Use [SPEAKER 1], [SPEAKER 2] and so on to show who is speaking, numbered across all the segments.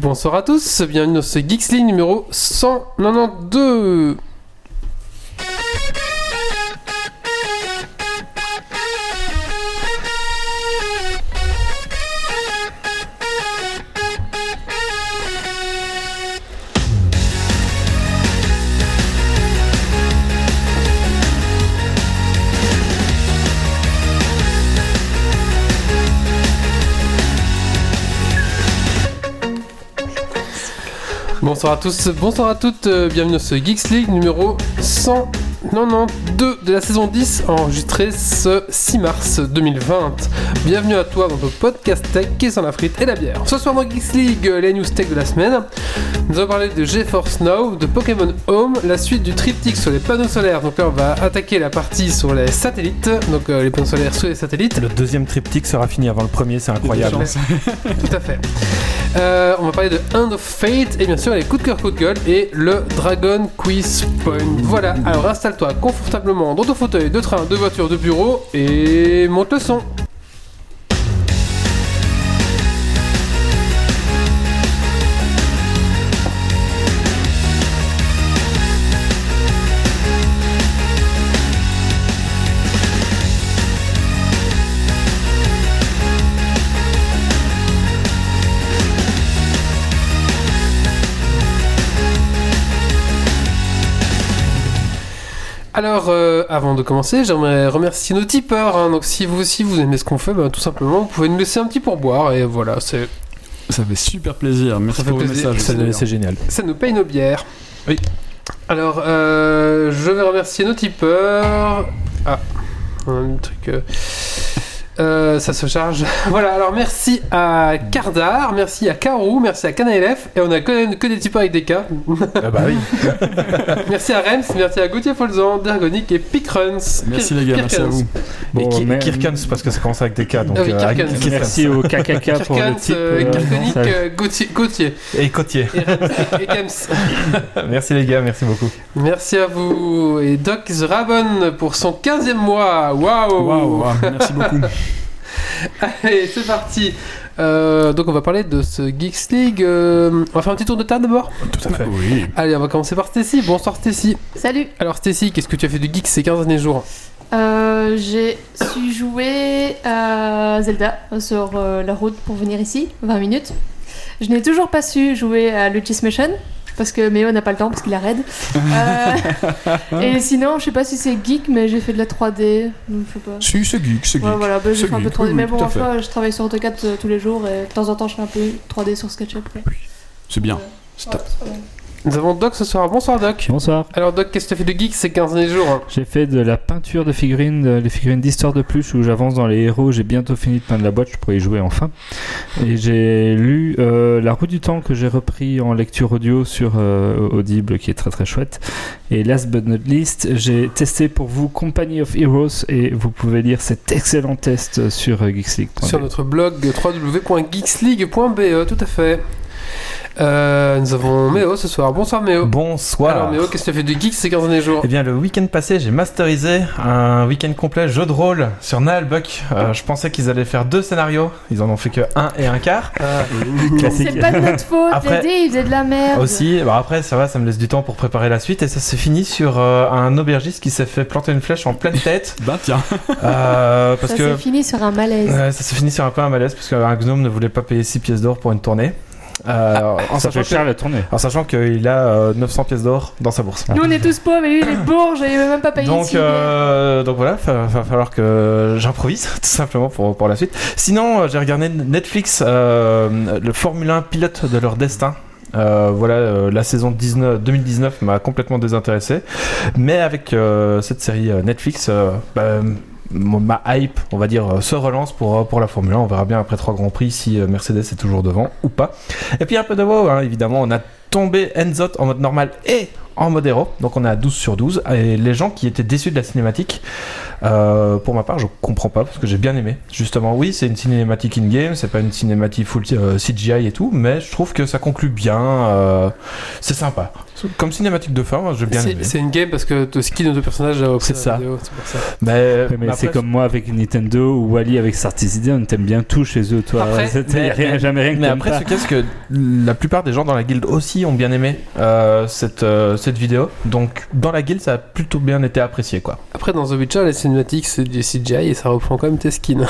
[SPEAKER 1] Bonsoir à tous, bienvenue dans ce Geeksly numéro 192. Bonsoir à tous, bonsoir à toutes, euh, bienvenue dans ce Geeks League numéro 192 de la saison 10 enregistré ce 6 mars 2020. Bienvenue à toi dans ton podcast tech qui est sans la frite et la bière. Ce soir dans Geeks League, euh, les news tech de la semaine, nous allons parler de GeForce Now, de Pokémon Home, la suite du triptyque sur les panneaux solaires. Donc là on va attaquer la partie sur les satellites, donc euh, les panneaux solaires sur les satellites.
[SPEAKER 2] Le deuxième triptyque sera fini avant le premier, c'est incroyable.
[SPEAKER 1] Tout à fait. Tout à fait. Euh, on va parler de End of Fate et bien sûr les coups de cœur, coups de gueule et le Dragon Quiz Point. Voilà, alors installe-toi confortablement dans ton fauteuil de train, de voiture, de bureau et monte le son. Alors, euh, avant de commencer, j'aimerais remercier nos tipeurs. hein. Donc, si vous aussi vous aimez ce qu'on fait, ben, tout simplement, vous pouvez nous laisser un petit pourboire et voilà, c'est-
[SPEAKER 3] Ça fait super plaisir. Merci
[SPEAKER 1] Ça fait
[SPEAKER 3] pour vos
[SPEAKER 1] plaisir.
[SPEAKER 3] messages.
[SPEAKER 2] C'est- C'est génial.
[SPEAKER 1] ça nous paye nos bières.
[SPEAKER 2] Oui.
[SPEAKER 1] Alors, euh, je vais remercier nos tipeurs. Ah, un truc. euh, euh, ça se charge. voilà, alors merci à Cardar, merci à Karou, merci à Canalef, et on a que, que des tipeurs avec des K.
[SPEAKER 2] Ah bah oui.
[SPEAKER 1] merci à Rems, merci à Gauthier Folzan, Dergonic et Pickruns.
[SPEAKER 3] Merci les gars, merci à vous.
[SPEAKER 2] Et
[SPEAKER 4] Bon,
[SPEAKER 2] Ki-
[SPEAKER 4] mais-
[SPEAKER 2] Kirkans, parce que ça commence avec des K. Donc,
[SPEAKER 1] Ah oui,
[SPEAKER 2] euh,
[SPEAKER 1] Kirkans.
[SPEAKER 2] Kirkans.
[SPEAKER 4] Merci au KKK pour le
[SPEAKER 1] Kirkans,
[SPEAKER 4] type.
[SPEAKER 1] euh,
[SPEAKER 4] euh,
[SPEAKER 1] Kirkonic,
[SPEAKER 4] ça-
[SPEAKER 1] euh, Gauthier, Gauthier
[SPEAKER 2] Et Cotier.
[SPEAKER 1] et Rems et Kems.
[SPEAKER 2] Merci les gars, merci beaucoup.
[SPEAKER 1] Merci à vous et Doc The Raven pour son 15e mois. Waouh!
[SPEAKER 3] Waouh, waouh, merci beaucoup.
[SPEAKER 1] Allez, c'est parti. Euh, donc on va parler de ce Geeks League. Euh, on va faire un petit tour de table d'abord.
[SPEAKER 2] Tout à fait.
[SPEAKER 3] Oui.
[SPEAKER 1] Allez, on va commencer par Stacy. Bonsoir Stacy.
[SPEAKER 5] Salut,
[SPEAKER 1] Alors Stacy, qu'est-ce que tu as fait de Geeks ces 15 derniers jours
[SPEAKER 5] euh, j'ai su jouer à Zelda sur euh, la route pour venir ici, 20 minutes. Je n'ai toujours pas su jouer à Luigi's Mission parce que Méo n'a pas le temps parce qu'il a raid. Euh, et sinon, je sais pas si c'est geek, mais j'ai fait de la 3D, donc je sais pas.
[SPEAKER 3] Si, c'est geek, c'est geek.
[SPEAKER 5] Ouais, voilà, bah, j'ai
[SPEAKER 3] c'est
[SPEAKER 5] fait un peu
[SPEAKER 3] geek,
[SPEAKER 5] de 3D,
[SPEAKER 3] oui,
[SPEAKER 5] mais
[SPEAKER 3] oui,
[SPEAKER 5] bon,
[SPEAKER 3] tout à
[SPEAKER 5] en
[SPEAKER 3] fait.
[SPEAKER 5] soi, je travaille sur AutoCAD euh, tous les jours et de temps en temps, je fais un peu 3D sur SketchUp. quoi.
[SPEAKER 3] C'est bien.
[SPEAKER 5] Ouais,
[SPEAKER 3] top.
[SPEAKER 5] c'est pas mal.
[SPEAKER 1] Nous avons Doc ce soir. Bonsoir Doc.
[SPEAKER 4] Bonsoir.
[SPEAKER 1] Alors Doc, qu'est-ce que tu as fait de Geeks ces 15 derniers jours
[SPEAKER 4] J'ai fait de la peinture de figurines, de- les figurines d'histoire de pluche où j'avance dans les héros. J'ai bientôt fini de peindre la boîte, je pourrais y jouer enfin. Et j'ai lu euh, La roue du temps que j'ai repris en lecture audio sur euh, Audible qui est très très chouette. Et last but not least, j'ai testé pour vous Company of Heroes et vous pouvez lire cet excellent test sur euh, geeksleague.net.
[SPEAKER 1] Sur notre blog www.geeksleague.be, tout à fait. Euh, nous avons Méo ce soir. Bonsoir Méo.
[SPEAKER 2] Bonsoir.
[SPEAKER 1] Alors Méo, qu'est-ce que tu as fait de Geeks ces 15 derniers jours
[SPEAKER 2] Eh bien, le week-end passé, j'ai masterisé un week-end complet jeu de rôle sur Naalbuck. Euh, je pensais qu'ils allaient faire deux scénarios. Ils en ont fait que un et un quart.
[SPEAKER 1] Ah,
[SPEAKER 5] C'est pas de notre faute,
[SPEAKER 2] Après-
[SPEAKER 5] Dédé, il faisait de la merde.
[SPEAKER 2] Aussi, bah après ça va, ça me laisse du temps pour préparer la suite et ça s'est fini sur euh, un aubergiste qui s'est fait planter une flèche en pleine tête
[SPEAKER 3] Ben tiens,
[SPEAKER 2] euh, parce
[SPEAKER 5] Ça
[SPEAKER 2] que
[SPEAKER 5] s'est fini sur un malaise.
[SPEAKER 2] Ouais, ça s'est fini sur un peu un malaise parce qu'un gnome ne voulait pas payer 6 pièces d'or pour une tournée. Euh, en,
[SPEAKER 4] Ah, Ça
[SPEAKER 2] sachant
[SPEAKER 4] fait
[SPEAKER 2] que-
[SPEAKER 4] cher la tournée.
[SPEAKER 2] en sachant qu'il a euh, 900 pièces d'or dans sa bourse.
[SPEAKER 5] Nous on est tous pauvres, mais lui il est bourge, il veut même pas payer
[SPEAKER 2] Donc,
[SPEAKER 5] ici.
[SPEAKER 2] euh, donc voilà, fa- va falloir que j'improvise tout simplement pour, pour la suite. Sinon, euh, j'ai regardé Netflix, euh, le Formule 1 pilote de leur destin. Euh, voilà, euh, la saison 19 2019 m'a complètement désintéressé. Mais avec euh, cette série euh, Netflix, euh, bah, mon- ma hype, on va dire, euh, se relance pour, euh, pour la Formule 1. On verra bien après trois grands prix si euh, Mercedes est toujours devant ou pas. Et puis un peu de WoW, hein, évidemment, on a tombé Enzot en mode normal et en mode héros, donc on est à 12 sur 12. Et les gens qui étaient déçus de la cinématique, euh, pour ma part, je comprends pas parce que j'ai bien aimé. Justement, oui, c'est une cinématique in-game, c'est pas une cinématique full euh, CGI et tout, mais je trouve que ça conclut bien. euh, c'est sympa. Comme cinématique de fin, j'ai Eh bien aimé.
[SPEAKER 1] C'est c'est une game parce que le skill de deux personnages a repris
[SPEAKER 2] C'est
[SPEAKER 1] la
[SPEAKER 2] ça.
[SPEAKER 1] vidéo, c'est pour ça.
[SPEAKER 2] Mais,
[SPEAKER 4] Ouais,
[SPEAKER 2] mais
[SPEAKER 4] mais c'est
[SPEAKER 2] Euh, après,
[SPEAKER 4] comme moi avec Nintendo ou Wally avec Sartisidia, on t'aime bien tout chez eux, toi.
[SPEAKER 1] Après,
[SPEAKER 4] C'était
[SPEAKER 2] mais-
[SPEAKER 4] rien,
[SPEAKER 2] mais-
[SPEAKER 4] jamais rien que
[SPEAKER 2] Mais
[SPEAKER 4] t'aimes
[SPEAKER 2] après,
[SPEAKER 4] pas.
[SPEAKER 2] ce qu'est-ce que la plupart des gens dans la guilde aussi ont bien aimé euh, cette, euh, cette vidéo. Donc, dans la guilde, ça a plutôt bien été apprécié, quoi.
[SPEAKER 1] Après, dans The Witcher, les cinématiques, c'est du CGI et ça reprend quand même tes skins.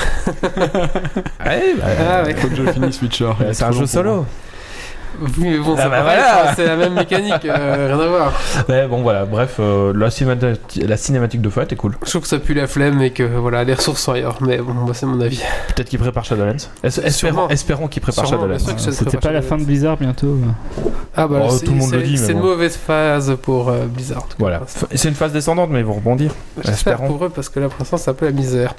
[SPEAKER 2] Ouais, bah,
[SPEAKER 3] euh,
[SPEAKER 1] Ah, ouais.
[SPEAKER 3] Faut que je finisse Witcher. Il est
[SPEAKER 2] euh, c'est un jeu
[SPEAKER 3] trop long pour moi.
[SPEAKER 2] solo.
[SPEAKER 1] Oui, mais bon,
[SPEAKER 2] Ah
[SPEAKER 1] c'est
[SPEAKER 2] bah
[SPEAKER 1] pareil,
[SPEAKER 2] voilà.
[SPEAKER 1] ça, c'est la même mécanique, euh, rien à voir.
[SPEAKER 2] Mais bon, voilà, bref, euh, la, cinémati- la cinématique de fin était cool.
[SPEAKER 1] Je trouve que ça pue la flemme et que voilà, les ressources sont ailleurs, mais bon, moi, c'est mon avis.
[SPEAKER 2] Peut-être qu'il prépare Shadowlands. Es-
[SPEAKER 1] Sûrement.
[SPEAKER 2] espérons espérons qu'il prépare
[SPEAKER 1] Sûrement, bien
[SPEAKER 2] Shadowlands.
[SPEAKER 1] sûr que ça se
[SPEAKER 4] C'était
[SPEAKER 1] prépare
[SPEAKER 4] pas la
[SPEAKER 1] chez
[SPEAKER 4] fin de
[SPEAKER 1] Blizzard.
[SPEAKER 4] Blizzard bientôt.
[SPEAKER 1] Ah bah,
[SPEAKER 2] Oh,
[SPEAKER 1] c'est-
[SPEAKER 2] tout le monde
[SPEAKER 1] c'est-
[SPEAKER 2] le dit, mais
[SPEAKER 1] C'est une
[SPEAKER 2] bon.
[SPEAKER 1] mauvaise phase pour euh, Blizzard.
[SPEAKER 2] Voilà. F- C'est une phase descendante, mais ils vont rebondir.
[SPEAKER 1] J'espère
[SPEAKER 2] Espérons.
[SPEAKER 1] pour eux parce que là pour l'instant c'est un peu la misère.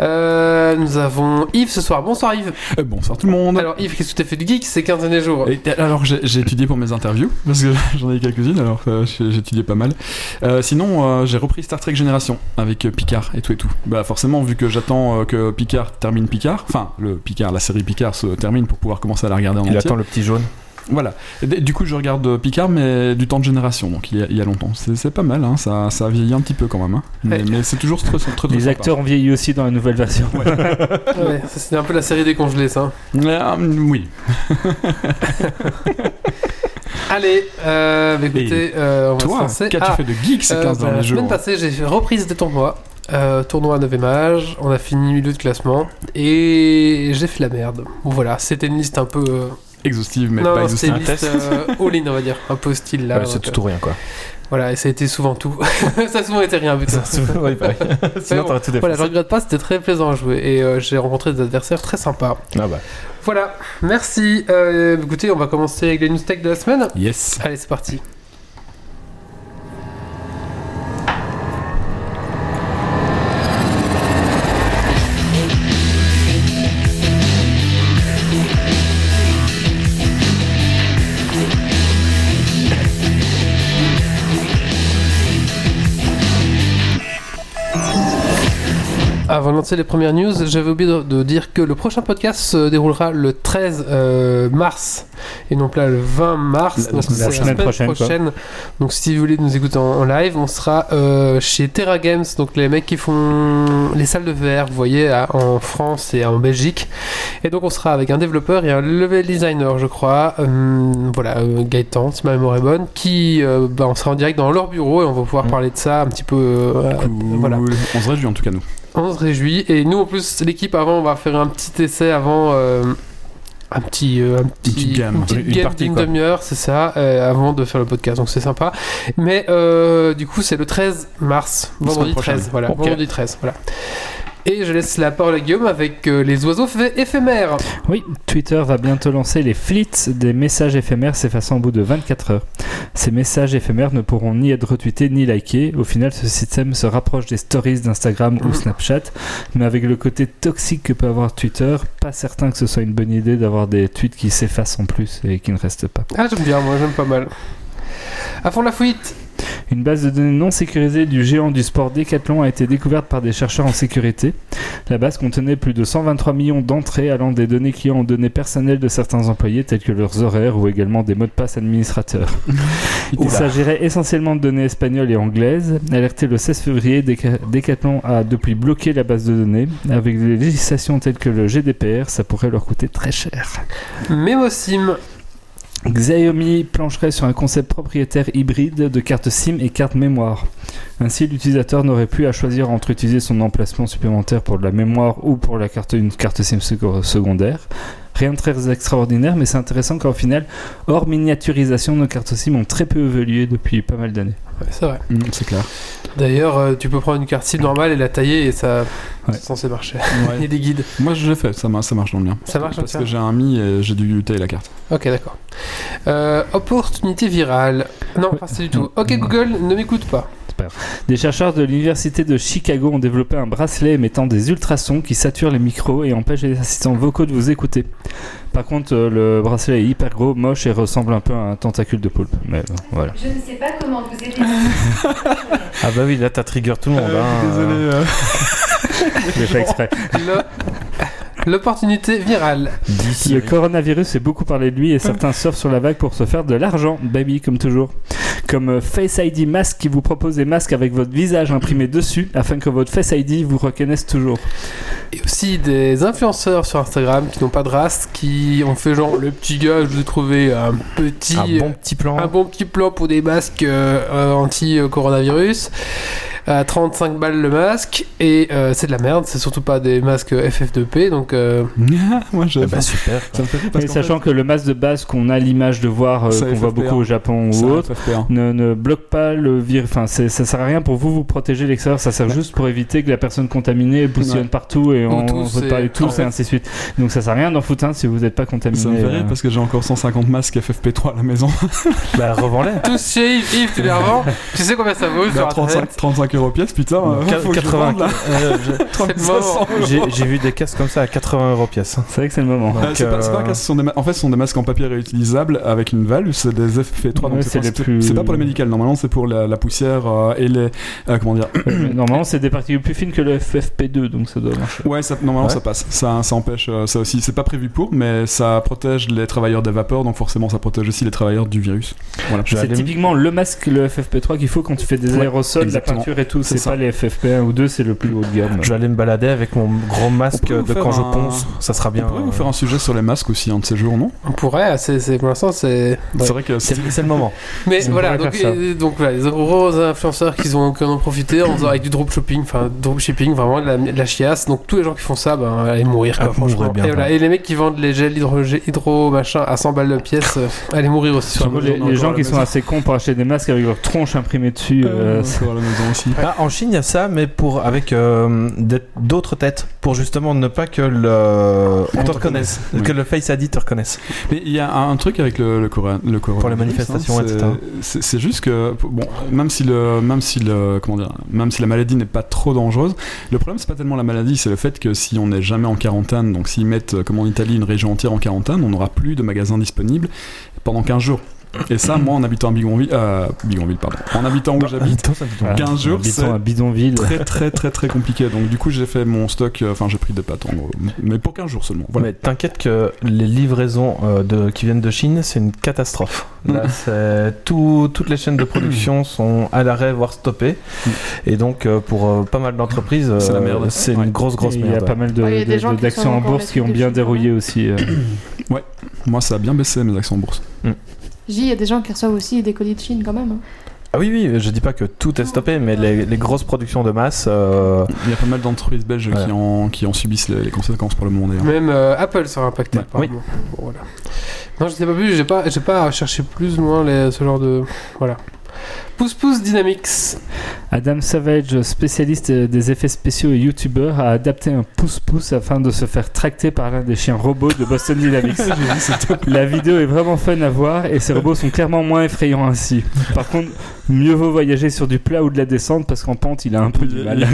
[SPEAKER 1] Euh, nous avons Yves ce soir. Bonsoir Yves.
[SPEAKER 3] Euh, Bonsoir tout le monde.
[SPEAKER 1] Alors Yves, qu'est-ce que tu as fait de geek ces 15 derniers jours
[SPEAKER 3] Et t- alors j'ai j'ai étudié pour mes interviews parce que j'en ai quelques-unes alors euh, j'ai j'ai étudié pas mal. Euh, sinon euh, j'ai repris Star Trek Génération avec euh, Picard et tout et tout. Bah forcément vu que j'attends euh, que Picard termine Picard, enfin le Picard, la série Picard se termine pour pouvoir commencer à la regarder en
[SPEAKER 2] Il
[SPEAKER 3] entier.
[SPEAKER 2] attend le petit jaune.
[SPEAKER 3] Voilà. Et d- Du coup je regarde euh, Picard mais du temps de génération donc il y a, il y a longtemps. C'est c'est pas mal hein, ça ça vieillit un petit peu quand même. hein. Mais,
[SPEAKER 1] Ouais.
[SPEAKER 3] mais c'est toujours très très, très
[SPEAKER 4] Les
[SPEAKER 3] sympa.
[SPEAKER 4] acteurs ont vieilli aussi dans la nouvelle version.
[SPEAKER 1] Ouais, ça, C'était un peu la série décongelée ça. hein.
[SPEAKER 3] Euh, oui.
[SPEAKER 1] Allez, euh, bah, écoutez, euh, on va se
[SPEAKER 3] Toi
[SPEAKER 1] lancer.
[SPEAKER 3] qu'as-tu
[SPEAKER 1] Ah,
[SPEAKER 3] fait de geek ces
[SPEAKER 1] euh,
[SPEAKER 3] 15
[SPEAKER 1] bah,
[SPEAKER 3] derniers
[SPEAKER 1] La
[SPEAKER 3] jours
[SPEAKER 1] semaine passée j'ai fait reprise des tournois. Euh, tournoi à 9 mage, on a fini milieu de classement et j'ai fait la merde. Bon voilà, c'était une liste un peu. euh,
[SPEAKER 3] Exhaustive mais
[SPEAKER 1] non,
[SPEAKER 3] pas
[SPEAKER 1] non, c'était
[SPEAKER 3] exhaustive.
[SPEAKER 1] une liste euh, all-in, on va dire, un peu style là.
[SPEAKER 2] Ouais, c'est
[SPEAKER 1] donc,
[SPEAKER 2] tout ou rien, quoi.
[SPEAKER 1] euh, voilà, et ça a été souvent tout. ça a souvent été rien, putain.
[SPEAKER 2] Oui, pareil. Sinon,
[SPEAKER 1] bon,
[SPEAKER 2] t'aurais tout
[SPEAKER 1] Voilà,
[SPEAKER 2] défoncé.
[SPEAKER 1] je regrette pas, c'était très plaisant à jouer et euh, j'ai rencontré des adversaires très sympas.
[SPEAKER 2] Ah bah.
[SPEAKER 1] Voilà, merci. Euh, écoutez, on va commencer avec les news tech de la semaine.
[SPEAKER 3] Yes.
[SPEAKER 1] Allez, c'est parti. Avant de lancer les premières news, j'avais oublié de, de dire que le prochain podcast se déroulera le 13 euh, mars et non pas le 20 mars.
[SPEAKER 3] La-
[SPEAKER 1] donc c'est
[SPEAKER 3] la
[SPEAKER 4] semaine prochaine, quoi.
[SPEAKER 1] Donc si vous voulez nous écouter en, en live, on sera euh, chez Terra Games, donc les mecs qui font les salles de VR, vous voyez, à- en France et en Belgique. Et donc on sera avec un développeur et un level designer, je crois. Hum, voilà, euh, Gaëtan, si ma mémoire est bonne, qui euh, bah, on sera en direct dans leur bureau et on va pouvoir
[SPEAKER 4] Mmh.
[SPEAKER 2] Mm.
[SPEAKER 1] parler de ça un petit peu. euh,
[SPEAKER 3] Cool.
[SPEAKER 1] voilà.
[SPEAKER 3] On se réjouit en tout cas nous.
[SPEAKER 1] On se réjouit. Et nous, en plus, l'équipe, avant, on va faire un petit essai avant. euh, un petit, euh, un petit,
[SPEAKER 3] petite gamme.
[SPEAKER 1] une petite
[SPEAKER 2] Une
[SPEAKER 1] game
[SPEAKER 2] partie,
[SPEAKER 1] d'une
[SPEAKER 2] quoi.
[SPEAKER 1] demi-heure, c'est ça, euh, avant de faire le podcast, donc c'est sympa. Mais euh, du coup, c'est le 13 mars,
[SPEAKER 3] La semaine
[SPEAKER 1] vendredi
[SPEAKER 3] prochaine.
[SPEAKER 1] 13, voilà,
[SPEAKER 2] Ok.
[SPEAKER 1] vendredi 13, voilà. Et je laisse la parole à Guillaume avec euh, les oiseaux f- éphémères.
[SPEAKER 4] Oui, Twitter va bientôt lancer les flits des messages éphémères s'effaçant au bout de 24 heures. Ces messages éphémères ne pourront ni être retweetés ni likés. Au final, ce système se rapproche des stories d'Instagram ou Snapchat, mais avec le côté toxique que peut avoir Twitter, pas certain que ce soit une bonne idée d'avoir des tweets qui s'effacent en plus et qui ne restent pas.
[SPEAKER 1] Ah, j'aime bien, moi, j'aime pas mal. À fond la fuite.
[SPEAKER 4] Une base de données non sécurisée du géant du sport Decathlon a été découverte par des chercheurs en sécurité. La base contenait plus de 123 millions d'entrées allant des données clients aux données personnelles de certains employés telles que leurs horaires ou également des mots de passe administrateurs.
[SPEAKER 2] Oula.
[SPEAKER 4] Il s'agirait essentiellement de données espagnoles et anglaises. Alerté le 16 février, Deca- Decathlon a depuis bloqué la base de données. Avec des législations telles que le GDPR, ça pourrait leur coûter très cher.
[SPEAKER 1] Mémosim.
[SPEAKER 4] Xiaomi plancherait sur un concept propriétaire hybride de carte SIM et carte mémoire. Ainsi, l'utilisateur n'aurait plus à choisir entre utiliser son emplacement supplémentaire pour de la mémoire ou pour la carte, une carte SIM seco- secondaire. Rien de très extraordinaire, mais c'est intéressant qu'en final, hors miniaturisation, nos cartes SIM ont très peu évolué depuis pas mal d'années.
[SPEAKER 1] Ouais, c'est vrai.
[SPEAKER 3] Mm, c'est clair.
[SPEAKER 1] D'ailleurs, euh, tu peux prendre une carte cible normale et la tailler et ça.
[SPEAKER 4] Ouais.
[SPEAKER 1] C'est censé marcher.
[SPEAKER 3] Ouais.
[SPEAKER 1] Il y a des guides.
[SPEAKER 3] Moi, je l'ai fait, ça, mar- ça marche dans le mien.
[SPEAKER 1] Ça marche comme
[SPEAKER 3] Parce
[SPEAKER 1] ça
[SPEAKER 3] que j'ai un mi et j'ai dû tailler la carte.
[SPEAKER 1] Ok, d'accord. Euh, opportunité virale. Non, pas c'est du tout. Ok, Google, ne m'écoute pas.
[SPEAKER 4] C'est père. Des chercheurs de l'université de Chicago ont développé un bracelet émettant des ultrasons qui saturent les micros et empêchent les assistants vocaux de vous écouter. Par contre, euh, le bracelet est hyper gros, moche et ressemble un peu à un tentacule de poulpe. Mais euh, voilà.
[SPEAKER 6] Je ne sais pas comment vous aider.
[SPEAKER 2] Ah bah oui, là t'as trigger tout le monde. hein.
[SPEAKER 4] J'ai fait exprès.
[SPEAKER 1] Le- L'opportunité virale.
[SPEAKER 4] Le coronavirus est beaucoup parlé de lui et certains surfent sur la vague pour se faire de l'argent, baby, comme toujours. Comme euh, Face ID Mask qui vous propose des masques avec votre visage imprimé dessus afin que votre Face ID vous reconnaisse toujours.
[SPEAKER 1] Et aussi des influenceurs sur Instagram qui n'ont pas de race, qui ont fait genre le petit gars, je vous ai trouvé un euh, petit.
[SPEAKER 2] Un bon petit plan.
[SPEAKER 1] Un bon petit plan pour des masques euh, euh, anti-coronavirus. À 35 balles le masque. Et euh, c'est de la merde, c'est surtout pas des masques FF2P. Donc, euh,
[SPEAKER 3] Moi, je.
[SPEAKER 2] Ah bah super.
[SPEAKER 3] Ça me fait rire parce
[SPEAKER 4] Et
[SPEAKER 3] qu'en
[SPEAKER 4] sachant que le masque de base qu'on a l'image de voir, euh,
[SPEAKER 3] Ça,
[SPEAKER 4] qu'on voit
[SPEAKER 3] FFP1.
[SPEAKER 4] beaucoup au Japon
[SPEAKER 3] fait,
[SPEAKER 4] ou
[SPEAKER 3] ça
[SPEAKER 4] autre,
[SPEAKER 3] me fait peur.
[SPEAKER 4] ne, ne bloque pas le virus. Enfin, c'est- ça sert à rien pour vous vous protéger de l'extérieur. Ça sert juste pour éviter que la personne contaminée bouillonne
[SPEAKER 3] Ouais.
[SPEAKER 4] partout et
[SPEAKER 1] Ou
[SPEAKER 4] on
[SPEAKER 1] tous,
[SPEAKER 4] peut pas
[SPEAKER 1] et-
[SPEAKER 4] et tous
[SPEAKER 1] Ouais.
[SPEAKER 4] et ainsi de suite. Donc ça sert à rien d'en foutre un si vous n'êtes pas contaminé.
[SPEAKER 3] Ça me fait rire
[SPEAKER 4] euh.
[SPEAKER 3] parce que j'ai encore 150 masques FFP3 à la maison.
[SPEAKER 2] Bah revends-les.
[SPEAKER 1] tous chez Yves, Yves, tu les revends. Tu sais combien ça vaut sur
[SPEAKER 3] Bah,
[SPEAKER 1] Internet
[SPEAKER 3] 35, 35 euros pièce, putain. euh,
[SPEAKER 2] Quatre-
[SPEAKER 3] faut que je le vende, là.
[SPEAKER 2] euh, je-
[SPEAKER 1] C'est mort.
[SPEAKER 3] 3500
[SPEAKER 2] J'ai j'ai vu des casques comme ça à 80 euros pièce.
[SPEAKER 4] C'est vrai que c'est le moment.
[SPEAKER 3] Euh, C'est pas, c'est pas un
[SPEAKER 2] euh,
[SPEAKER 3] casque, ce sont des ma- en fait, ce sont des masques en papier réutilisables avec une valve, c'est des FFP3, donc
[SPEAKER 4] Ouais,
[SPEAKER 3] c'est
[SPEAKER 4] c'est
[SPEAKER 3] pas-
[SPEAKER 4] les
[SPEAKER 3] c'est
[SPEAKER 4] plus-
[SPEAKER 3] c'est pas pour les médicales, normalement c'est pour la, la poussière euh, et les. euh, comment dire
[SPEAKER 4] Ouais, mais Normalement, c'est des particules plus fines que le FFP2, donc ça doit marcher.
[SPEAKER 3] Ouais, ça, normalement
[SPEAKER 2] Ouais.
[SPEAKER 3] ça passe, ça, ça empêche euh, ça aussi, c'est pas prévu pour, mais ça protège les travailleurs des vapeurs, donc forcément ça protège aussi les travailleurs du virus. Voilà.
[SPEAKER 2] Je vais
[SPEAKER 4] C'est
[SPEAKER 2] aller-
[SPEAKER 4] typiquement le masque, le FFP3 qu'il faut quand tu fais des
[SPEAKER 3] Ouais,
[SPEAKER 4] aérosols, la
[SPEAKER 3] exactement.
[SPEAKER 4] peinture et tout.
[SPEAKER 3] C'est
[SPEAKER 4] C'est
[SPEAKER 3] ça.
[SPEAKER 4] pas les FFP1 ou 2, c'est le plus haut de gamme.
[SPEAKER 2] Je vais aller me balader avec mon gros masque
[SPEAKER 3] pourrait vous
[SPEAKER 2] de
[SPEAKER 3] faire
[SPEAKER 2] quand je
[SPEAKER 3] un-
[SPEAKER 2] ponce. Ça sera
[SPEAKER 3] On
[SPEAKER 2] bien.
[SPEAKER 3] pourrait vous
[SPEAKER 2] euh,
[SPEAKER 3] faire un sujet sur les masques aussi, un de ces jours, non
[SPEAKER 1] On pourrait, ah, c'est c'est- pour l'instant, c'est. ouais.
[SPEAKER 3] C'est vrai que c'est.
[SPEAKER 2] C'est c'est le moment.
[SPEAKER 1] Mais
[SPEAKER 2] On
[SPEAKER 1] voilà,
[SPEAKER 2] pourrait
[SPEAKER 1] donc,
[SPEAKER 2] faire ça.
[SPEAKER 1] et- donc voilà, les gros influenceurs qui ont, qui en ont profité en faisant avec du drop shopping, enfin drop shipping, vraiment de la, de la chiasse. Donc tous les gens qui font ça, ben allez mourir quoi,
[SPEAKER 2] Ah,
[SPEAKER 1] franchement.
[SPEAKER 2] mourrez bien,
[SPEAKER 1] et, voilà,
[SPEAKER 2] ouais.
[SPEAKER 1] et les mecs qui vendent les gels hydro, hydro machin à 100 balles de pièce, euh, allez mourir aussi.
[SPEAKER 4] Surtout
[SPEAKER 3] moi, j'en ai
[SPEAKER 4] les, les
[SPEAKER 3] encore à
[SPEAKER 4] gens
[SPEAKER 3] la
[SPEAKER 4] qui sont
[SPEAKER 3] maison.
[SPEAKER 4] assez cons pour acheter des masques avec leur tronche imprimée dessus. euh,
[SPEAKER 3] Euh, encore à la maison aussi.
[SPEAKER 2] Ah, en Chine, il y a ça, mais pour avec euh, des- d'autres têtes, pour justement ne pas que le on te reconnaisse,
[SPEAKER 3] Oui.
[SPEAKER 2] que le Face ID te reconnaisse.
[SPEAKER 3] Mais il y a un, un truc avec le, le, corona- le coronavirus,
[SPEAKER 2] les manifestations,
[SPEAKER 3] hein, c'est-
[SPEAKER 2] etc.
[SPEAKER 3] c'est, c'est juste que bon, même si le, même si le, comment dire, même si la maladie n'est pas trop dangereuse, le problème c'est pas tellement la maladie, c'est le fait que si on n'est jamais en quarantaine, donc s'ils mettent euh, comme en Italie une région entière en quarantaine, on n'aura plus de magasins disponibles pendant 15 jours. Et ça, moi, en habitant à Bigonville, euh, Bigonville, pardon, en habitant où j'habite,
[SPEAKER 4] voilà.
[SPEAKER 3] 15 jours,
[SPEAKER 4] Bah, Habitant
[SPEAKER 3] c'est-
[SPEAKER 4] à bidonville.
[SPEAKER 3] très très très très compliqué. Donc du coup, j'ai fait mon stock, euh, enfin j'ai pris des pâtes en gros, mais pour 15 jours seulement. Voilà.
[SPEAKER 2] Mais t'inquiète que les livraisons euh, de, qui viennent de Chine, c'est une catastrophe. Là, c'est tout- toutes les chaînes de production sont à l'arrêt, voire stoppées.
[SPEAKER 3] Mm.
[SPEAKER 2] Et donc, euh, pour euh, pas mal d'entreprises,
[SPEAKER 3] C'est la
[SPEAKER 2] euh,
[SPEAKER 3] merde.
[SPEAKER 2] c'est
[SPEAKER 3] Ouais.
[SPEAKER 2] une grosse, grosse
[SPEAKER 4] Et Il y a
[SPEAKER 2] merde.
[SPEAKER 4] pas mal de-
[SPEAKER 5] Ouais, Ah, il y a des
[SPEAKER 4] de-
[SPEAKER 5] gens
[SPEAKER 4] de-
[SPEAKER 5] qui
[SPEAKER 4] d'actions
[SPEAKER 5] sont
[SPEAKER 4] en
[SPEAKER 5] encore
[SPEAKER 4] bourse qui ont
[SPEAKER 5] là-dessus
[SPEAKER 4] bien
[SPEAKER 5] dessus, hein.
[SPEAKER 4] dérouillé aussi. euh.
[SPEAKER 3] Moi, ça a bien baissé mes actions en bourse.
[SPEAKER 5] J, il y a des gens qui reçoivent aussi des colis de Chine quand même. hein.
[SPEAKER 2] Ah oui, oui, je dis pas que tout est stoppé, mais les, les grosses productions de masse, euh,
[SPEAKER 3] Il y a pas mal d'entreprises belges qui,
[SPEAKER 2] Voilà.
[SPEAKER 3] en, qui en subissent les, les conséquences pour le moment d'ailleurs.
[SPEAKER 1] Même euh, Apple sera impacté.
[SPEAKER 3] Ouais.
[SPEAKER 1] apparemment. Bon, voilà. Non, je sais pas plus, j'ai pas, j'ai pas cherché plus loin les, ce genre de. Voilà. Pouce pouce Dynamics.
[SPEAKER 4] Adam Savage, spécialiste euh, des effets spéciaux et youtubeur, a adapté un pouce-pouce afin de se faire tracter par l'un des chiens robots de Boston Dynamics. La vidéo est vraiment fun à voir et ces robots sont clairement moins effrayants ainsi. Par contre, mieux vaut voyager sur du plat ou de la descente parce qu'en pente, il a un peu du mal.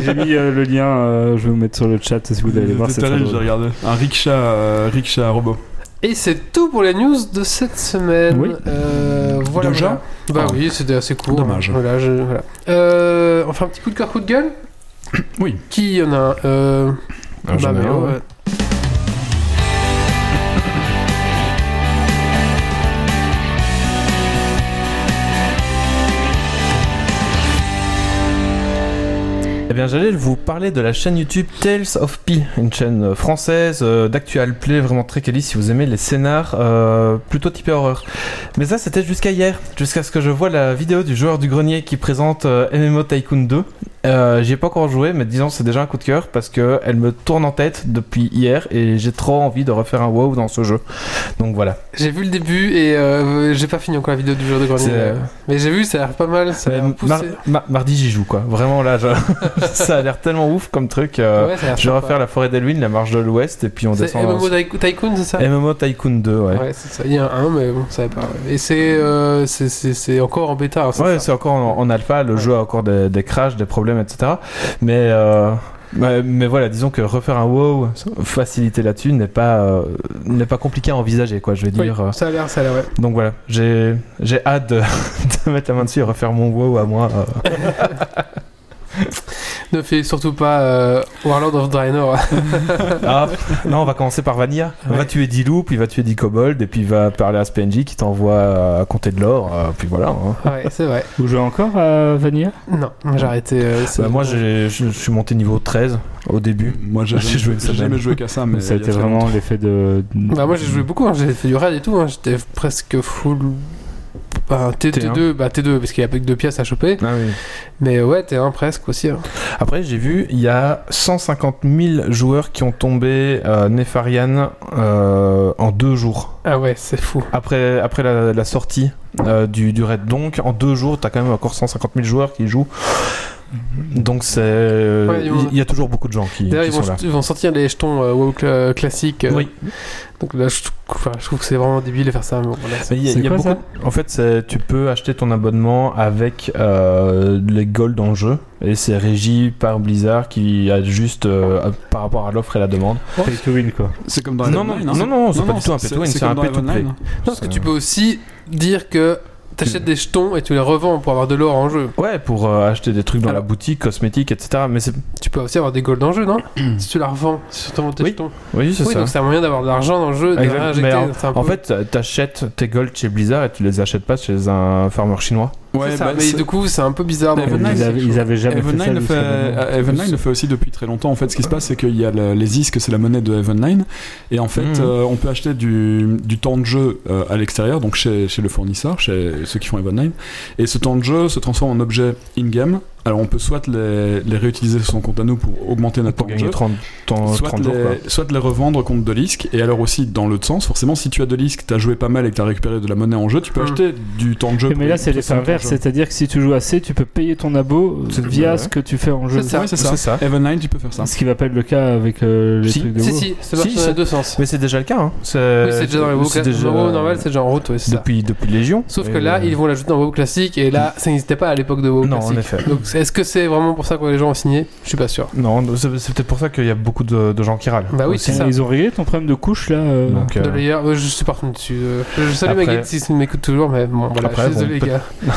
[SPEAKER 4] J'ai mis euh, le lien, euh, je vais vous mettre sur le chat si vous voulez aller voir.
[SPEAKER 3] Tout
[SPEAKER 4] C'est
[SPEAKER 3] à
[SPEAKER 4] très
[SPEAKER 3] l'heure, j'ai
[SPEAKER 4] drôle.
[SPEAKER 3] regardé. Un rickshaw, euh, rickshaw robot.
[SPEAKER 1] Et c'est tout pour les news de cette semaine.
[SPEAKER 4] Oui.
[SPEAKER 1] Euh, voilà.
[SPEAKER 3] Déjà
[SPEAKER 1] voilà. Bah
[SPEAKER 3] Ah.
[SPEAKER 1] oui, c'était assez court.
[SPEAKER 3] Dommage.
[SPEAKER 1] Voilà, je- voilà. Euh, on fait un petit coup de cœur, coup de gueule
[SPEAKER 3] Oui.
[SPEAKER 1] Qui y en a un euh,
[SPEAKER 2] Ah, j'en ai
[SPEAKER 1] Méo,
[SPEAKER 2] un, ouais.
[SPEAKER 1] ouais.
[SPEAKER 2] Eh bien, j'allais vous parler de la chaîne YouTube Tales of Pi, une chaîne euh, française euh, d'actual play vraiment très quali si vous aimez les scénars euh, plutôt typé horreur. Mais ça, c'était jusqu'à hier, jusqu'à ce que je vois la vidéo du joueur du grenier qui présente euh, MMO Tycoon 2 Euh, J'y ai pas encore joué, mais disons c'est déjà un coup de cœur parce que elle me tourne en tête depuis hier et j'ai trop envie de refaire un WoW dans ce jeu. Donc voilà.
[SPEAKER 1] J'ai vu le début et euh, j'ai pas fini encore la vidéo du jour de grenier.
[SPEAKER 2] C'est-
[SPEAKER 1] euh, Mais j'ai vu, ça a l'air pas mal, ça a
[SPEAKER 2] Mais
[SPEAKER 1] l'air poussé.
[SPEAKER 2] Euh, mar- mar- mardi j'y joue quoi. Vraiment là, je- ça a l'air tellement ouf comme truc. euh,
[SPEAKER 1] Ouais, ça a l'air
[SPEAKER 2] je vais
[SPEAKER 1] sympa.
[SPEAKER 2] refaire la forêt d'Elwyn, la marche de l'Ouest et puis on
[SPEAKER 1] C'est
[SPEAKER 2] descend.
[SPEAKER 1] MMO Tyco- Tycoon, c'est ça
[SPEAKER 2] MMO Tycoon 2, Eh, ouais.
[SPEAKER 1] Ouais, c'est ça. Il y a un, mais bon, ça va pas. ouais. Et c'est euh, c'est- c'est- c'est encore en bêta. hein, c'est
[SPEAKER 2] Ouais,
[SPEAKER 1] ça
[SPEAKER 2] c'est encore en, en alpha, le
[SPEAKER 1] Ouais.
[SPEAKER 2] jeu a encore des, des crashs, des problèmes, etc. Mais, euh, mais, mais voilà, disons que refaire un WoW, faciliter là-dessus, n'est pas, euh, n'est pas compliqué à envisager, quoi, je vais
[SPEAKER 1] Oui,
[SPEAKER 2] dire. Euh,
[SPEAKER 1] ça a l'air, ça a l'air, ouais.
[SPEAKER 2] Donc voilà, j'ai j'ai hâte de, de mettre la main dessus et refaire mon WoW à moi. euh.
[SPEAKER 1] Ne fais surtout pas euh, Warlord of Draenor.
[SPEAKER 2] Ah, non, on va commencer par Vanilla. Va tuer 10 loups, puis va tuer 10 kobolds, et puis va parler à ce PNJ qui t'envoie euh, compter de l'or, euh, puis voilà. hein.
[SPEAKER 1] ouais, c'est vrai.
[SPEAKER 4] Vous jouez encore à Vanilla
[SPEAKER 1] Non, moi, j'ai arrêté. euh, c'est-
[SPEAKER 2] Bah, moi, j'ai- je je suis monté niveau 13 au début.
[SPEAKER 3] Moi, j'ai
[SPEAKER 2] Ah, J'ai
[SPEAKER 3] jamais,
[SPEAKER 2] joué une
[SPEAKER 3] j'ai
[SPEAKER 2] semaine.
[SPEAKER 3] jamais joué qu'à ça, mais
[SPEAKER 4] Ça a
[SPEAKER 3] il y a
[SPEAKER 4] été
[SPEAKER 3] très
[SPEAKER 4] vraiment
[SPEAKER 3] longtemps.
[SPEAKER 4] l'effet de.
[SPEAKER 1] Bah, moi, j'ai joué beaucoup, hein, j'ai fait du raid et tout. hein, J'étais presque full. Bah, T-
[SPEAKER 2] T1.
[SPEAKER 1] T2, bah, T2, parce qu'il n'y a plus que deux pièces à choper.
[SPEAKER 2] Ah oui.
[SPEAKER 1] Mais ouais, T1 presque aussi. hein.
[SPEAKER 2] Après, j'ai vu, il y a 150 000 joueurs qui ont tombé euh, Nefarian euh, en deux jours.
[SPEAKER 1] Ah ouais, c'est fou.
[SPEAKER 2] Après, après la, la sortie euh, du, du raid, donc en deux jours, t'as quand même encore 150 000 joueurs qui jouent. Donc, c'est. euh, Il
[SPEAKER 1] Mhm. Ouais, ils vont-
[SPEAKER 2] y a toujours beaucoup de gens qui,
[SPEAKER 1] D'ailleurs,
[SPEAKER 2] qui
[SPEAKER 1] ils,
[SPEAKER 2] sont
[SPEAKER 1] vont-
[SPEAKER 2] là.
[SPEAKER 1] ils vont sortir les jetons euh, WoW cl- classiques. euh,
[SPEAKER 2] Oui.
[SPEAKER 1] Donc là, je, enfin, je trouve que c'est vraiment débile de faire ça. mais bon, voilà, c'est-
[SPEAKER 2] Mais il y a-
[SPEAKER 4] C'est
[SPEAKER 2] il y a
[SPEAKER 4] quoi,
[SPEAKER 2] beaucoup- En fait, c'est- tu peux acheter ton abonnement avec euh, les gold dans le jeu. Et c'est régi par Blizzard qui ajuste euh, par rapport à l'offre et la demande.
[SPEAKER 4] Pay to win, quoi.
[SPEAKER 3] C'est comme dans
[SPEAKER 2] Non,
[SPEAKER 3] Heaven
[SPEAKER 2] non,
[SPEAKER 3] Line, hein.
[SPEAKER 2] non, non, c'est pas du tout un
[SPEAKER 3] c'est-
[SPEAKER 2] pay-to-win,
[SPEAKER 3] c'est
[SPEAKER 2] c'est
[SPEAKER 3] comme
[SPEAKER 2] un
[SPEAKER 3] dans
[SPEAKER 2] pay-to-play.
[SPEAKER 3] Heaven Line.
[SPEAKER 1] Non, hein. parce que tu peux aussi dire que t'achètes des jetons et tu les revends pour avoir de l'or en jeu.
[SPEAKER 2] Ouais, pour euh, acheter des trucs dans
[SPEAKER 1] Alors-
[SPEAKER 2] la boutique, cosmétiques, etc. Mais c'est.
[SPEAKER 1] Tu peux aussi avoir des golds en jeu, non Si tu la revends sur ton tes
[SPEAKER 2] Oui,
[SPEAKER 1] jetons. Oui,
[SPEAKER 2] Oui, c'est ça.
[SPEAKER 1] donc c'est un moyen d'avoir de l'argent dans le jeu, de
[SPEAKER 2] Exact.
[SPEAKER 1] réinjecter.
[SPEAKER 2] Mais en-
[SPEAKER 1] c'est un peu-
[SPEAKER 2] En fait, t'achètes tes golds chez Blizzard et tu les achètes pas chez un farmer chinois.
[SPEAKER 1] C'est
[SPEAKER 3] Ouais,
[SPEAKER 1] ça,
[SPEAKER 3] bah,
[SPEAKER 1] mais
[SPEAKER 3] c'est-
[SPEAKER 1] du coup, c'est un peu bizarre.
[SPEAKER 3] Heaven
[SPEAKER 1] donc-
[SPEAKER 3] Knight,
[SPEAKER 4] Ils avaient, ils avaient jamais
[SPEAKER 3] Heaven
[SPEAKER 4] fait ça. hein.
[SPEAKER 3] Line le fait,
[SPEAKER 4] jusqu'à maintenant.
[SPEAKER 3] euh, Heaven Line le fait aussi depuis très longtemps. En fait, ce qui se passe, c'est qu'il y a le- les ISK, c'est la monnaie de Heaven Line. Et en fait,
[SPEAKER 2] Mhm.
[SPEAKER 3] euh, on peut acheter du, du temps de jeu euh, à l'extérieur, donc chez, chez le fournisseur, chez ceux qui font Heaven Line. Et ce temps de jeu se transforme en objet in-game. Alors, on peut soit les, les réutiliser sur son compte à nous pour augmenter notre
[SPEAKER 2] Pour
[SPEAKER 3] temps de jeu,
[SPEAKER 2] gagner 30, ton-
[SPEAKER 3] soit,
[SPEAKER 2] 30
[SPEAKER 3] les,
[SPEAKER 2] jours. quoi.
[SPEAKER 3] soit de les revendre contre de l'ISK, et alors aussi dans l'autre sens, forcément, si tu as de l'ISK, t'as joué pas mal et que t'as récupéré de la monnaie en jeu, tu peux
[SPEAKER 1] Mm.
[SPEAKER 3] acheter du temps de jeu.
[SPEAKER 4] Oui,
[SPEAKER 3] pour-
[SPEAKER 4] Mais là, c'est
[SPEAKER 3] pour
[SPEAKER 4] l'effet
[SPEAKER 3] ton temps de
[SPEAKER 4] inverse,
[SPEAKER 3] jeu.
[SPEAKER 4] c'est-à-dire que si tu joues assez, tu peux payer ton abo
[SPEAKER 2] C'est-
[SPEAKER 4] via
[SPEAKER 2] ouais.
[SPEAKER 4] ce que tu fais en jeu.
[SPEAKER 1] C'est ça.
[SPEAKER 3] Ouais, c'est ça.
[SPEAKER 2] C'est ça.
[SPEAKER 3] Heaven Line, tu peux faire ça.
[SPEAKER 4] Ce qui va pas être le cas avec euh, les
[SPEAKER 2] Si,
[SPEAKER 4] trucs de
[SPEAKER 1] Si,
[SPEAKER 4] WoW.
[SPEAKER 1] si, ça marche
[SPEAKER 2] Si,
[SPEAKER 1] dans
[SPEAKER 2] ça-
[SPEAKER 1] les deux sens.
[SPEAKER 2] Mais c'est déjà le cas. Hein. C'est
[SPEAKER 1] Oui, c'est déjà dans les WoW
[SPEAKER 2] c'est
[SPEAKER 1] classiques.
[SPEAKER 2] déjà- euh,
[SPEAKER 1] Dans WoW normal, c'est déjà en route, ouais, c'est ça.
[SPEAKER 2] depuis, depuis Légion.
[SPEAKER 1] Sauf
[SPEAKER 2] Et,
[SPEAKER 1] que là,
[SPEAKER 2] euh,
[SPEAKER 1] ils vont l'ajouter dans WoW classique, et là, ça n'existait pas à l'époque de WoW
[SPEAKER 2] Non, en
[SPEAKER 1] classique.
[SPEAKER 2] effet.
[SPEAKER 1] Donc, est-ce que c'est vraiment pour ça que les gens ont signé Je suis pas sûr.
[SPEAKER 2] Non, c'est c'est peut-être pour ça qu'il y a beaucoup de, de gens qui râlent.
[SPEAKER 1] Bah oui,
[SPEAKER 4] Ils
[SPEAKER 1] c'est ça.
[SPEAKER 4] ont- Ils ont réglé ton problème de couche là. euh,
[SPEAKER 2] Donc, euh,
[SPEAKER 1] De Layer, euh, je suis pas revenu dessus. euh, je salue
[SPEAKER 2] Après-
[SPEAKER 1] Maguette si tu m'écoutes toujours, mais bon, voilà,
[SPEAKER 2] Après,
[SPEAKER 1] je suis désolé,
[SPEAKER 2] bon,
[SPEAKER 1] les gars.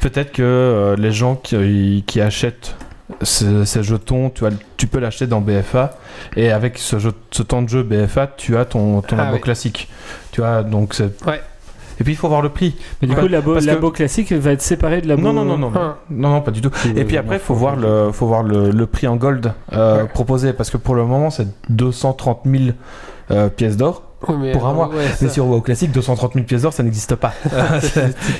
[SPEAKER 2] Peut-être que euh, les gens qui, qui achètent ce- ces jetons, tu, as- tu peux l'acheter dans BFA et avec ce, jeu- ce temps de jeu BFA, tu as ton, ton
[SPEAKER 1] Ah
[SPEAKER 2] abo
[SPEAKER 1] oui.
[SPEAKER 2] classique. Tu as donc c'est-
[SPEAKER 1] Ouais.
[SPEAKER 2] Et puis il faut voir le prix.
[SPEAKER 4] Mais du
[SPEAKER 2] Ouais,
[SPEAKER 4] coup, l'abo
[SPEAKER 2] parce que-
[SPEAKER 4] l'abo classique va être séparé de l'abo. euh.
[SPEAKER 2] Non non non non non,
[SPEAKER 1] Ah.
[SPEAKER 2] non, non, pas du tout. Et puis après, faut voir le faut voir le, le prix en gold euh,
[SPEAKER 1] Ouais.
[SPEAKER 2] proposé parce que pour le moment c'est 230 000 euh, pièces d'or.
[SPEAKER 1] Oui, mais,
[SPEAKER 2] Pour un
[SPEAKER 1] euh,
[SPEAKER 2] mois.
[SPEAKER 1] ouais,
[SPEAKER 2] Mais
[SPEAKER 1] ça.
[SPEAKER 2] sur WoW classique, 230 000 pièces d'or, ça n'existe pas.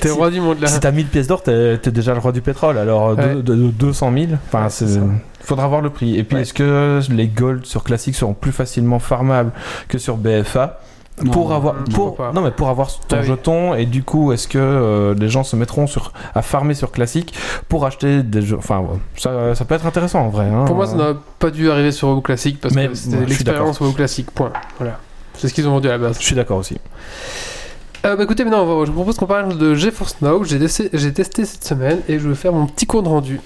[SPEAKER 1] T'es
[SPEAKER 2] si-
[SPEAKER 1] roi du monde là.
[SPEAKER 2] Si t'as 1000 pièces d'or, t'es t'es déjà le roi du pétrole. Alors
[SPEAKER 1] Ouais.
[SPEAKER 2] de- de- de 200 000, enfin,
[SPEAKER 1] Ouais,
[SPEAKER 2] c'est-
[SPEAKER 1] c'est ça.
[SPEAKER 2] faudra voir le prix. Et puis,
[SPEAKER 1] Ouais.
[SPEAKER 2] est-ce que les golds sur classique seront plus facilement farmables que sur BFA
[SPEAKER 3] Non,
[SPEAKER 2] pour avoir,
[SPEAKER 1] je
[SPEAKER 2] pour,
[SPEAKER 1] crois pas.
[SPEAKER 2] non mais pour avoir ton
[SPEAKER 1] Ah oui.
[SPEAKER 2] jeton et du coup est-ce que euh, les gens se mettront sur à farmer sur classique pour acheter des jeux enfin ouais, ça, ça peut être intéressant en vrai hein.
[SPEAKER 1] Pour moi, ça n'a pas dû arriver sur WoW classique parce
[SPEAKER 2] Mais
[SPEAKER 1] que
[SPEAKER 2] moi,
[SPEAKER 1] c'était
[SPEAKER 2] je suis
[SPEAKER 1] l'expérience WoW classique. Point. Voilà. C'est ce qu'ils ont vendu à la base.
[SPEAKER 2] je suis d'accord aussi
[SPEAKER 1] Euh, bah écoutez, maintenant, on va- je vous propose qu'on parle de GeForce Now. J'ai testé, j'ai testé cette semaine et je vais faire mon petit compte rendu.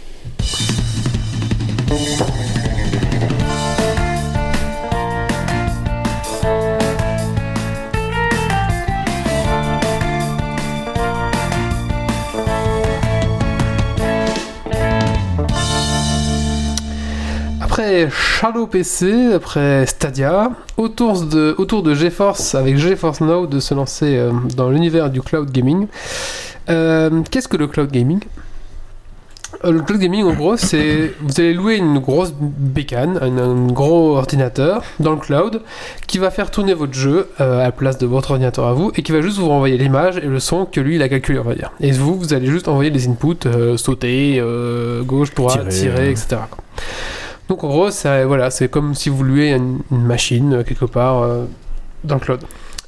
[SPEAKER 1] Après Shadow PC, après Stadia, autour de, autour de GeForce, avec GeForce Now, de se lancer euh, dans l'univers du cloud gaming. Euh, Qu'est-ce que le cloud gaming euh, le cloud gaming, en gros, c'est vous allez louer une grosse bécane, un, un gros ordinateur dans le cloud qui va faire tourner votre jeu euh, à la place de votre ordinateur à vous et qui va juste vous renvoyer l'image et le son que lui il a calculé, on va dire. Et vous, vous allez juste envoyer des inputs, euh, sauter, euh, gauche, droite,
[SPEAKER 2] Tirer.
[SPEAKER 1] tirer, etc. quoi. Donc en gros, ça, voilà, c'est comme si vous louiez une, une machine euh, quelque part euh, dans le cloud.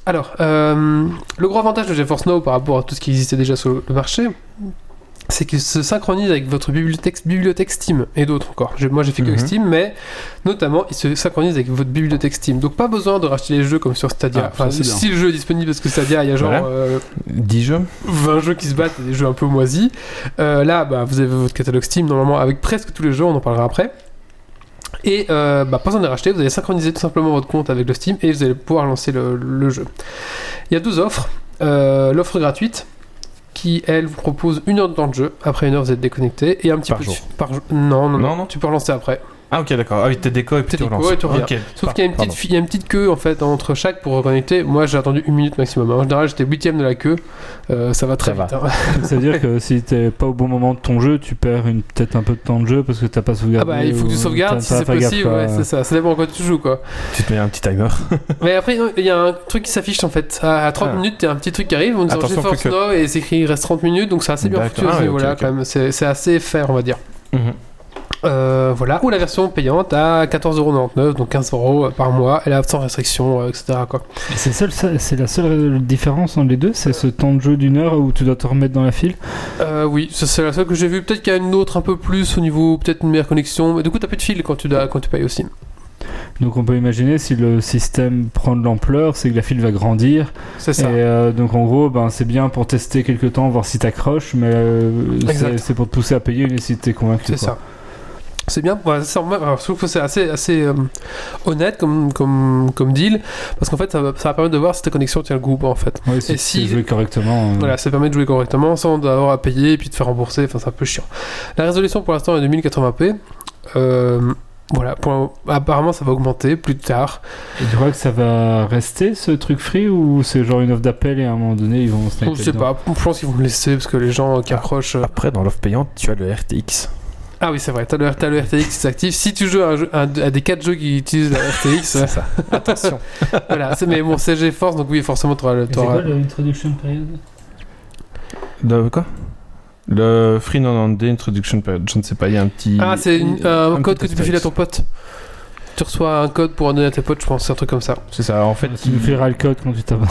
[SPEAKER 1] Alors, euh, le gros avantage de GeForce Now par rapport à tout ce qui existait déjà sur le marché, c'est qu'il se synchronise avec votre bibliothèque, bibliothèque Steam et d'autres encore. Je- moi, j'ai fait que
[SPEAKER 2] Mhm.
[SPEAKER 1] Steam, mais notamment, il se synchronise avec votre bibliothèque Steam. Donc, pas besoin de racheter les jeux comme sur Stadia.
[SPEAKER 3] Ah,
[SPEAKER 1] enfin,
[SPEAKER 3] ça, c'est
[SPEAKER 1] si le jeu est disponible, parce que Stadia, il y a genre
[SPEAKER 2] Voilà.
[SPEAKER 1] euh,
[SPEAKER 2] 10 jeux
[SPEAKER 1] 20 jeux qui se battent et des jeux un peu moisis. Euh, là, bah, vous avez votre catalogue Steam, normalement, avec presque tous les jeux, on en parlera après. Et euh, bah, pas besoin de les racheter, vous allez synchroniser tout simplement votre compte avec le Steam et vous allez pouvoir lancer le, le jeu. Il y a deux offres. Euh, L'offre gratuite qui, elle, vous propose une heure de temps de jeu. Après une heure, vous êtes déconnecté. Et un petit
[SPEAKER 2] Par
[SPEAKER 1] peu de-
[SPEAKER 2] jour.
[SPEAKER 1] par jour. Non, non, non.
[SPEAKER 2] Non, non.
[SPEAKER 1] Tu peux relancer après.
[SPEAKER 2] Ah, ok, d'accord. Ah oui, t'es déco et puis
[SPEAKER 1] T'es
[SPEAKER 2] tu
[SPEAKER 1] déco
[SPEAKER 2] relances.
[SPEAKER 1] et tu reviens.
[SPEAKER 2] Ok,
[SPEAKER 1] Sauf
[SPEAKER 2] par-
[SPEAKER 1] qu'il y a, une petite,
[SPEAKER 2] pardon.
[SPEAKER 1] fi- il y a une petite queue en fait entre chaque pour reconnecter. Moi j'ai attendu une minute maximum. En général j'étais huitième de la queue. Euh, ça va très
[SPEAKER 2] Ça va.
[SPEAKER 1] vite. hein.
[SPEAKER 4] Ça veut dire que si t'es pas au bon moment de ton jeu, tu perds une- peut-être un peu de temps de jeu parce que t'as pas
[SPEAKER 1] Ah
[SPEAKER 4] sauvegardé.
[SPEAKER 1] bah il faut que tu
[SPEAKER 4] ou-
[SPEAKER 1] sauvegardes
[SPEAKER 4] t'as-
[SPEAKER 1] si
[SPEAKER 4] t'as
[SPEAKER 1] c'est
[SPEAKER 4] pas fait gaffe,
[SPEAKER 1] possible,
[SPEAKER 4] quoi.
[SPEAKER 1] ouais, c'est ça, ça dépend quand tu joues quoi.
[SPEAKER 2] Bah, Tu te mets un petit timer.
[SPEAKER 1] Mais après non, il y a un truc qui s'affiche en fait, à à 30
[SPEAKER 2] Ah.
[SPEAKER 1] minutes il y a un petit truc qui arrive, on dit
[SPEAKER 2] Attention,
[SPEAKER 1] GeForce
[SPEAKER 2] faut que-
[SPEAKER 1] Now et c'est écrit il reste 30 minutes donc c'est assez bien
[SPEAKER 2] D'accord.
[SPEAKER 1] foutu
[SPEAKER 2] Ah ouais, ok,
[SPEAKER 1] voilà,
[SPEAKER 2] ok.
[SPEAKER 1] quand même, c'est c'est assez fair on va dire.
[SPEAKER 2] Mhm.
[SPEAKER 1] Euh, voilà, ou la version payante à 14,99€, donc 15€ par mois, elle est sans restriction, euh, etc. Quoi.
[SPEAKER 4] C'est seul- ça- c'est la seule différence entre les deux, c'est ce temps de jeu d'une heure où tu dois te remettre dans la file.
[SPEAKER 1] Euh, oui, ça, c'est la seule que j'ai vue. Peut-être qu'il y a une autre un peu plus au niveau, peut-être une meilleure connexion. Mais du coup, t'as plus de fil quand tu, dois- quand tu payes aussi.
[SPEAKER 4] Donc on peut imaginer si le système prend de l'ampleur, c'est que la file va grandir.
[SPEAKER 1] C'est
[SPEAKER 4] Et
[SPEAKER 1] ça.
[SPEAKER 4] euh, donc en gros, ben, c'est bien pour tester quelques temps, voir si t'accroches, mais euh, c'est-
[SPEAKER 1] Exact.
[SPEAKER 4] c'est pour te pousser à payer une si t'es convaincu.
[SPEAKER 1] C'est
[SPEAKER 4] quoi.
[SPEAKER 1] ça. C'est bien, ouais, ça, on- alors, je trouve que c'est assez, assez euh, honnête comme, comme, comme deal, parce qu'en fait ça va, ça va permettre de voir si ta connexion tient le groupe en fait.
[SPEAKER 4] Ouais, si,
[SPEAKER 1] Et si-
[SPEAKER 4] tu joues correctement. euh,
[SPEAKER 1] Voilà, ça permet de jouer correctement sans avoir à payer et puis de faire rembourser, enfin c'est un peu chiant. La résolution pour l'instant est de 1080p. Euh, voilà, pour- apparemment ça va augmenter plus tard.
[SPEAKER 4] Et Tu crois que ça va rester ce truc free ou c'est genre une offre d'appel et à un moment donné ils vont se
[SPEAKER 1] Je sais pas, je pense qu'ils vont le laisser parce que les gens qui accrochent. euh,
[SPEAKER 2] Après, dans l'offre payante, tu as le RTX.
[SPEAKER 1] Ah oui, c'est vrai, t'as le, t'as le RTX qui s'active. Si tu joues à, un jeu- à un- à des 4 jeux qui utilisent la RTX,
[SPEAKER 2] ça. Attention.
[SPEAKER 1] euh, voilà, c'est, mais bon, c'est GeForce, donc oui, forcément, t'auras le. t'auras-
[SPEAKER 4] l'introduction période
[SPEAKER 2] Le quoi Le Free Non Introduction Period. Je ne sais pas, il y a un petit.
[SPEAKER 1] Ah, c'est une- un,
[SPEAKER 2] petit
[SPEAKER 1] code que tu peux
[SPEAKER 2] astérisque.
[SPEAKER 1] filer à ton pote. Tu reçois un code pour en donner à tes potes, je pense, c'est un truc comme ça.
[SPEAKER 2] C'est ça. En fait,
[SPEAKER 1] Ah,
[SPEAKER 4] Tu me
[SPEAKER 2] il-
[SPEAKER 4] fileras le code quand tu t'abonnes.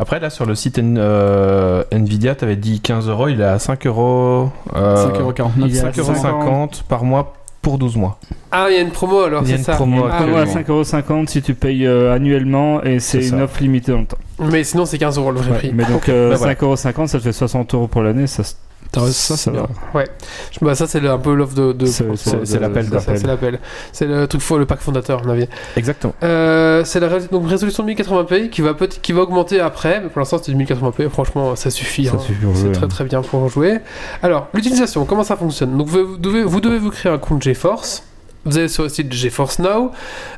[SPEAKER 2] Après, là, sur le site N- euh, Nvidia, t'avais dit 15 euros, il est à 5 euros. euh,
[SPEAKER 3] 5,49€.
[SPEAKER 4] il y a
[SPEAKER 2] 5,50 euros
[SPEAKER 4] 50.
[SPEAKER 2] par mois pour 12 mois.
[SPEAKER 1] Ah, il y a une promo alors,
[SPEAKER 2] Il y a
[SPEAKER 1] c'est
[SPEAKER 2] une
[SPEAKER 1] ça.
[SPEAKER 2] promo
[SPEAKER 1] Ah,
[SPEAKER 4] Promo à
[SPEAKER 2] actuellement.
[SPEAKER 4] 5,50€ si tu payes euh, annuellement et c'est
[SPEAKER 2] C'est
[SPEAKER 4] une
[SPEAKER 2] ça.
[SPEAKER 4] offre limitée dans le temps.
[SPEAKER 1] Mais sinon, c'est 15 euros le vrai
[SPEAKER 4] Ouais,
[SPEAKER 1] prix.
[SPEAKER 4] Mais donc euh,
[SPEAKER 2] Bah voilà.
[SPEAKER 4] 5,50€ ça te fait 60€ pour l'année, ça, se-
[SPEAKER 1] T'as- ça, c'est
[SPEAKER 4] va.
[SPEAKER 1] bien. Je- Bah, ça, c'est le- un peu l'offre de. de-
[SPEAKER 4] C'est-
[SPEAKER 2] c'est-
[SPEAKER 4] de-
[SPEAKER 2] c'est l'appel
[SPEAKER 4] de-
[SPEAKER 1] c'est ça, c'est l'appel. C'est le truc faux, le pack fondateur, à mon avis.
[SPEAKER 2] Exactement.
[SPEAKER 1] Euh, c'est la rés- donc, résolution de 1080p qui va, peut qui va augmenter après, mais pour l'instant, c'est du 1080p. Franchement, ça suffit.
[SPEAKER 4] Ça
[SPEAKER 1] hein.
[SPEAKER 4] suffit pour
[SPEAKER 1] C'est
[SPEAKER 4] jouer,
[SPEAKER 1] très
[SPEAKER 4] hein.
[SPEAKER 1] très bien pour jouer. Alors, l'utilisation, comment ça fonctionne Donc, vous devez, vous devez vous créer un compte GeForce. Vous allez sur le site GeForce Now.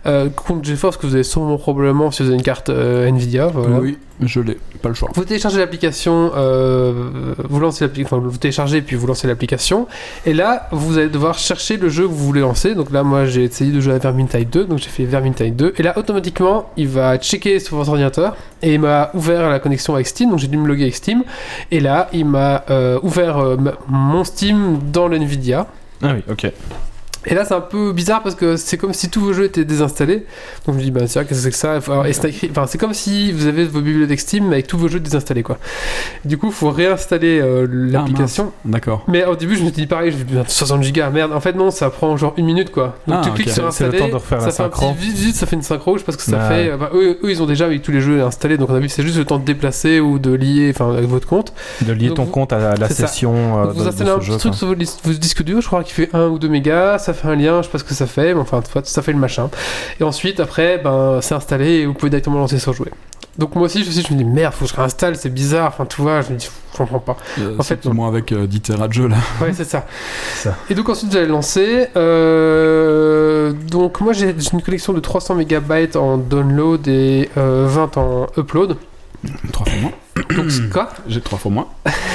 [SPEAKER 1] Euh, compte GeForce que vous avez sûrement probablement si vous avez une carte euh, Nvidia. voilà.
[SPEAKER 3] Oui, je l'ai, pas le choix.
[SPEAKER 1] Vous téléchargez l'application, euh, vous lancez l'application, vous téléchargez puis vous lancez l'application. Et là, vous allez devoir chercher le jeu que vous voulez lancer. Donc là, moi, j'ai essayé de jouer à Vermintide 2, donc j'ai fait Vermintide 2. Et là, automatiquement, il va checker sur votre ordinateur et il m'a ouvert la connexion avec Steam. Donc j'ai dû me loguer avec Steam. Et là, il m'a euh, ouvert euh, ma- mon Steam dans le Nvidia.
[SPEAKER 2] Ah oui, ok.
[SPEAKER 1] Et là, c'est un peu bizarre parce que c'est comme si tous vos jeux étaient désinstallés. Donc je me dis, bah tiens, qu'est-ce que c'est que ça Alors, et c'est écrit- enfin, C'est comme si vous avez vos bibliothèques Steam mais avec tous vos jeux désinstallés, quoi. Du coup, il faut réinstaller euh,
[SPEAKER 2] Ah,
[SPEAKER 1] l'application.
[SPEAKER 3] D'accord.
[SPEAKER 1] mais au début, je me suis dit pareil, je me dis, putain, 60 gigas, merde. En fait, non, ça prend genre une minute, quoi. Donc
[SPEAKER 3] Ah,
[SPEAKER 1] tu
[SPEAKER 3] ok.
[SPEAKER 1] cliques sur
[SPEAKER 2] C'est- c'est le
[SPEAKER 1] installer,
[SPEAKER 2] temps de refaire
[SPEAKER 1] ça
[SPEAKER 2] la
[SPEAKER 1] fait un
[SPEAKER 2] synchro.
[SPEAKER 1] petit vite, vite, ça fait une synchro, je pense que ça
[SPEAKER 2] Ah.
[SPEAKER 1] fait... bah, eux, eux, ils ont déjà avec tous les jeux installés, donc on a vu, c'est juste le temps de déplacer ou de lier, enfin, avec votre compte.
[SPEAKER 2] De lier
[SPEAKER 1] Donc
[SPEAKER 2] ton
[SPEAKER 1] vous-
[SPEAKER 2] compte à la
[SPEAKER 1] c'est ça.
[SPEAKER 2] session. euh,
[SPEAKER 1] Donc
[SPEAKER 2] de-
[SPEAKER 1] vous
[SPEAKER 2] de
[SPEAKER 1] installez
[SPEAKER 2] ce
[SPEAKER 1] un
[SPEAKER 2] jeu,
[SPEAKER 1] petit truc
[SPEAKER 2] quoi.
[SPEAKER 1] sur votre dis- vos disques durs, je crois qu'il fait 1 ou 2 mégas, ça fait un lien, je sais pas ce que ça fait, mais enfin, soit ça fait le machin. Et ensuite, après, ben, c'est installé et vous pouvez directement lancer sans jouer. Donc moi aussi, je, je me dis merde, faut que je réinstalle, c'est bizarre, enfin tu vois, je me dis, je comprends pas.
[SPEAKER 3] Euh,
[SPEAKER 1] En fait,
[SPEAKER 3] surtout moi avec euh, 10 Tera de jeu là.
[SPEAKER 1] Ouais, c'est ça.
[SPEAKER 2] Ça.
[SPEAKER 1] Et donc ensuite, j'allais lancer. euh, donc moi, j'ai j'ai une collection de 300 mégabytes en download et euh, 20 en upload.
[SPEAKER 3] 3 fois moins.
[SPEAKER 1] Donc c'est quoi
[SPEAKER 3] J'ai trois fois moins.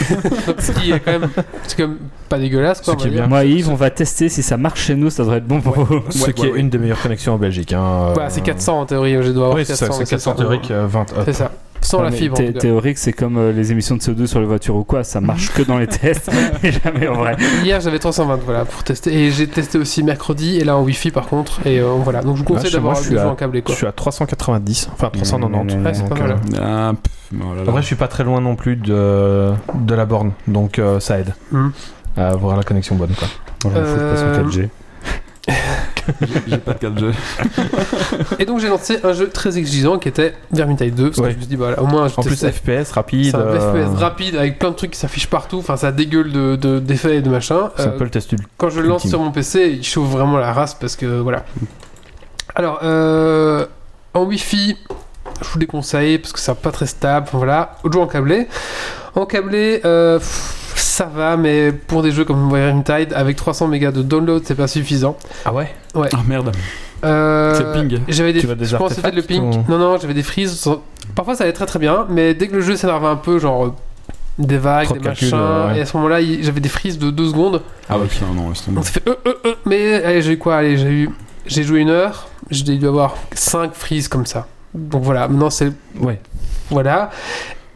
[SPEAKER 1] Donc, Ce qui est quand même, c'est quand même pas dégueulasse. Quoi,
[SPEAKER 2] Ce
[SPEAKER 1] on
[SPEAKER 2] qui
[SPEAKER 1] va
[SPEAKER 2] est
[SPEAKER 1] dire.
[SPEAKER 4] Moi, Yves, on va tester si ça marche chez nous, ça devrait être bon pour vous.
[SPEAKER 2] Ce
[SPEAKER 3] Ouais,
[SPEAKER 2] qui
[SPEAKER 3] ouais,
[SPEAKER 2] est
[SPEAKER 3] ouais.
[SPEAKER 2] une des meilleures connexions en Belgique. hein.
[SPEAKER 1] Bah, c'est 400 en théorie, je dois avoir
[SPEAKER 2] Oui, c'est
[SPEAKER 1] 400.
[SPEAKER 2] ça, c'est
[SPEAKER 1] c'est
[SPEAKER 2] 400
[SPEAKER 1] ça.
[SPEAKER 2] théorique, euh, 20 hop.
[SPEAKER 1] C'est ça. Sans
[SPEAKER 4] Non,
[SPEAKER 1] la
[SPEAKER 4] mais
[SPEAKER 1] fibre. en
[SPEAKER 4] thé-
[SPEAKER 1] tout cas. Mm.
[SPEAKER 4] théorique, c'est comme euh, les émissions de CO2 sur les voitures ou quoi, ça marche que dans les tests, mais jamais en vrai.
[SPEAKER 1] Hier j'avais 320 voilà pour tester et j'ai testé aussi mercredi et là en wifi par contre et euh, voilà donc je vous
[SPEAKER 2] Là,
[SPEAKER 1] conseille
[SPEAKER 2] chez moi,
[SPEAKER 1] d'avoir
[SPEAKER 2] je
[SPEAKER 1] le
[SPEAKER 2] suis
[SPEAKER 1] jeu
[SPEAKER 2] à-
[SPEAKER 1] en câblé
[SPEAKER 2] Je
[SPEAKER 1] quoi.
[SPEAKER 2] suis à 390, enfin 390.
[SPEAKER 4] Ouais,
[SPEAKER 1] c'est
[SPEAKER 2] donc,
[SPEAKER 1] pas mal,
[SPEAKER 2] euh,
[SPEAKER 1] hein.
[SPEAKER 3] Ah, pff, oh là là.
[SPEAKER 2] En vrai, je suis pas très loin non plus de, de la borne, donc euh, ça aide
[SPEAKER 1] Mm.
[SPEAKER 2] à avoir la connexion bonne. Quoi.
[SPEAKER 1] je me fous de passer
[SPEAKER 4] Euh,
[SPEAKER 1] au 4G.
[SPEAKER 3] J'ai- j'ai pas de 4G.
[SPEAKER 1] Euh, Et donc j'ai lancé un jeu très exigeant qui était Vermintide 2 parce que
[SPEAKER 2] Ouais.
[SPEAKER 1] je me suis dit bah là, au moins je
[SPEAKER 2] En plus,
[SPEAKER 1] testais.
[SPEAKER 2] FPS rapide.
[SPEAKER 1] C'est un
[SPEAKER 2] euh,
[SPEAKER 1] FPS rapide avec plein de trucs qui s'affichent partout, enfin ça dégueule de- de- d'effets et de machin.
[SPEAKER 2] C'est
[SPEAKER 1] Euh,
[SPEAKER 2] un peu le test ultime.
[SPEAKER 1] quand je le lance
[SPEAKER 2] Ultime.
[SPEAKER 1] sur mon PC, il chauffe vraiment la race parce que voilà. Alors, euh, en Wi-Fi, je vous déconseille parce que c'est pas très stable. Voilà, autre jeu en câblé. En câblé, euh, pff, ça va, mais pour des jeux comme Vermintide, avec 300 mégas de download, c'est pas suffisant.
[SPEAKER 2] Ah ouais
[SPEAKER 3] Ah merde.
[SPEAKER 1] Euh,
[SPEAKER 3] C'est le ping.
[SPEAKER 1] J'avais des,
[SPEAKER 2] Tu vois des
[SPEAKER 1] je pense que c'était le ping.
[SPEAKER 2] artefacts ou-
[SPEAKER 1] Non, non, j'avais des freezes. Parfois ça allait très très bien, mais dès que le jeu s'énervait un peu, genre euh, des vagues,
[SPEAKER 2] Trop de
[SPEAKER 1] des
[SPEAKER 2] calculs,
[SPEAKER 1] machins,
[SPEAKER 2] euh, ouais.
[SPEAKER 1] et à ce moment-là, il- j'avais des freezes de 2 secondes.
[SPEAKER 3] Ah ouais, putain, non, laisse tomber.
[SPEAKER 1] On s'est fait euh, euh, euh, mais allez, j'ai eu quoi Allez, j'ai eu j'ai joué une heure, j'ai dû avoir 5 freezes comme ça. Donc voilà, maintenant c'est
[SPEAKER 2] Ouais.
[SPEAKER 1] voilà.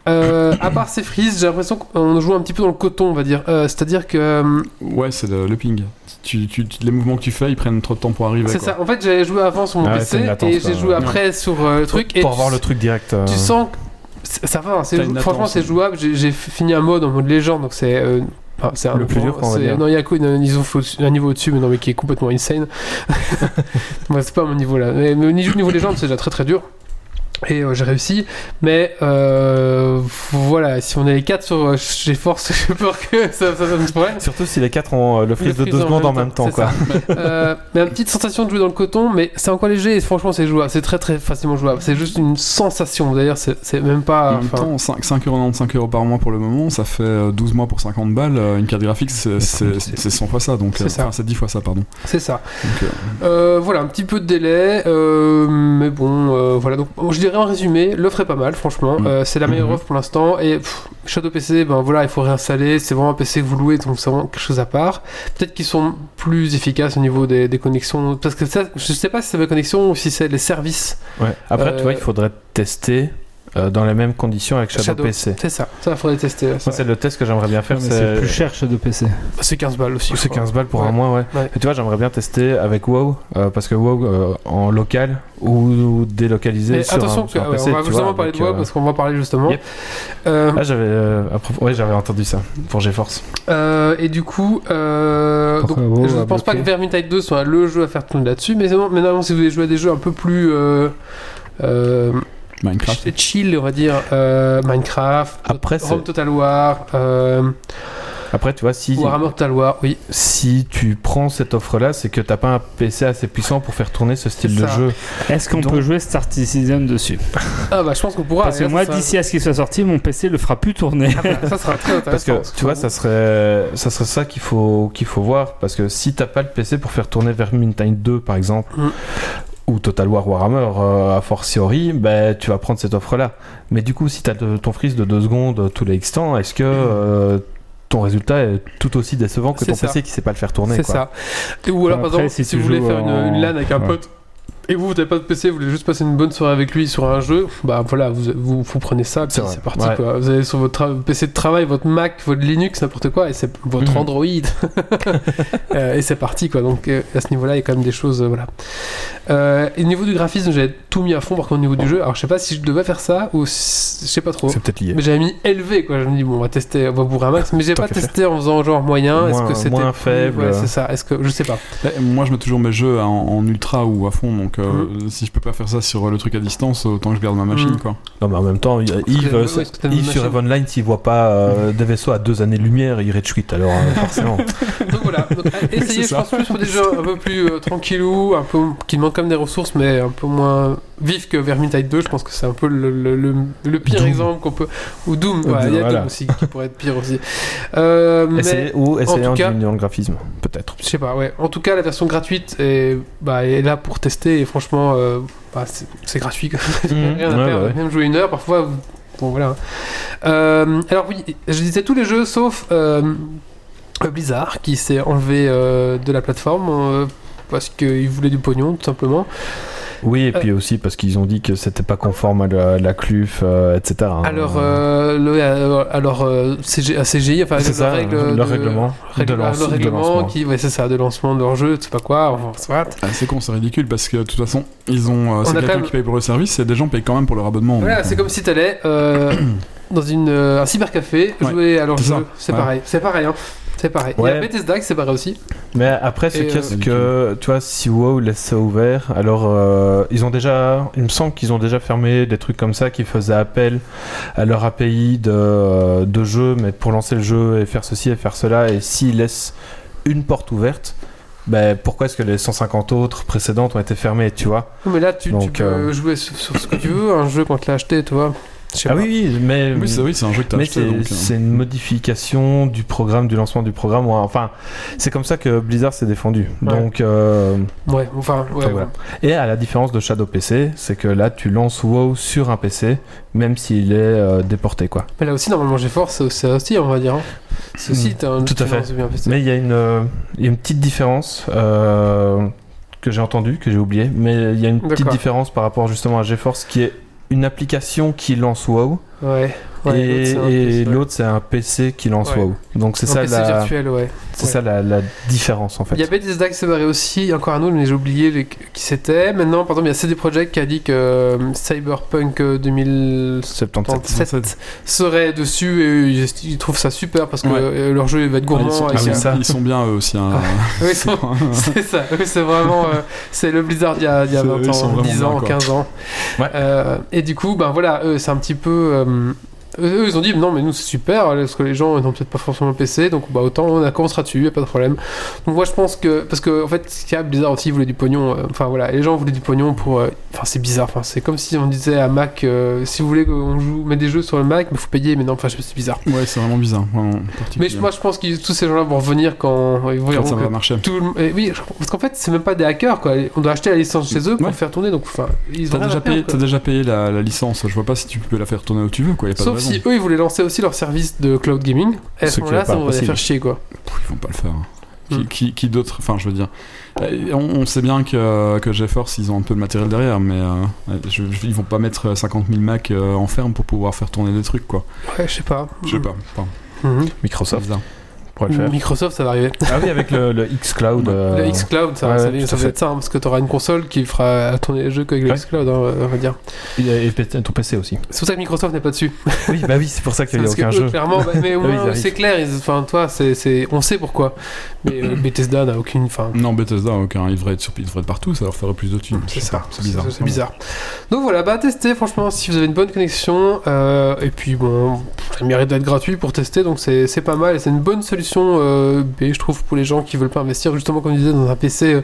[SPEAKER 1] Euh, à part ces freezes, j'ai l'impression qu'on joue un petit peu dans le coton, on va dire. Euh, C'est-à-dire que euh,
[SPEAKER 3] Ouais, c'est le, le ping. Tu, tu- tu- les mouvements que tu fais, ils prennent trop de temps pour arriver.
[SPEAKER 1] c'est
[SPEAKER 3] quoi.
[SPEAKER 1] ça. En fait, j'avais joué avant sur mon
[SPEAKER 2] Ah ouais,
[SPEAKER 1] PC
[SPEAKER 2] c'est une latence,
[SPEAKER 1] et j'ai
[SPEAKER 2] quoi.
[SPEAKER 1] joué après sur euh, le truc. et
[SPEAKER 2] Pour
[SPEAKER 1] tu-
[SPEAKER 2] voir le truc direct. euh,
[SPEAKER 1] Tu sens que c'est- ça va, hein, c'est
[SPEAKER 3] T'as
[SPEAKER 1] jou-
[SPEAKER 3] une
[SPEAKER 1] franchement
[SPEAKER 3] latence,
[SPEAKER 1] c'est
[SPEAKER 3] hein.
[SPEAKER 1] jouable. J'ai j'ai fini un mode en mode légende, donc c'est euh, enfin, c'est un
[SPEAKER 2] Le plus
[SPEAKER 1] point,
[SPEAKER 2] dur, quoi, on va
[SPEAKER 1] c'est-
[SPEAKER 2] dire.
[SPEAKER 1] Non, il y a quoi, une- ils ont fait au- un niveau au-dessus, mais non, mais qui est complètement insane. Moi, c'est pas à mon niveau là. Mais, mais au niveau, niveau légende, c'est déjà très très dur. Et euh, j'ai réussi, mais euh, voilà, si on est les 4 sur euh, GeForce, j'ai peur que ça, ça, donne problème.
[SPEAKER 2] Surtout si les 4 ont euh, le freeze de 2 secondes en même temps.
[SPEAKER 1] c'est
[SPEAKER 2] quoi.
[SPEAKER 1] ça. Euh, mais une petite sensation de jouer dans le coton, mais c'est encore léger et franchement c'est jouable, c'est très très facilement jouable. C'est juste une sensation. D'ailleurs, c'est c'est même
[SPEAKER 3] En
[SPEAKER 1] pas.
[SPEAKER 3] même
[SPEAKER 1] Ah, enfin,
[SPEAKER 3] temps, 5, 5,95 euros par mois pour le moment, ça fait euh, 12 mois pour 50 balles. euh, Une carte graphique, c'est c'est- c'est 100 fois ça. donc
[SPEAKER 1] C'est
[SPEAKER 3] euh,
[SPEAKER 1] ça.
[SPEAKER 3] enfin, C'est 10 fois ça, pardon.
[SPEAKER 1] c'est ça.
[SPEAKER 3] Donc, euh,
[SPEAKER 1] Euh, voilà, un petit peu de délai, euh, mais bon, euh, voilà. Donc, bon, je dirais en résumé, l'offre est pas mal, franchement.
[SPEAKER 3] Mm.
[SPEAKER 1] Euh, c'est la
[SPEAKER 2] Mm-hmm.
[SPEAKER 1] meilleure offre pour l'instant. Et pff, Shadow PC, ben voilà, il faut réinstaller. C'est vraiment un PC que vous louez, donc c'est vraiment quelque chose à part. Peut-être qu'ils sont plus efficaces au niveau des, des connexions, parce que ça, je sais pas si c'est mes connexions ou si c'est les services.
[SPEAKER 2] Ouais. Après,
[SPEAKER 1] Euh,
[SPEAKER 2] tu vois, il faudrait tester euh, dans les mêmes conditions avec Shadow,
[SPEAKER 1] Shadow.
[SPEAKER 2] PC.
[SPEAKER 1] C'est ça. Ça, il faudrait tester. ouais, ça.
[SPEAKER 2] Moi, c'est le test que j'aimerais bien faire.
[SPEAKER 4] Mais c'est plus cher chez de PC.
[SPEAKER 1] C'est 15 balles aussi.
[SPEAKER 2] Oh, C'est
[SPEAKER 1] je crois.
[SPEAKER 2] 15 balles pour
[SPEAKER 1] Ouais.
[SPEAKER 2] un mois, ouais.
[SPEAKER 1] Ouais.
[SPEAKER 2] Et tu vois, j'aimerais bien tester avec WoW, euh, parce que WoW euh, en local ou délocalisé
[SPEAKER 1] Mais
[SPEAKER 2] sur
[SPEAKER 1] attention,
[SPEAKER 2] un, sur un
[SPEAKER 1] que- ouais,
[SPEAKER 2] PC,
[SPEAKER 1] on va
[SPEAKER 2] tu
[SPEAKER 1] justement
[SPEAKER 2] vois,
[SPEAKER 1] parler de
[SPEAKER 2] donc,
[SPEAKER 1] moi
[SPEAKER 2] euh,
[SPEAKER 1] parce qu'on va en parler justement.
[SPEAKER 2] Yep.
[SPEAKER 1] Euh,
[SPEAKER 2] Ah, j'avais euh, à propos- ouais, j'avais entendu ça pour GeForce.
[SPEAKER 1] euh, et du coup, euh,
[SPEAKER 4] Pourquoi
[SPEAKER 1] donc,
[SPEAKER 4] WoW
[SPEAKER 1] je ne
[SPEAKER 4] a
[SPEAKER 1] pense pas que
[SPEAKER 4] bloqué
[SPEAKER 1] Vermintide 2 soit le jeu à faire tourner là-dessus, mais non, mais normalement, si vous voulez jouer à des jeux un peu plus euh, euh,
[SPEAKER 3] Minecraft.
[SPEAKER 1] ch- chill, on va dire, euh, Minecraft,
[SPEAKER 2] Après,
[SPEAKER 1] Rome
[SPEAKER 2] c'est-
[SPEAKER 1] Total War, euh,
[SPEAKER 2] Après, tu vois, si,
[SPEAKER 1] Warhammer Total War, oui.
[SPEAKER 2] si tu prends cette offre-là, c'est que t'as pas un PC assez puissant pour faire tourner ce style
[SPEAKER 1] C'est
[SPEAKER 2] de
[SPEAKER 1] ça.
[SPEAKER 2] jeu.
[SPEAKER 4] Est-ce qu'on
[SPEAKER 2] Donc-
[SPEAKER 4] peut jouer Star Citizen dessus
[SPEAKER 1] Ah bah, je pense qu'on pourra.
[SPEAKER 4] Parce que
[SPEAKER 1] et là,
[SPEAKER 4] moi,
[SPEAKER 1] ça sera-
[SPEAKER 4] d'ici à ce qu'il soit sorti, mon PC le fera plus tourner.
[SPEAKER 1] Ah, voilà, ça sera très intéressant.
[SPEAKER 2] Parce que tu vois, ça serait ça, serait ça qu'il faut, qu'il faut voir. Parce que si t'as pas le PC pour faire tourner Vermintide 2, par exemple,
[SPEAKER 1] Mm.
[SPEAKER 2] ou Total War Warhammer euh, a fortiori, ben tu vas prendre cette offre-là. Mais du coup, si t'as de- ton freeze de 2 secondes euh, tous les X temps, est-ce que euh, ton résultat est tout aussi décevant que
[SPEAKER 1] C'est
[SPEAKER 2] ton
[SPEAKER 1] ça.
[SPEAKER 2] PC qui sait pas le faire tourner
[SPEAKER 1] C'est
[SPEAKER 2] quoi.
[SPEAKER 1] ça. Et ou alors, par
[SPEAKER 4] Après,
[SPEAKER 1] exemple, si,
[SPEAKER 4] si tu
[SPEAKER 1] vous voulez
[SPEAKER 4] joues
[SPEAKER 1] faire une,
[SPEAKER 4] en-
[SPEAKER 1] une LAN avec un
[SPEAKER 4] Ouais.
[SPEAKER 1] pote et vous, vous n'avez pas de PC, vous voulez juste passer une bonne soirée avec lui sur un jeu, bah voilà, vous, vous, vous prenez ça, puis
[SPEAKER 2] C'est vrai.
[SPEAKER 1] c'est parti.
[SPEAKER 2] Ouais.
[SPEAKER 1] Quoi. Vous allez sur votre tra- PC de travail, votre Mac, votre Linux, n'importe quoi, et c'est votre
[SPEAKER 2] Mhm.
[SPEAKER 1] Android. Euh, et c'est parti, quoi. Donc euh, à ce niveau-là, il y a quand même des choses. euh, voilà. Euh, et au niveau du graphisme, j'avais tout mis à fond, par contre, au niveau du jeu. Alors je sais pas si je devais faire ça ou si- je sais pas trop.
[SPEAKER 2] C'est peut-être lié.
[SPEAKER 1] Mais j'avais mis élevé, quoi. Je me dis, bon, on va tester, on va bourrer un max. Mais j'ai
[SPEAKER 2] Tant
[SPEAKER 1] pas
[SPEAKER 2] qu'à
[SPEAKER 1] testé en faisant genre moyen. Est-ce
[SPEAKER 2] Moins-
[SPEAKER 1] que c'était.
[SPEAKER 2] moins
[SPEAKER 1] plus-
[SPEAKER 2] faible.
[SPEAKER 1] Ouais, c'est ça. Est-ce que. Je sais pas.
[SPEAKER 3] Eh, Moi, je mets toujours mes jeux en, en ultra ou à fond, donc euh,
[SPEAKER 1] Mmh.
[SPEAKER 3] si je peux pas faire ça sur euh, le truc à distance, autant que je garde ma machine,
[SPEAKER 1] Mhm.
[SPEAKER 3] quoi.
[SPEAKER 2] Non, mais en même temps, il-
[SPEAKER 1] ouais,
[SPEAKER 2] Yves, euh, c'est-
[SPEAKER 1] ouais, c'est une
[SPEAKER 2] Yves sur
[SPEAKER 1] machine.
[SPEAKER 2] Evan Line, s'il voit pas euh, des vaisseaux à deux années-lumière, il retweet alors euh, forcément.
[SPEAKER 1] Donc voilà, donc, à- essayez, je
[SPEAKER 3] ça.
[SPEAKER 1] pense, plus pour des jeux un peu plus euh, tranquillou, un peu, qui demandent quand même des ressources, mais un peu moins vifs que Vermintide 2. Je pense que c'est un peu le, le- le- le pire
[SPEAKER 2] Doom.
[SPEAKER 1] exemple qu'on peut. Ou Doom,
[SPEAKER 2] Ou
[SPEAKER 1] ouais, il y a
[SPEAKER 2] voilà.
[SPEAKER 1] Doom aussi qui pourrait être pire aussi. Euh, mais-
[SPEAKER 2] Essayez- ou essayez
[SPEAKER 1] tout
[SPEAKER 2] en,
[SPEAKER 1] cas-
[SPEAKER 2] diminuant le graphisme, peut-être.
[SPEAKER 1] Je sais pas, ouais. En tout cas, la version gratuite est, bah, est là pour tester et franchement, euh, bah, c'est c'est gratuit. quoi.
[SPEAKER 2] Mhm.
[SPEAKER 1] Rien à
[SPEAKER 2] Ouais,
[SPEAKER 1] perdre.
[SPEAKER 2] bah ouais.
[SPEAKER 1] Même jouer une heure, parfois. vous- Bon, voilà. hein. Euh, alors oui, je disais tous les jeux sauf euh, Blizzard qui s'est enlevé euh, de la plateforme euh, parce qu'il voulait du pognon tout simplement.
[SPEAKER 2] Oui, et
[SPEAKER 1] Euh,
[SPEAKER 2] puis aussi parce qu'ils ont dit que c'était pas conforme à la, la CLUF, euh, etc. hein.
[SPEAKER 1] Alors, euh, le, euh, alors euh, CG, à CGI, enfin
[SPEAKER 2] c'est
[SPEAKER 1] la
[SPEAKER 2] ça,
[SPEAKER 1] règle
[SPEAKER 2] le
[SPEAKER 1] de-
[SPEAKER 2] règlement
[SPEAKER 1] règle- ah, euh,
[SPEAKER 2] de lance-
[SPEAKER 1] le
[SPEAKER 2] de
[SPEAKER 1] règlement
[SPEAKER 2] lancement. Oh,
[SPEAKER 1] qui, ouais, c'est ça, de lancement de leur jeu, je sais pas quoi, enfin, soit.
[SPEAKER 3] Ah, c'est con, c'est ridicule parce que de toute façon, ils ont. euh, c'est
[SPEAKER 1] a quand
[SPEAKER 3] que les gens
[SPEAKER 1] même-
[SPEAKER 3] qui payent pour le service et des gens payent quand même pour leur abonnement.
[SPEAKER 1] Voilà,
[SPEAKER 3] donc,
[SPEAKER 1] c'est
[SPEAKER 3] euh,
[SPEAKER 1] comme si t'allais euh, dans une, euh, un cybercafé
[SPEAKER 3] Ouais.
[SPEAKER 1] jouer à leur
[SPEAKER 3] C'est
[SPEAKER 1] jeu.
[SPEAKER 3] ça.
[SPEAKER 1] C'est
[SPEAKER 3] Ouais.
[SPEAKER 1] pareil, c'est pareil, hein. C'est pareil. Il y a
[SPEAKER 2] Ouais.
[SPEAKER 1] Bethesda qui s'est barré aussi.
[SPEAKER 2] Mais après, ce
[SPEAKER 1] Et,
[SPEAKER 2] qu'il y a,
[SPEAKER 1] euh,
[SPEAKER 2] c'est que, tu vois, si WoW laisse ça ouvert, alors euh, ils ont déjà, il me semble qu'ils ont déjà fermé des trucs comme ça qui faisaient appel à leur API de, euh, de jeu, mais pour lancer le jeu et faire ceci et faire cela, et s'ils laissent une porte ouverte, ben pourquoi est-ce que les 150 autres précédentes ont été fermées, tu vois
[SPEAKER 1] Non, mais là, tu, tu
[SPEAKER 2] Donc,
[SPEAKER 1] peux
[SPEAKER 2] euh,
[SPEAKER 1] jouer sur, sur ce que tu veux, un jeu quand tu l'as acheté, tu vois. Je sais
[SPEAKER 2] Ah
[SPEAKER 1] pas.
[SPEAKER 2] oui, oui, mais
[SPEAKER 3] euh, Oui, c'est oui, c'est un jeu que t'as
[SPEAKER 2] Mais
[SPEAKER 3] acheté.
[SPEAKER 2] c'est
[SPEAKER 3] donc, euh,
[SPEAKER 2] c'est une modification du programme, du lancement du programme. ou un- Enfin, c'est comme ça que Blizzard s'est défendu.
[SPEAKER 1] Ouais.
[SPEAKER 2] Donc, euh,
[SPEAKER 1] Ouais, enfin, ouais.
[SPEAKER 2] enfin, voilà. Et à la différence de Shadow PC, c'est que là, tu lances WoW sur un PC, même s'il est euh, déporté, quoi.
[SPEAKER 1] Mais là aussi, normalement, GeForce, c'est- c'est aussi, on va dire. hein. C'est aussi, t'as un
[SPEAKER 2] Hmm, Tout
[SPEAKER 1] tu
[SPEAKER 2] à fait.
[SPEAKER 1] lances bien, parce que-
[SPEAKER 2] Mais il y a une, euh, il y a une petite différence euh, que j'ai entendue, que j'ai oubliée, mais il y a une petite
[SPEAKER 1] D'accord.
[SPEAKER 2] différence par rapport justement à GeForce qui est une application qui lance WoW
[SPEAKER 1] Ouais. ouais,
[SPEAKER 2] et
[SPEAKER 1] c'est un peu
[SPEAKER 2] et
[SPEAKER 1] ça.
[SPEAKER 2] l'autre c'est un PC qui lance
[SPEAKER 1] Ouais.
[SPEAKER 2] WoW. Donc c'est
[SPEAKER 1] Un
[SPEAKER 2] ça,
[SPEAKER 1] PC
[SPEAKER 2] la,
[SPEAKER 1] virtuel, ouais.
[SPEAKER 2] c'est ça la, la différence en fait.
[SPEAKER 1] Il y a Bethesda qui s'est barré aussi, il y a encore un autre, mais j'ai oublié les- qui c'était. Maintenant, par exemple, il y a CD Projekt qui a dit que euh, Cyberpunk euh, 2077
[SPEAKER 2] 77.
[SPEAKER 1] serait dessus et eux, ils, ils trouvent ça super parce que
[SPEAKER 3] Ouais.
[SPEAKER 1] euh, leur jeu il va être
[SPEAKER 3] ils, sont,
[SPEAKER 1] gourmand. et
[SPEAKER 3] ah oui,
[SPEAKER 1] que-
[SPEAKER 2] ça. Ah
[SPEAKER 3] ils sont bien eux aussi. hein.
[SPEAKER 1] Oui, ils sont- c'est ça, oui, c'est vraiment euh, c'est le Blizzard il y a, il y a
[SPEAKER 3] C'est-
[SPEAKER 1] 20
[SPEAKER 3] ils sont
[SPEAKER 1] ans,
[SPEAKER 3] vraiment
[SPEAKER 1] 10
[SPEAKER 3] bien,
[SPEAKER 1] ans,
[SPEAKER 3] quoi.
[SPEAKER 1] 15 ans.
[SPEAKER 2] Ouais.
[SPEAKER 1] Euh, et du coup, ben voilà, eux, c'est un petit peu. euh, eux, ils ont dit non, mais nous c'est super euh, parce que les gens n'ont peut-être pas forcément le PC, donc bah autant on, on sera dessus, y a pas de problème. Donc moi je pense que parce que en fait, ce qu'il y a Blizzard aussi voulait du pognon. euh, Enfin voilà, les gens voulaient du pognon pour. euh, Enfin c'est bizarre. Enfin c'est comme si on disait à Mac, euh, si vous voulez qu'on joue, mette des jeux sur le Mac, mais faut payer. Mais non, enfin je- c'est bizarre.
[SPEAKER 3] Ouais, c'est vraiment bizarre. vraiment
[SPEAKER 1] Mais
[SPEAKER 3] particulier.
[SPEAKER 1] je- moi je pense que tous ces gens-là vont revenir quand ils
[SPEAKER 3] Quand
[SPEAKER 1] verront
[SPEAKER 3] ça
[SPEAKER 1] que
[SPEAKER 3] va marcher.
[SPEAKER 1] tout le- eh oui, je- parce qu'en fait, c'est même pas des hackers, quoi. On doit acheter la licence chez eux pour
[SPEAKER 3] Ouais.
[SPEAKER 1] faire tourner, donc enfin, ils ont
[SPEAKER 3] T'as déjà, payé, t'as déjà payé la, la licence, je vois pas si tu peux la faire tourner où tu veux, quoi. Y a pas de
[SPEAKER 1] Sauf
[SPEAKER 3] raison.
[SPEAKER 1] si eux, ils voulaient lancer aussi leur service de cloud gaming. Et à
[SPEAKER 2] Ce
[SPEAKER 1] ce
[SPEAKER 2] qui
[SPEAKER 1] moment-là,
[SPEAKER 2] est pas
[SPEAKER 1] ça va les
[SPEAKER 2] possible.
[SPEAKER 1] faire chier, quoi.
[SPEAKER 3] Pff, Ils vont pas le faire. hein. Qui,
[SPEAKER 1] Hmm.
[SPEAKER 3] qui- qui d'autre Enfin, je veux dire. euh, On, on sait bien que, que GeForce, ils ont un peu le matériel derrière, mais euh, je- je- ils vont pas mettre 50 000 Mac euh, en ferme pour pouvoir faire tourner des trucs, quoi.
[SPEAKER 1] Ouais, je sais pas.
[SPEAKER 3] Je sais pas. Enfin,
[SPEAKER 1] Mhm.
[SPEAKER 3] c'est
[SPEAKER 2] Microsoft
[SPEAKER 3] bizarre.
[SPEAKER 2] pourrait le faire.
[SPEAKER 1] Microsoft, ça va arriver.
[SPEAKER 2] Ah oui, avec le, le xCloud.
[SPEAKER 3] Ouais.
[SPEAKER 2] euh,
[SPEAKER 1] Le xCloud, ça,
[SPEAKER 2] ouais,
[SPEAKER 1] ça
[SPEAKER 2] ouais,
[SPEAKER 1] va-
[SPEAKER 2] tout
[SPEAKER 1] ça
[SPEAKER 2] à
[SPEAKER 1] va
[SPEAKER 2] fait.
[SPEAKER 1] être ça, hein, parce que t'auras une console qui fera tourner les jeux qu'avec le
[SPEAKER 2] Ouais.
[SPEAKER 1] xCloud, hein, on va dire.
[SPEAKER 2] Et, et P- ton PC aussi.
[SPEAKER 1] C'est pour ça que Microsoft n'est pas dessus.
[SPEAKER 2] Oui, bah oui, c'est pour ça qu'il n'y a
[SPEAKER 1] Parce que
[SPEAKER 2] aucun
[SPEAKER 1] eux,
[SPEAKER 2] jeu.
[SPEAKER 1] clairement, bah, mais au
[SPEAKER 2] Eux, ils
[SPEAKER 1] moins,
[SPEAKER 2] arrivent.
[SPEAKER 1] c'est clair, ils- enfin, toi, c'est, c'est- on sait pourquoi. Mais euh, Bethesda n'a aucune. Enfin,
[SPEAKER 3] Non, Bethesda, aucun. Ils devraient être sur, ils devraient être partout, ça leur ferait plus de thunes.
[SPEAKER 1] Hmm, C'est
[SPEAKER 3] Je sais
[SPEAKER 1] ça,
[SPEAKER 3] pas, C'est bizarre.
[SPEAKER 1] C'est bizarre. Donc voilà, bah à tester, franchement, si vous avez une bonne connexion, euh, et puis bon, ça mérite d'être gratuit pour tester, donc c'est c'est pas mal, et c'est une bonne solution, euh, B, je trouve, pour les gens qui veulent pas investir, justement, comme je disais, dans un PC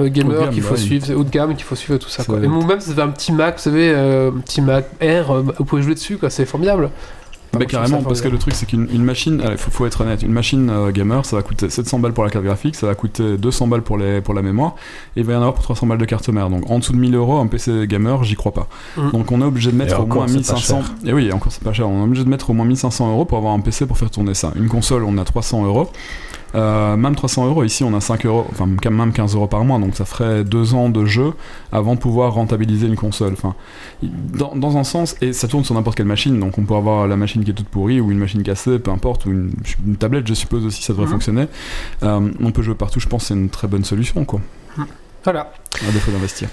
[SPEAKER 1] euh,
[SPEAKER 3] Haut de
[SPEAKER 1] gamer
[SPEAKER 3] gamme,
[SPEAKER 1] qu'il faut
[SPEAKER 3] bah oui.
[SPEAKER 1] suivre, c'est haut de gamme, qu'il faut suivre, tout ça, quoi.
[SPEAKER 3] C'est-
[SPEAKER 1] Et moi, même si vous avez un petit Mac, vous savez, euh, un petit Mac Air, euh, bah, vous pouvez jouer dessus, quoi, c'est formidable.
[SPEAKER 3] Ah, Mais
[SPEAKER 1] Moi, je trouve ça
[SPEAKER 3] carrément, parce que le
[SPEAKER 1] formidable.
[SPEAKER 3] truc, c'est qu'une une machine, il faut, faut être honnête, une machine euh, gamer, ça va coûter 700 balles pour la carte graphique, ça va coûter 200 balles pour, les, pour la mémoire, et il va y en avoir pour 300 balles de carte mère. Donc en dessous de 1000 euros, un PC gamer, j'y crois pas.
[SPEAKER 1] Mm.
[SPEAKER 3] Donc on est obligé de
[SPEAKER 2] Et
[SPEAKER 3] mettre au
[SPEAKER 2] encore,
[SPEAKER 3] moins
[SPEAKER 2] c'est pas
[SPEAKER 3] 1500. Et Eh oui, encore c'est pas cher, on est obligé de mettre au moins 1500 euros pour avoir un PC pour faire tourner ça. Une console, on a 300 euros. Euh, même 300 euros, ici on a 5 euros, enfin quand même 15 euros par mois, donc ça ferait 2 ans de jeu avant de pouvoir rentabiliser une console. Enfin, il- dans, dans un sens, et ça tourne sur n'importe quelle machine, donc on peut avoir la machine qui est toute pourrie ou une machine cassée, peu importe, ou une, une tablette, je suppose aussi ça devrait
[SPEAKER 1] Mhm.
[SPEAKER 3] fonctionner. Euh, on peut jouer partout, je pense que c'est une très bonne solution, quoi,
[SPEAKER 1] Voilà.
[SPEAKER 3] à défaut d'investir.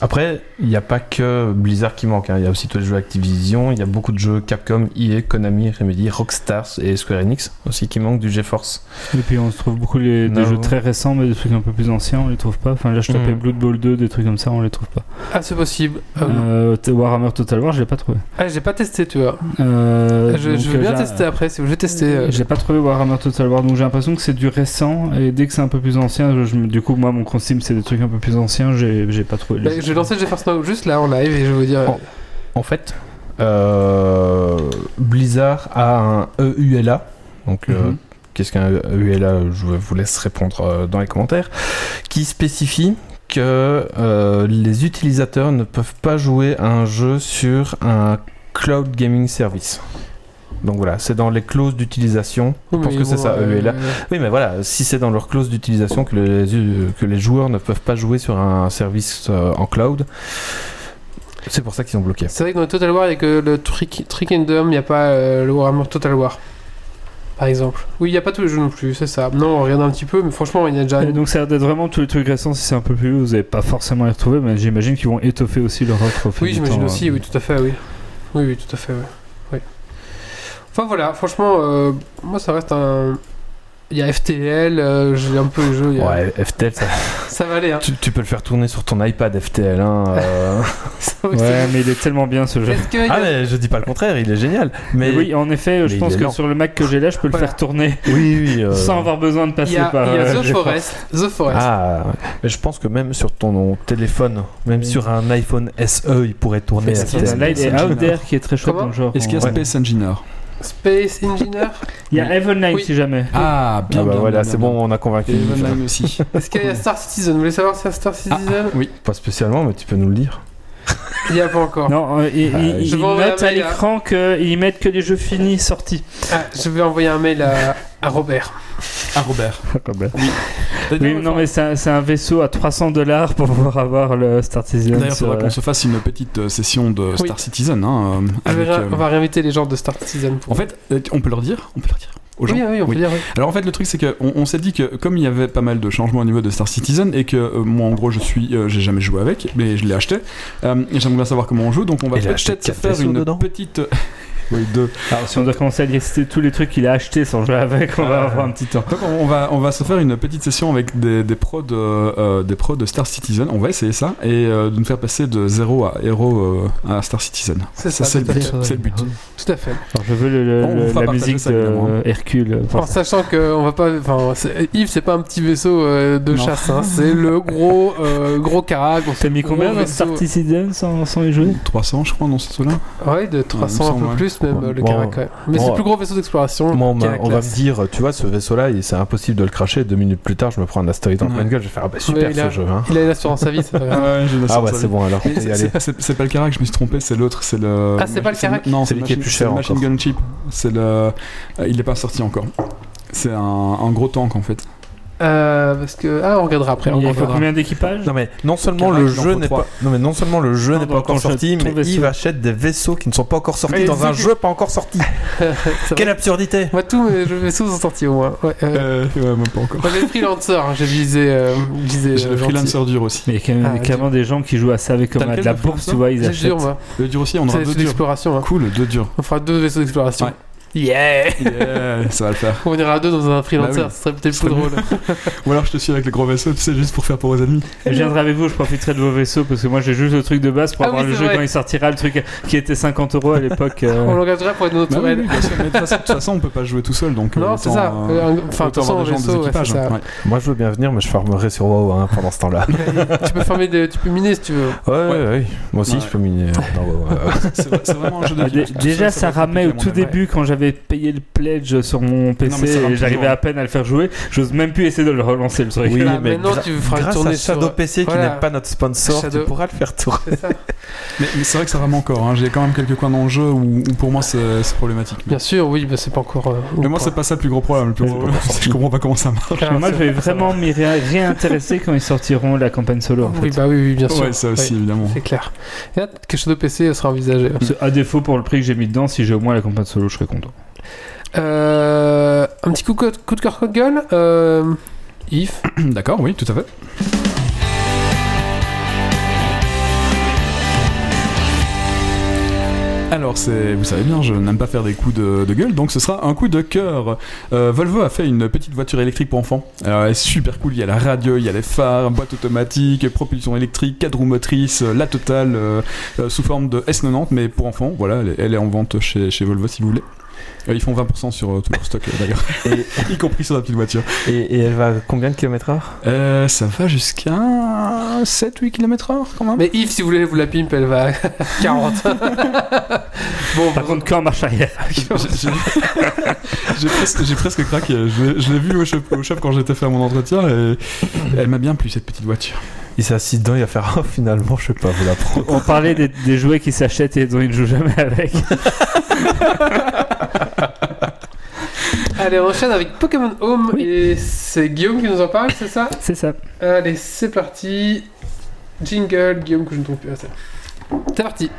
[SPEAKER 2] Après, il n'y a pas que Blizzard qui manque. hein. Il y a aussi tous les jeux Activision. Il y a beaucoup de jeux Capcom, EA, Konami, Remedy, Rockstar et Square Enix aussi qui manquent du GeForce.
[SPEAKER 4] Et puis on se trouve beaucoup les, des
[SPEAKER 2] Non.
[SPEAKER 4] jeux très récents, mais des trucs un peu plus anciens, on les trouve pas. Enfin là, je tapais
[SPEAKER 2] Mm.
[SPEAKER 4] Blood Bowl 2, des trucs comme ça, on les trouve pas.
[SPEAKER 1] Ah, c'est possible. Euh,
[SPEAKER 4] Euh, t- Warhammer Total War, je l'ai pas trouvé.
[SPEAKER 1] Ah, j'ai pas testé, tu vois.
[SPEAKER 4] Euh,
[SPEAKER 1] Ah, je,
[SPEAKER 4] donc,
[SPEAKER 1] je veux bien
[SPEAKER 4] j'ai-
[SPEAKER 1] tester après, si vous voulez tester. euh,
[SPEAKER 4] J'ai pas trouvé Warhammer Total War, donc j'ai l'impression que c'est du récent. Et dès que c'est un peu plus ancien, je- je me- du coup, moi, mon consume, c'est des trucs un peu plus anciens. J'ai j'ai pas trouvé. les
[SPEAKER 1] bah,
[SPEAKER 4] jeux.
[SPEAKER 1] je vais lancer GeForce Now juste là en live et je vais vous dire.
[SPEAKER 2] Oh. En fait, euh, Blizzard a un E EULA. Donc, euh,
[SPEAKER 3] Mhm.
[SPEAKER 2] qu'est-ce qu'un E EULA Je vous laisse répondre euh, dans les commentaires. Qui spécifie que euh, les utilisateurs ne peuvent pas jouer à un jeu sur un cloud gaming service. Donc voilà, c'est dans les clauses d'utilisation. Je pense que c'est ça, E eux, et là. Oui, mais voilà, si c'est dans leur clause d'utilisation que les, que les joueurs ne peuvent pas jouer sur un service euh, en cloud, c'est pour ça qu'ils ont bloqué.
[SPEAKER 1] C'est vrai que dans le Total War, il n'y a que le Trick, Trick and Dome, il n'y a pas euh, le Warhammer Total War. Par exemple. Oui, il n'y a pas tous les jeux non plus, c'est ça. Non, on regarde un petit peu, mais franchement, il y en a déjà.
[SPEAKER 4] Et donc ça a l'air d'être vraiment tous les trucs récents, si c'est un peu plus vieux, vous n'allez pas forcément les retrouver, mais j'imagine qu'ils vont étoffer aussi leur offre. au fil
[SPEAKER 1] Oui,
[SPEAKER 4] du
[SPEAKER 1] j'imagine
[SPEAKER 4] temps,
[SPEAKER 1] aussi,
[SPEAKER 4] euh.
[SPEAKER 1] oui, tout à fait, oui. Oui, oui, tout à fait, oui. Oui. Enfin voilà, franchement, euh, moi ça reste un. Il y a FTL, euh, j'ai un peu le jeu, il y a-
[SPEAKER 2] Ouais, FTL, ça-
[SPEAKER 1] ça va aller, hein.
[SPEAKER 2] tu, tu peux le faire tourner sur ton iPad FTL. Hein, euh.
[SPEAKER 1] Ça va
[SPEAKER 4] Ouais, mais il est tellement bien ce jeu.
[SPEAKER 1] Est-ce qu'il y a-
[SPEAKER 2] ah, mais je dis pas le contraire, il est génial. Mais
[SPEAKER 4] Mais oui, en effet, je
[SPEAKER 2] mais
[SPEAKER 4] pense
[SPEAKER 2] il est
[SPEAKER 4] que
[SPEAKER 2] lent.
[SPEAKER 4] sur le Mac que j'ai là, je peux le
[SPEAKER 1] Voilà.
[SPEAKER 4] faire tourner
[SPEAKER 2] oui, oui, euh,
[SPEAKER 4] sans avoir besoin de
[SPEAKER 1] il
[SPEAKER 4] passer
[SPEAKER 1] y a,
[SPEAKER 4] par.
[SPEAKER 1] il y a
[SPEAKER 4] euh,
[SPEAKER 1] The
[SPEAKER 4] GeForce.
[SPEAKER 1] Forest. The Forest.
[SPEAKER 2] Ah, mais je pense que même sur ton téléphone, même
[SPEAKER 4] Oui.
[SPEAKER 2] sur un iPhone SE, il pourrait tourner
[SPEAKER 3] Mais
[SPEAKER 2] à
[SPEAKER 3] c'est
[SPEAKER 2] vitesse
[SPEAKER 4] Il y a Light
[SPEAKER 2] de-
[SPEAKER 4] et
[SPEAKER 3] Engineer.
[SPEAKER 4] Out There qui est très chouette
[SPEAKER 1] Comment
[SPEAKER 4] dans le genre.
[SPEAKER 3] Est-ce qu'il y a
[SPEAKER 2] Ouais.
[SPEAKER 3] Space Engineer
[SPEAKER 1] Space Engineer
[SPEAKER 4] Il y a Evenline
[SPEAKER 1] Oui.
[SPEAKER 4] si jamais.
[SPEAKER 3] Ah, bien
[SPEAKER 2] Ah bah
[SPEAKER 3] bien,
[SPEAKER 2] voilà,
[SPEAKER 3] bien,
[SPEAKER 2] c'est
[SPEAKER 3] bien.
[SPEAKER 2] bon, on a convaincu.
[SPEAKER 3] Et Evenline aussi.
[SPEAKER 1] Est-ce qu'il y a Star Citizen Vous voulez savoir s'il y a Star Citizen
[SPEAKER 3] oui.
[SPEAKER 2] Pas spécialement, mais tu peux nous le dire.
[SPEAKER 1] Il n'y a pas encore.
[SPEAKER 4] Non, euh, ils
[SPEAKER 2] Euh,
[SPEAKER 4] ils-
[SPEAKER 1] je
[SPEAKER 4] ils
[SPEAKER 1] vous envoie
[SPEAKER 4] notent
[SPEAKER 1] un
[SPEAKER 4] à
[SPEAKER 1] mail, hein.
[SPEAKER 4] l'écran qu'ils mettent que les jeux finis sortis.
[SPEAKER 1] Ah, je vais envoyer un mail à, à Robert.
[SPEAKER 3] Ah, Robert.
[SPEAKER 4] Oui, non, mais c'est un, c'est un vaisseau à 300 dollars pour pouvoir avoir le Star Citizen.
[SPEAKER 3] D'ailleurs, il faudra
[SPEAKER 4] euh,
[SPEAKER 3] qu'on se fasse une petite euh, session de
[SPEAKER 1] Oui.
[SPEAKER 3] Star Citizen. hein, euh,
[SPEAKER 1] Je vais
[SPEAKER 3] avec,
[SPEAKER 1] ré-
[SPEAKER 3] euh,
[SPEAKER 1] On va réinviter les gens de Star Citizen pour.
[SPEAKER 3] En fait, euh, on peut leur dire On peut leur dire aux gens
[SPEAKER 1] oui, oui, on peut
[SPEAKER 3] Oui.
[SPEAKER 1] dire. oui.
[SPEAKER 3] Alors en fait le truc c'est qu'on on, on s'est dit que comme il y avait pas mal de changements au niveau de Star Citizen et que euh, moi en gros je suis euh, j'ai jamais joué avec mais je l'ai acheté euh, et j'aimerais bien savoir comment on joue donc on va
[SPEAKER 2] Il a acheté
[SPEAKER 3] peut-être
[SPEAKER 2] quatre
[SPEAKER 3] faire
[SPEAKER 2] vaisseaux
[SPEAKER 3] une
[SPEAKER 2] dedans
[SPEAKER 3] petite euh, oui deux
[SPEAKER 4] alors, si on doit commencer à lister tous les trucs qu'il a achetés sans jouer avec, on va
[SPEAKER 3] Ah.
[SPEAKER 4] avoir un petit temps.
[SPEAKER 3] Donc on on va, on va se faire une petite session avec des, des pros de, euh, des pros de Star Citizen. On va essayer ça et euh, de nous faire passer de zéro à héros euh, à Star Citizen.
[SPEAKER 1] C'est ça,
[SPEAKER 3] Ça, c'est le
[SPEAKER 1] tout à
[SPEAKER 3] but.
[SPEAKER 1] fait.
[SPEAKER 3] C'est le but.
[SPEAKER 1] Tout à fait.
[SPEAKER 4] Alors, je veux le- le-
[SPEAKER 3] On vous fera
[SPEAKER 4] la
[SPEAKER 3] partager
[SPEAKER 4] musique
[SPEAKER 3] ça,
[SPEAKER 4] de
[SPEAKER 3] évidemment, hein.
[SPEAKER 4] euh, Hercule. euh,
[SPEAKER 1] En sachant que on va pas, enfin, c'est- Yves, c'est pas un petit vaisseau euh, de
[SPEAKER 3] Non.
[SPEAKER 1] chasse, hein, c'est le gros, euh, gros carac. on
[SPEAKER 4] T'as mis
[SPEAKER 1] se-
[SPEAKER 4] combien
[SPEAKER 1] gros
[SPEAKER 4] dans
[SPEAKER 1] vaisseau-
[SPEAKER 4] Star Citizen sans, sans y jouer
[SPEAKER 3] 300 je crois dans ce là
[SPEAKER 1] Ouais, de 300 un
[SPEAKER 3] semble,
[SPEAKER 1] peu
[SPEAKER 3] ouais.
[SPEAKER 1] plus même euh, le
[SPEAKER 2] Bon,
[SPEAKER 1] carac. ouais. Mais
[SPEAKER 2] bon,
[SPEAKER 1] c'est
[SPEAKER 2] ouais.
[SPEAKER 1] le plus gros vaisseau d'exploration.
[SPEAKER 2] Moi, on,
[SPEAKER 1] qui a
[SPEAKER 2] m'a-
[SPEAKER 1] la
[SPEAKER 2] on va
[SPEAKER 1] classe.
[SPEAKER 2] me dire, tu vois, ce vaisseau-là, il- c'est impossible de le cracher. Deux minutes plus tard, je me prends un astéroïde en
[SPEAKER 3] Ouais.
[SPEAKER 2] pleine gueule. Je vais faire, ah bah super
[SPEAKER 1] il
[SPEAKER 2] ce
[SPEAKER 1] a-
[SPEAKER 2] jeu. Hein.
[SPEAKER 1] Il a une assurance à vie, ça fait rien.
[SPEAKER 3] Ah ouais,
[SPEAKER 2] Ah ouais, c'est bon, alors on peut y aller.
[SPEAKER 3] C'est c'est- c'est pas le Carac, je me suis trompé, c'est l'autre, c'est le.
[SPEAKER 1] Ah, c'est pas le Carac
[SPEAKER 3] Non,
[SPEAKER 2] C'est
[SPEAKER 3] le
[SPEAKER 2] lui qui est
[SPEAKER 3] machine-
[SPEAKER 2] plus
[SPEAKER 3] c'est
[SPEAKER 2] cher
[SPEAKER 3] le Machine
[SPEAKER 2] encore.
[SPEAKER 3] Gun Chip. C'est le. euh, Il est pas sorti encore. C'est un, un gros tank en fait.
[SPEAKER 1] Euh, parce que ah, on regardera après. on
[SPEAKER 4] Il y a
[SPEAKER 1] regardera.
[SPEAKER 4] combien d'équipages
[SPEAKER 2] Non mais non seulement
[SPEAKER 3] Carac,
[SPEAKER 2] le
[SPEAKER 3] il en
[SPEAKER 2] jeu
[SPEAKER 3] faut
[SPEAKER 2] n'est
[SPEAKER 3] trois.
[SPEAKER 2] pas non mais non seulement le jeu
[SPEAKER 4] Non,
[SPEAKER 2] n'est pas
[SPEAKER 4] donc,
[SPEAKER 2] encore
[SPEAKER 4] on achète
[SPEAKER 2] sorti,
[SPEAKER 4] ton
[SPEAKER 2] mais
[SPEAKER 4] vaisseau.
[SPEAKER 2] Yves achète des vaisseaux qui ne sont pas encore sortis
[SPEAKER 1] Et
[SPEAKER 2] dans un
[SPEAKER 1] c'est-
[SPEAKER 2] jeu pas encore sorti.
[SPEAKER 1] Ça va.
[SPEAKER 2] Quelle absurdité
[SPEAKER 1] Moi, tous mes jeux vaisseaux sont sortis au moins. Ouais, euh,
[SPEAKER 3] Euh, ouais, même pas encore.
[SPEAKER 1] J'avais le freelancer, hein, je disais. euh, je disais
[SPEAKER 3] J'ai
[SPEAKER 1] euh,
[SPEAKER 3] le
[SPEAKER 1] gentil.
[SPEAKER 3] freelancer dur aussi.
[SPEAKER 4] Mais il y a quand même,
[SPEAKER 1] Ah,
[SPEAKER 4] clairement des gens qui jouent à ça avec comme
[SPEAKER 3] T'as
[SPEAKER 4] à de
[SPEAKER 3] lequel
[SPEAKER 4] la
[SPEAKER 3] de
[SPEAKER 4] bourse,
[SPEAKER 3] France,
[SPEAKER 4] tu vois, ils
[SPEAKER 1] C'est le
[SPEAKER 4] achètent.
[SPEAKER 1] dur, moi.
[SPEAKER 3] Le dur aussi, on aura
[SPEAKER 1] C'est c'est
[SPEAKER 3] deux durs.
[SPEAKER 1] l'exploration. hein.
[SPEAKER 3] Cool, deux durs.
[SPEAKER 1] On fera deux vaisseaux d'exploration.
[SPEAKER 3] Ouais.
[SPEAKER 1] Yeah
[SPEAKER 3] Yeah, ça va le faire.
[SPEAKER 1] On ira à deux dans un freelancer,
[SPEAKER 3] Bah oui.
[SPEAKER 1] ce serait peut-être
[SPEAKER 3] Ce
[SPEAKER 1] plus
[SPEAKER 3] serait
[SPEAKER 1] drôle.
[SPEAKER 3] Ou alors je te suis avec le gros vaisseau, tu sais, juste pour faire peur aux ennemis.
[SPEAKER 4] Je viendrai avec vous, je profiterai de vos vaisseaux parce que moi j'ai juste le truc de base pour
[SPEAKER 1] Ah
[SPEAKER 4] avoir
[SPEAKER 1] oui,
[SPEAKER 4] le
[SPEAKER 1] c'est
[SPEAKER 4] jeu
[SPEAKER 1] vrai. Oh
[SPEAKER 4] quand il sortira, le truc qui était 50 euros à l'époque. euh.
[SPEAKER 1] On l'engagera pour être notre
[SPEAKER 3] Bah oui,
[SPEAKER 1] tourelle.
[SPEAKER 3] oui, bien sûr, mais de toute façon- de toute façon, on peut pas jouer tout seul, donc. euh,
[SPEAKER 1] Non, c'est
[SPEAKER 3] autant,
[SPEAKER 1] ça.
[SPEAKER 3] euh,
[SPEAKER 1] Euh, un- Enfin, de
[SPEAKER 3] autant
[SPEAKER 1] toute façon,
[SPEAKER 3] avoir
[SPEAKER 1] en
[SPEAKER 3] des gens des
[SPEAKER 1] vaisseau, ouais, c'est
[SPEAKER 3] équipages. hein.
[SPEAKER 1] ça.
[SPEAKER 3] ouais.
[SPEAKER 2] Moi je veux bien venir mais je farmerai sur WoW hein, pendant ce temps-là.
[SPEAKER 1] tu peux fermer des- tu peux miner si tu veux.
[SPEAKER 2] Ouais ouais, ouais. Moi aussi
[SPEAKER 3] Ouais.
[SPEAKER 2] je peux miner dans WoW. hein.
[SPEAKER 3] C'est vrai- c'est vraiment un jeu
[SPEAKER 4] Ah, dé-
[SPEAKER 3] d'équipe. Tout
[SPEAKER 4] déjà,
[SPEAKER 3] seul,
[SPEAKER 4] ça
[SPEAKER 3] va être
[SPEAKER 4] ramait au
[SPEAKER 3] compliqué,
[SPEAKER 4] tout
[SPEAKER 3] à mon avis.
[SPEAKER 4] début quand j'avais payé le pledge sur mon
[SPEAKER 3] mais ça
[SPEAKER 4] PC
[SPEAKER 3] rame
[SPEAKER 4] et j'arrivais
[SPEAKER 3] toujours.
[SPEAKER 4] à peine à le faire jouer. J'ose même plus essayer de le relancer le truc.
[SPEAKER 2] Oui,
[SPEAKER 1] Là,
[SPEAKER 2] mais
[SPEAKER 1] maintenant,
[SPEAKER 2] gra-
[SPEAKER 1] tu feras
[SPEAKER 2] grâce
[SPEAKER 1] tourner
[SPEAKER 2] à Shadow
[SPEAKER 1] sur-
[SPEAKER 2] PC qui
[SPEAKER 1] Voilà.
[SPEAKER 2] n'est pas notre sponsor,
[SPEAKER 1] Shadow.
[SPEAKER 2] tu pourras le faire tourner.
[SPEAKER 1] C'est ça.
[SPEAKER 3] Mais, mais c'est vrai que ça rame encore. hein. J'ai quand même quelques coins dans le jeu où, où pour moi c'est c'est problématique.
[SPEAKER 1] Bien sûr, oui, mais c'est pas encore. euh,
[SPEAKER 3] Mais moi, c'est pas ça le plus gros problème. Le plus gros problème, c'est que je comprends pas comment ça marche.
[SPEAKER 1] Ah,
[SPEAKER 4] Mais moi,
[SPEAKER 1] c'est-
[SPEAKER 4] je vais
[SPEAKER 1] ça
[SPEAKER 4] vraiment m'y ré- réintéresser quand ils sortiront la campagne solo. En
[SPEAKER 1] Oui,
[SPEAKER 4] fait.
[SPEAKER 1] bah oui, oui, bien sûr.
[SPEAKER 3] Ouais, ça aussi, évidemment.
[SPEAKER 1] C'est clair. Et là, que Shadow PC sera envisagé.
[SPEAKER 4] Parce que, À défaut, pour le prix que j'ai mis dedans, si j'ai au moins la campagne solo, je serais content.
[SPEAKER 3] Mm.
[SPEAKER 1] Euh, un petit coup, de- coup de cœur, coup de gueule. Euh, Yves,
[SPEAKER 3] D'accord, oui, tout à fait. Alors, c'est, vous savez bien, je n'aime pas faire des coups de, de gueule, donc ce sera un coup de cœur. Euh, Volvo a fait une petite voiture électrique pour enfants. Euh, elle est super cool, il y a la radio, il y a les phares, boîte automatique, propulsion électrique, quatre roues motrices, euh, la totale, euh, euh, sous forme de S90, mais pour enfants. Voilà, elle est, elle est en vente chez, chez Volvo si vous voulez. Euh, ils font 20% sur euh, tout leur stock euh, d'ailleurs, y compris sur la petite voiture.
[SPEAKER 2] Et, et elle va à combien de kilomètres heure
[SPEAKER 3] Euh, ça va jusqu'à 7-8 km/h quand même.
[SPEAKER 1] Mais Yves, si vous voulez, vous la pimpe, elle va à 40. bon,
[SPEAKER 4] Par contre, quand marche arrière
[SPEAKER 3] J'ai- J'ai j'ai presque, j'ai presque craqué. Je l'ai- je l'ai vu au shop, au shop quand j'étais faire mon entretien et elle m'a bien plu cette petite voiture.
[SPEAKER 2] Il s'est assis dedans, il va faire oh, finalement, je sais pas, vous la prendre.
[SPEAKER 4] On parlait des, des jouets qui s'achètent et dont ils ne jouent jamais avec.
[SPEAKER 1] Allez, on enchaîne avec Pokémon Home
[SPEAKER 4] Oui.
[SPEAKER 1] et c'est Guillaume qui nous en parle, c'est ça
[SPEAKER 4] C'est ça.
[SPEAKER 1] Allez, c'est parti. Jingle, Guillaume, que je ne trouve plus. Ah, c'est là. C'est parti.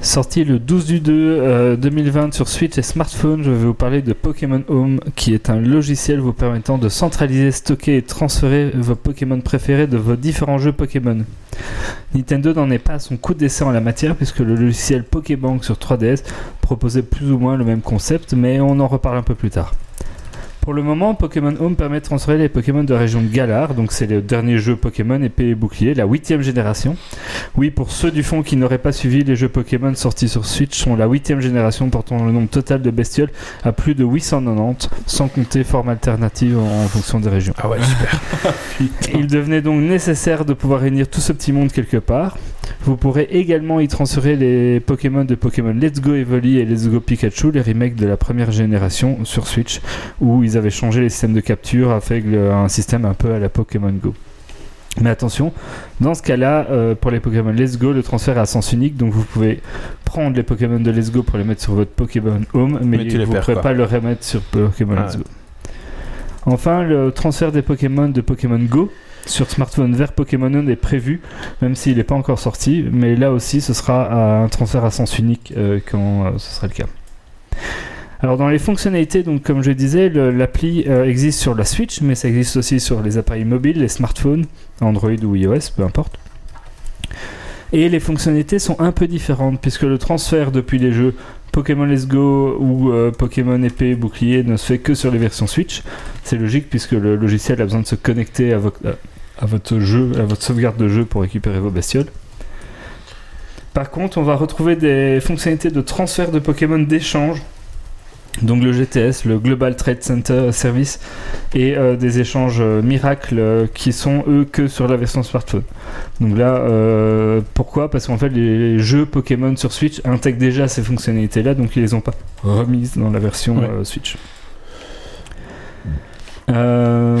[SPEAKER 4] Sorti le 12 du 2 euh, 2020 sur Switch et smartphone, je vais vous parler de Pokémon Home, qui est un logiciel vous permettant de centraliser, stocker et transférer vos Pokémon préférés de vos différents jeux Pokémon. Nintendo n'en est pas à son coup d'essai en la matière, puisque le logiciel Pokébank sur 3DS proposait plus ou moins le même concept, mais on en reparle un peu plus tard. Pour le moment, Pokémon Home permet de transférer les Pokémon de la région de Galar, donc c'est le dernier jeu Pokémon épée et bouclier, la huitième génération. Oui, pour ceux du fond qui n'auraient pas suivi, les jeux Pokémon sortis sur Switch sont la huitième génération portant le nombre total de bestioles à plus de 890, sans compter forme alternative en en fonction des régions.
[SPEAKER 2] Ah ouais, super.
[SPEAKER 4] Il devenait donc nécessaire de pouvoir réunir tout ce petit monde quelque part. Vous pourrez également y transférer les Pokémon de Pokémon Let's Go Evoli et Let's Go Pikachu, les remakes de la première génération sur Switch, où ils avaient changé les systèmes de capture avec le- un système un peu à la Pokémon Go. Mais attention, dans ce cas-là, euh, pour les Pokémon Let's Go, le transfert est à sens unique, donc vous pouvez prendre les Pokémon de Let's Go pour les mettre sur votre Pokémon Home, mais,
[SPEAKER 2] Mais tu les
[SPEAKER 4] vous ne
[SPEAKER 2] perds,
[SPEAKER 4] pourrez
[SPEAKER 2] quoi.
[SPEAKER 4] pas le remettre sur Pokémon
[SPEAKER 2] Ah
[SPEAKER 4] Let's Go. Enfin, le transfert des Pokémon de Pokémon Go sur smartphone vers Pokémon On est prévu, même s'il n'est pas encore sorti, mais là aussi ce sera euh, un transfert à sens unique euh, quand euh, ce sera le cas. Alors dans les fonctionnalités, donc comme je disais, le- l'appli euh, existe sur la Switch, mais ça existe aussi sur les appareils mobiles, les smartphones, Android ou iOS, peu importe. Et les fonctionnalités sont un peu différentes, puisque le transfert depuis les jeux Pokémon Let's Go ou euh, Pokémon épée bouclier ne se fait que sur les versions Switch. C'est logique puisque le logiciel a besoin de se connecter à, vo- euh, à votre jeu, à votre sauvegarde de jeu pour récupérer vos bestioles. Par contre, on va retrouver des fonctionnalités de transfert de Pokémon d'échange. Donc le GTS, le Global Trade Center Service, et euh, des échanges euh, miracles euh, qui sont eux que sur la version smartphone. Donc là, euh, pourquoi Parce qu'en fait, les jeux Pokémon sur Switch intègrent déjà ces fonctionnalités-là, donc ils les ont pas remises dans la version
[SPEAKER 2] Ouais.
[SPEAKER 4] euh, Switch. Euh,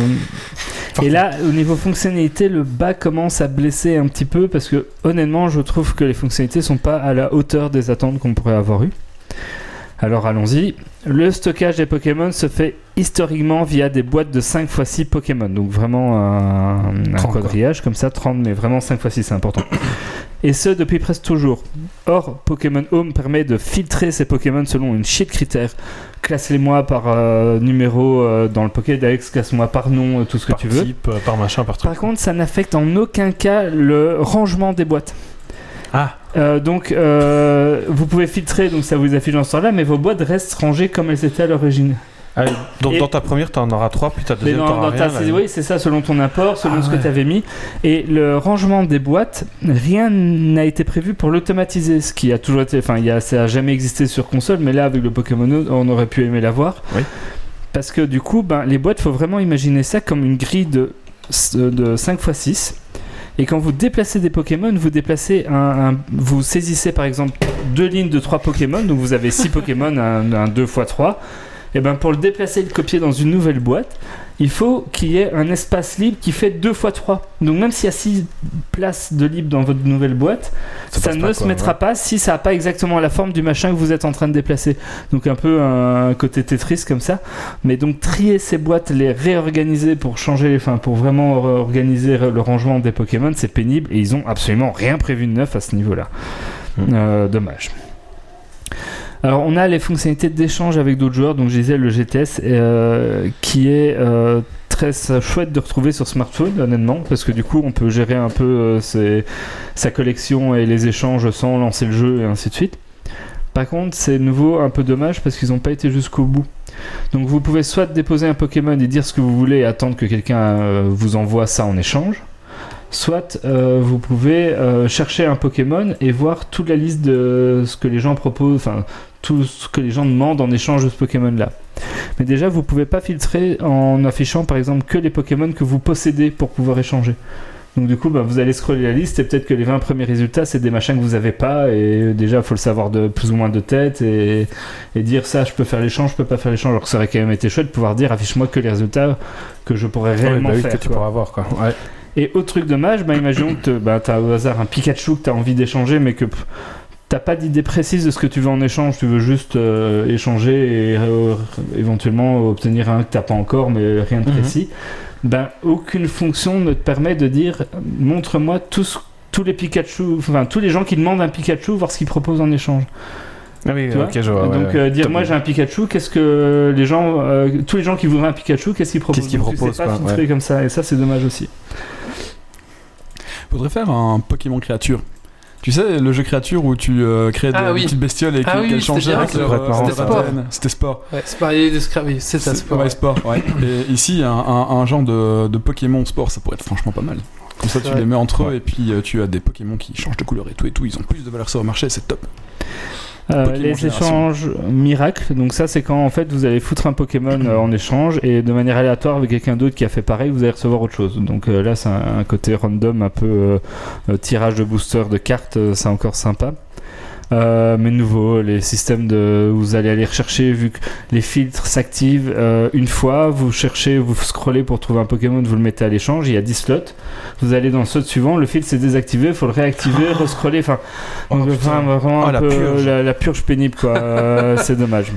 [SPEAKER 4] et là, au niveau fonctionnalité, le bas commence à blesser un petit peu parce que honnêtement, je trouve que les fonctionnalités sont pas à la hauteur des attentes qu'on pourrait avoir eues. Alors allons-y. Le stockage des Pokémon se fait historiquement via des boîtes de 5 x 6 Pokémon. Donc vraiment un, un
[SPEAKER 2] 30, quoi.
[SPEAKER 4] quadrillage comme ça, 30, mais vraiment 5 x 6, c'est important. Et ce, depuis presque toujours. Or, Pokémon Home permet de filtrer ces Pokémon selon une chier de critères. Classe-les-moi par euh, numéro euh, dans le Pokédex, classe-moi par nom, euh, tout ce que
[SPEAKER 2] Par
[SPEAKER 4] tu veux.
[SPEAKER 2] type, euh, par machin, par truc.
[SPEAKER 4] Par contre, ça n'affecte en aucun cas le rangement des boîtes.
[SPEAKER 2] Ah.
[SPEAKER 4] Euh, donc, euh, vous pouvez filtrer, donc ça vous affiche dans ce temps-là, mais vos boîtes restent rangées comme elles étaient à l'origine.
[SPEAKER 2] Allez, donc
[SPEAKER 4] Et-
[SPEAKER 2] dans ta première, t'en auras 3, puis ta
[SPEAKER 4] Mais
[SPEAKER 2] deuxième,
[SPEAKER 4] dans,
[SPEAKER 2] t'auras
[SPEAKER 4] dans ta
[SPEAKER 2] rien.
[SPEAKER 4] saisie- oui, c'est ça, selon ton apport, selon
[SPEAKER 2] Ah
[SPEAKER 4] ce
[SPEAKER 2] ouais.
[SPEAKER 4] que tu avais mis. Et le rangement des boîtes, rien n'a été prévu pour l'automatiser, ce qui a toujours été. Enfin, il y a, ça a jamais existé sur console, mais là, avec le Pokémon, Go, on aurait pu aimer l'avoir.
[SPEAKER 2] Oui.
[SPEAKER 4] Parce que du coup, ben, les boîtes, faut vraiment imaginer ça comme une grille de, de 5x6. Et quand vous déplacez des Pokémon, vous déplacez un, un- vous saisissez par exemple deux lignes de trois Pokémon, donc vous avez six Pokémon, un, un 2 x 3. Et ben pour le déplacer et le copier dans une nouvelle boîte, il faut qu'il y ait un espace libre qui fait 2 x 3. Donc même s'il y a 6 places de libre dans votre nouvelle boîte,
[SPEAKER 2] Ça
[SPEAKER 4] ça,
[SPEAKER 2] passe
[SPEAKER 4] ne
[SPEAKER 2] pas,
[SPEAKER 4] se
[SPEAKER 2] quoi,
[SPEAKER 4] mettra pas si ça n'a pas exactement la forme du machin que vous êtes en train de déplacer. Donc un peu un côté Tetris comme ça. Mais donc trier ces boîtes, les réorganiser pour changer les enfin, pour vraiment organiser le rangement des Pokémon, c'est pénible et ils ont absolument rien prévu de neuf à ce niveau-là.
[SPEAKER 2] Mm.
[SPEAKER 4] Euh, dommage. Alors on a les fonctionnalités d'échange avec d'autres joueurs, donc je disais le GTS euh, qui est euh, très euh, chouette de retrouver sur smartphone honnêtement parce que du coup on peut gérer un peu euh, ses- sa collection et les échanges sans lancer le jeu et ainsi de suite. Par contre c'est de nouveau un peu dommage parce qu'ils n'ont pas été jusqu'au bout. Donc vous pouvez soit déposer un Pokémon et dire ce que vous voulez et attendre que quelqu'un euh, vous envoie ça en échange. Soit euh, vous pouvez euh, chercher un Pokémon et voir toute la liste de ce que les gens proposent, enfin tout ce que les gens demandent en échange de ce Pokémon-là. Mais déjà, vous pouvez pas filtrer en affichant par exemple que les Pokémon que vous possédez pour pouvoir échanger. Donc du coup, bah, vous allez scroller la liste et peut-être que les 20 premiers résultats, c'est des machins que vous avez pas et euh, déjà, faut le savoir de plus ou moins de tête et, et dire ça, je peux faire l'échange, je peux pas faire l'échange. Alors que ça aurait quand même été chouette de pouvoir dire affiche-moi que les résultats que je pourrais
[SPEAKER 2] Ouais,
[SPEAKER 4] réellement
[SPEAKER 2] bah oui,
[SPEAKER 4] faire.
[SPEAKER 2] que tu
[SPEAKER 4] quoi.
[SPEAKER 2] pourras
[SPEAKER 4] Ah
[SPEAKER 2] voir quoi. Ouais.
[SPEAKER 4] Et autre truc dommage, bah, imaginons que te- bah, t'as au hasard un Pikachu que t'as envie d'échanger, mais que pff, t'as pas d'idée précise de ce que tu veux en échange. Tu veux juste euh, échanger et euh, éventuellement obtenir un que t'as pas encore, mais rien de
[SPEAKER 2] Mhm.
[SPEAKER 4] précis. Ben, aucune fonction ne te permet de dire montre-moi tous, tous les Pikachu, enfin tous les gens qui demandent un Pikachu, voir ce qu'ils proposent en échange.
[SPEAKER 2] Ah oui,
[SPEAKER 4] Tu vois
[SPEAKER 2] ok, je vois. ouais,
[SPEAKER 4] Donc
[SPEAKER 2] ouais.
[SPEAKER 4] euh, dire moi j'ai un Pikachu, qu'est-ce que les gens, euh, tous les gens qui voudraient un Pikachu, qu'est-ce qu'ils proposent
[SPEAKER 2] Qu'est-ce qu'ils
[SPEAKER 4] Donc, tu sais
[SPEAKER 2] proposent,
[SPEAKER 4] pas
[SPEAKER 2] quoi,
[SPEAKER 4] filtrer comme ça, et ça c'est dommage aussi.
[SPEAKER 3] Faudrait faire un Pokémon créature. Tu sais, le jeu créature où tu euh, crées
[SPEAKER 1] Ah
[SPEAKER 3] des
[SPEAKER 1] oui.
[SPEAKER 3] petites bestioles et
[SPEAKER 1] Ah
[SPEAKER 3] qu'elles
[SPEAKER 1] oui,
[SPEAKER 3] qu'elles
[SPEAKER 1] c'était
[SPEAKER 3] changent
[SPEAKER 1] bien,
[SPEAKER 3] avec
[SPEAKER 1] ça.
[SPEAKER 3] leur, euh,
[SPEAKER 2] C'était
[SPEAKER 3] leur
[SPEAKER 1] sport.
[SPEAKER 3] ADN. C'était sport.
[SPEAKER 1] Ouais, c'est pareil, de scrap- oui, c'est ça, c'est pas
[SPEAKER 3] ouais,
[SPEAKER 1] vrai.
[SPEAKER 3] sport, ouais. Et ici, un, un- un genre de, de Pokémon sport, ça pourrait être franchement pas mal. Comme ça, tu
[SPEAKER 1] Ouais.
[SPEAKER 3] les mets entre eux et puis euh, tu as des Pokémon qui changent de couleur et tout et tout. Ils ont plus de valeur sur le marché, c'est top.
[SPEAKER 4] Euh,
[SPEAKER 3] Pokémon
[SPEAKER 4] les
[SPEAKER 3] Génération.
[SPEAKER 4] échanges miracles, donc ça c'est quand en fait vous allez foutre un Pokémon euh, en échange et de manière aléatoire avec quelqu'un d'autre qui a fait pareil vous allez recevoir autre chose. Donc euh, là c'est un, un côté random, un peu euh, euh, tirage de booster de cartes, euh, c'est encore sympa. Euh, mais de nouveau, les systèmes de vous allez aller rechercher vu que les filtres s'activent euh, une fois, vous cherchez, vous scrollez pour trouver un Pokémon, vous le mettez à l'échange, il y a 10 slots, vous allez dans le slot suivant, le filtre s'est désactivé, faut le réactiver, rescroller, enfin
[SPEAKER 2] Oh,
[SPEAKER 4] donc,
[SPEAKER 2] putain.
[SPEAKER 4] enfin, vraiment
[SPEAKER 2] Oh,
[SPEAKER 4] un
[SPEAKER 2] la
[SPEAKER 4] peu
[SPEAKER 2] purge.
[SPEAKER 4] La, la purge pénible, quoi. Euh, c'est dommage.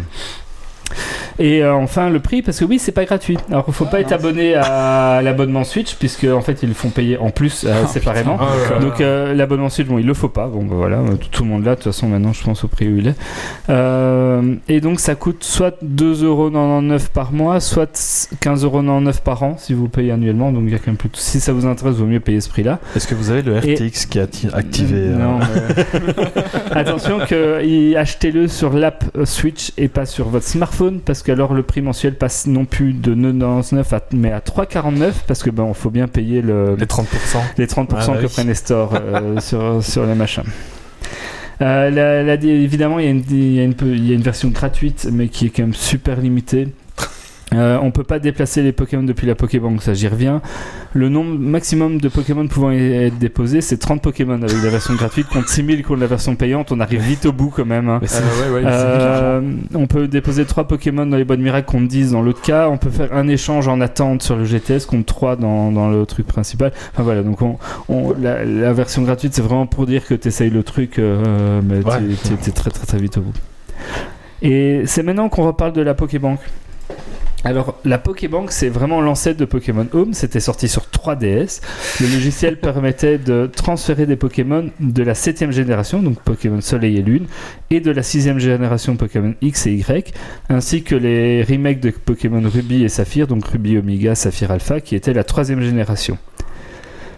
[SPEAKER 4] Et euh, enfin le prix, parce que oui, c'est pas gratuit. Alors faut pas être abonné à l'abonnement Switch, puisque en fait ils le font payer en plus euh, séparément.
[SPEAKER 2] Ah, ouais, ouais, ouais.
[SPEAKER 4] Donc euh, l'abonnement Switch, bon, il le faut pas. Bon, bah, voilà, tout, tout le monde là, de toute façon, maintenant, je pense au prix où il est. Euh, et donc ça coûte soit 2,99€ par mois, soit 15,99€ par an si vous payez annuellement. Donc il y a quand même plus. de- Si ça vous intéresse, vaut mieux payer ce prix-là.
[SPEAKER 2] Est-ce que vous avez le
[SPEAKER 4] Et-
[SPEAKER 2] RTX qui est atti- activé euh,
[SPEAKER 4] Non, mais- Attention que y- achetez-le sur l'app euh, Switch et pas sur votre smartphone parce qu'alors le prix mensuel passe non plus de 99 à, mais à 3,49 parce que ben faut bien payer le,
[SPEAKER 2] Les 30%.
[SPEAKER 4] les 30%
[SPEAKER 3] Ah,
[SPEAKER 2] Ouais, bah
[SPEAKER 4] que
[SPEAKER 2] oui.
[SPEAKER 4] prennent les stores euh, sur, sur les machins. Euh, la- la- évidemment, il y, a une, il, y a une peu- il y a une version gratuite, mais qui est quand même super limitée. Euh, on peut pas déplacer les Pokémon depuis la Pokébank, ça j'y reviens. Le nombre maximum de Pokémon pouvant y- être déposés, c'est 30 Pokémon avec la version gratuite, contre 6000 contre la version payante. On arrive vite au bout quand même. hein.
[SPEAKER 3] Euh, ouais, ouais, c'est vite l'argent.
[SPEAKER 4] Euh, on peut déposer 3 Pokémon dans les boîtes miracles qu'on dise dans l'autre cas. On peut faire un échange en attente sur le GTS contre 3 dans, dans le truc principal. Enfin Ah, voilà, donc on, on- la, la version gratuite, c'est vraiment pour dire que tu essayes le truc, euh, mais
[SPEAKER 2] Ouais.
[SPEAKER 4] tu- tu t'es très très très vite au bout. Et c'est maintenant qu'on reparle de la Pokébank. Alors, la Pokébank, c'est vraiment l'ancêtre de Pokémon Home. C'était sorti sur 3DS. Le logiciel permettait de transférer des Pokémon de la 7ème génération, donc Pokémon Soleil et Lune, et de la 6ème génération Pokémon X et Y, ainsi que les remakes de Pokémon Ruby et Saphir, donc Ruby Omega, Saphir Alpha, qui était la 3ème génération.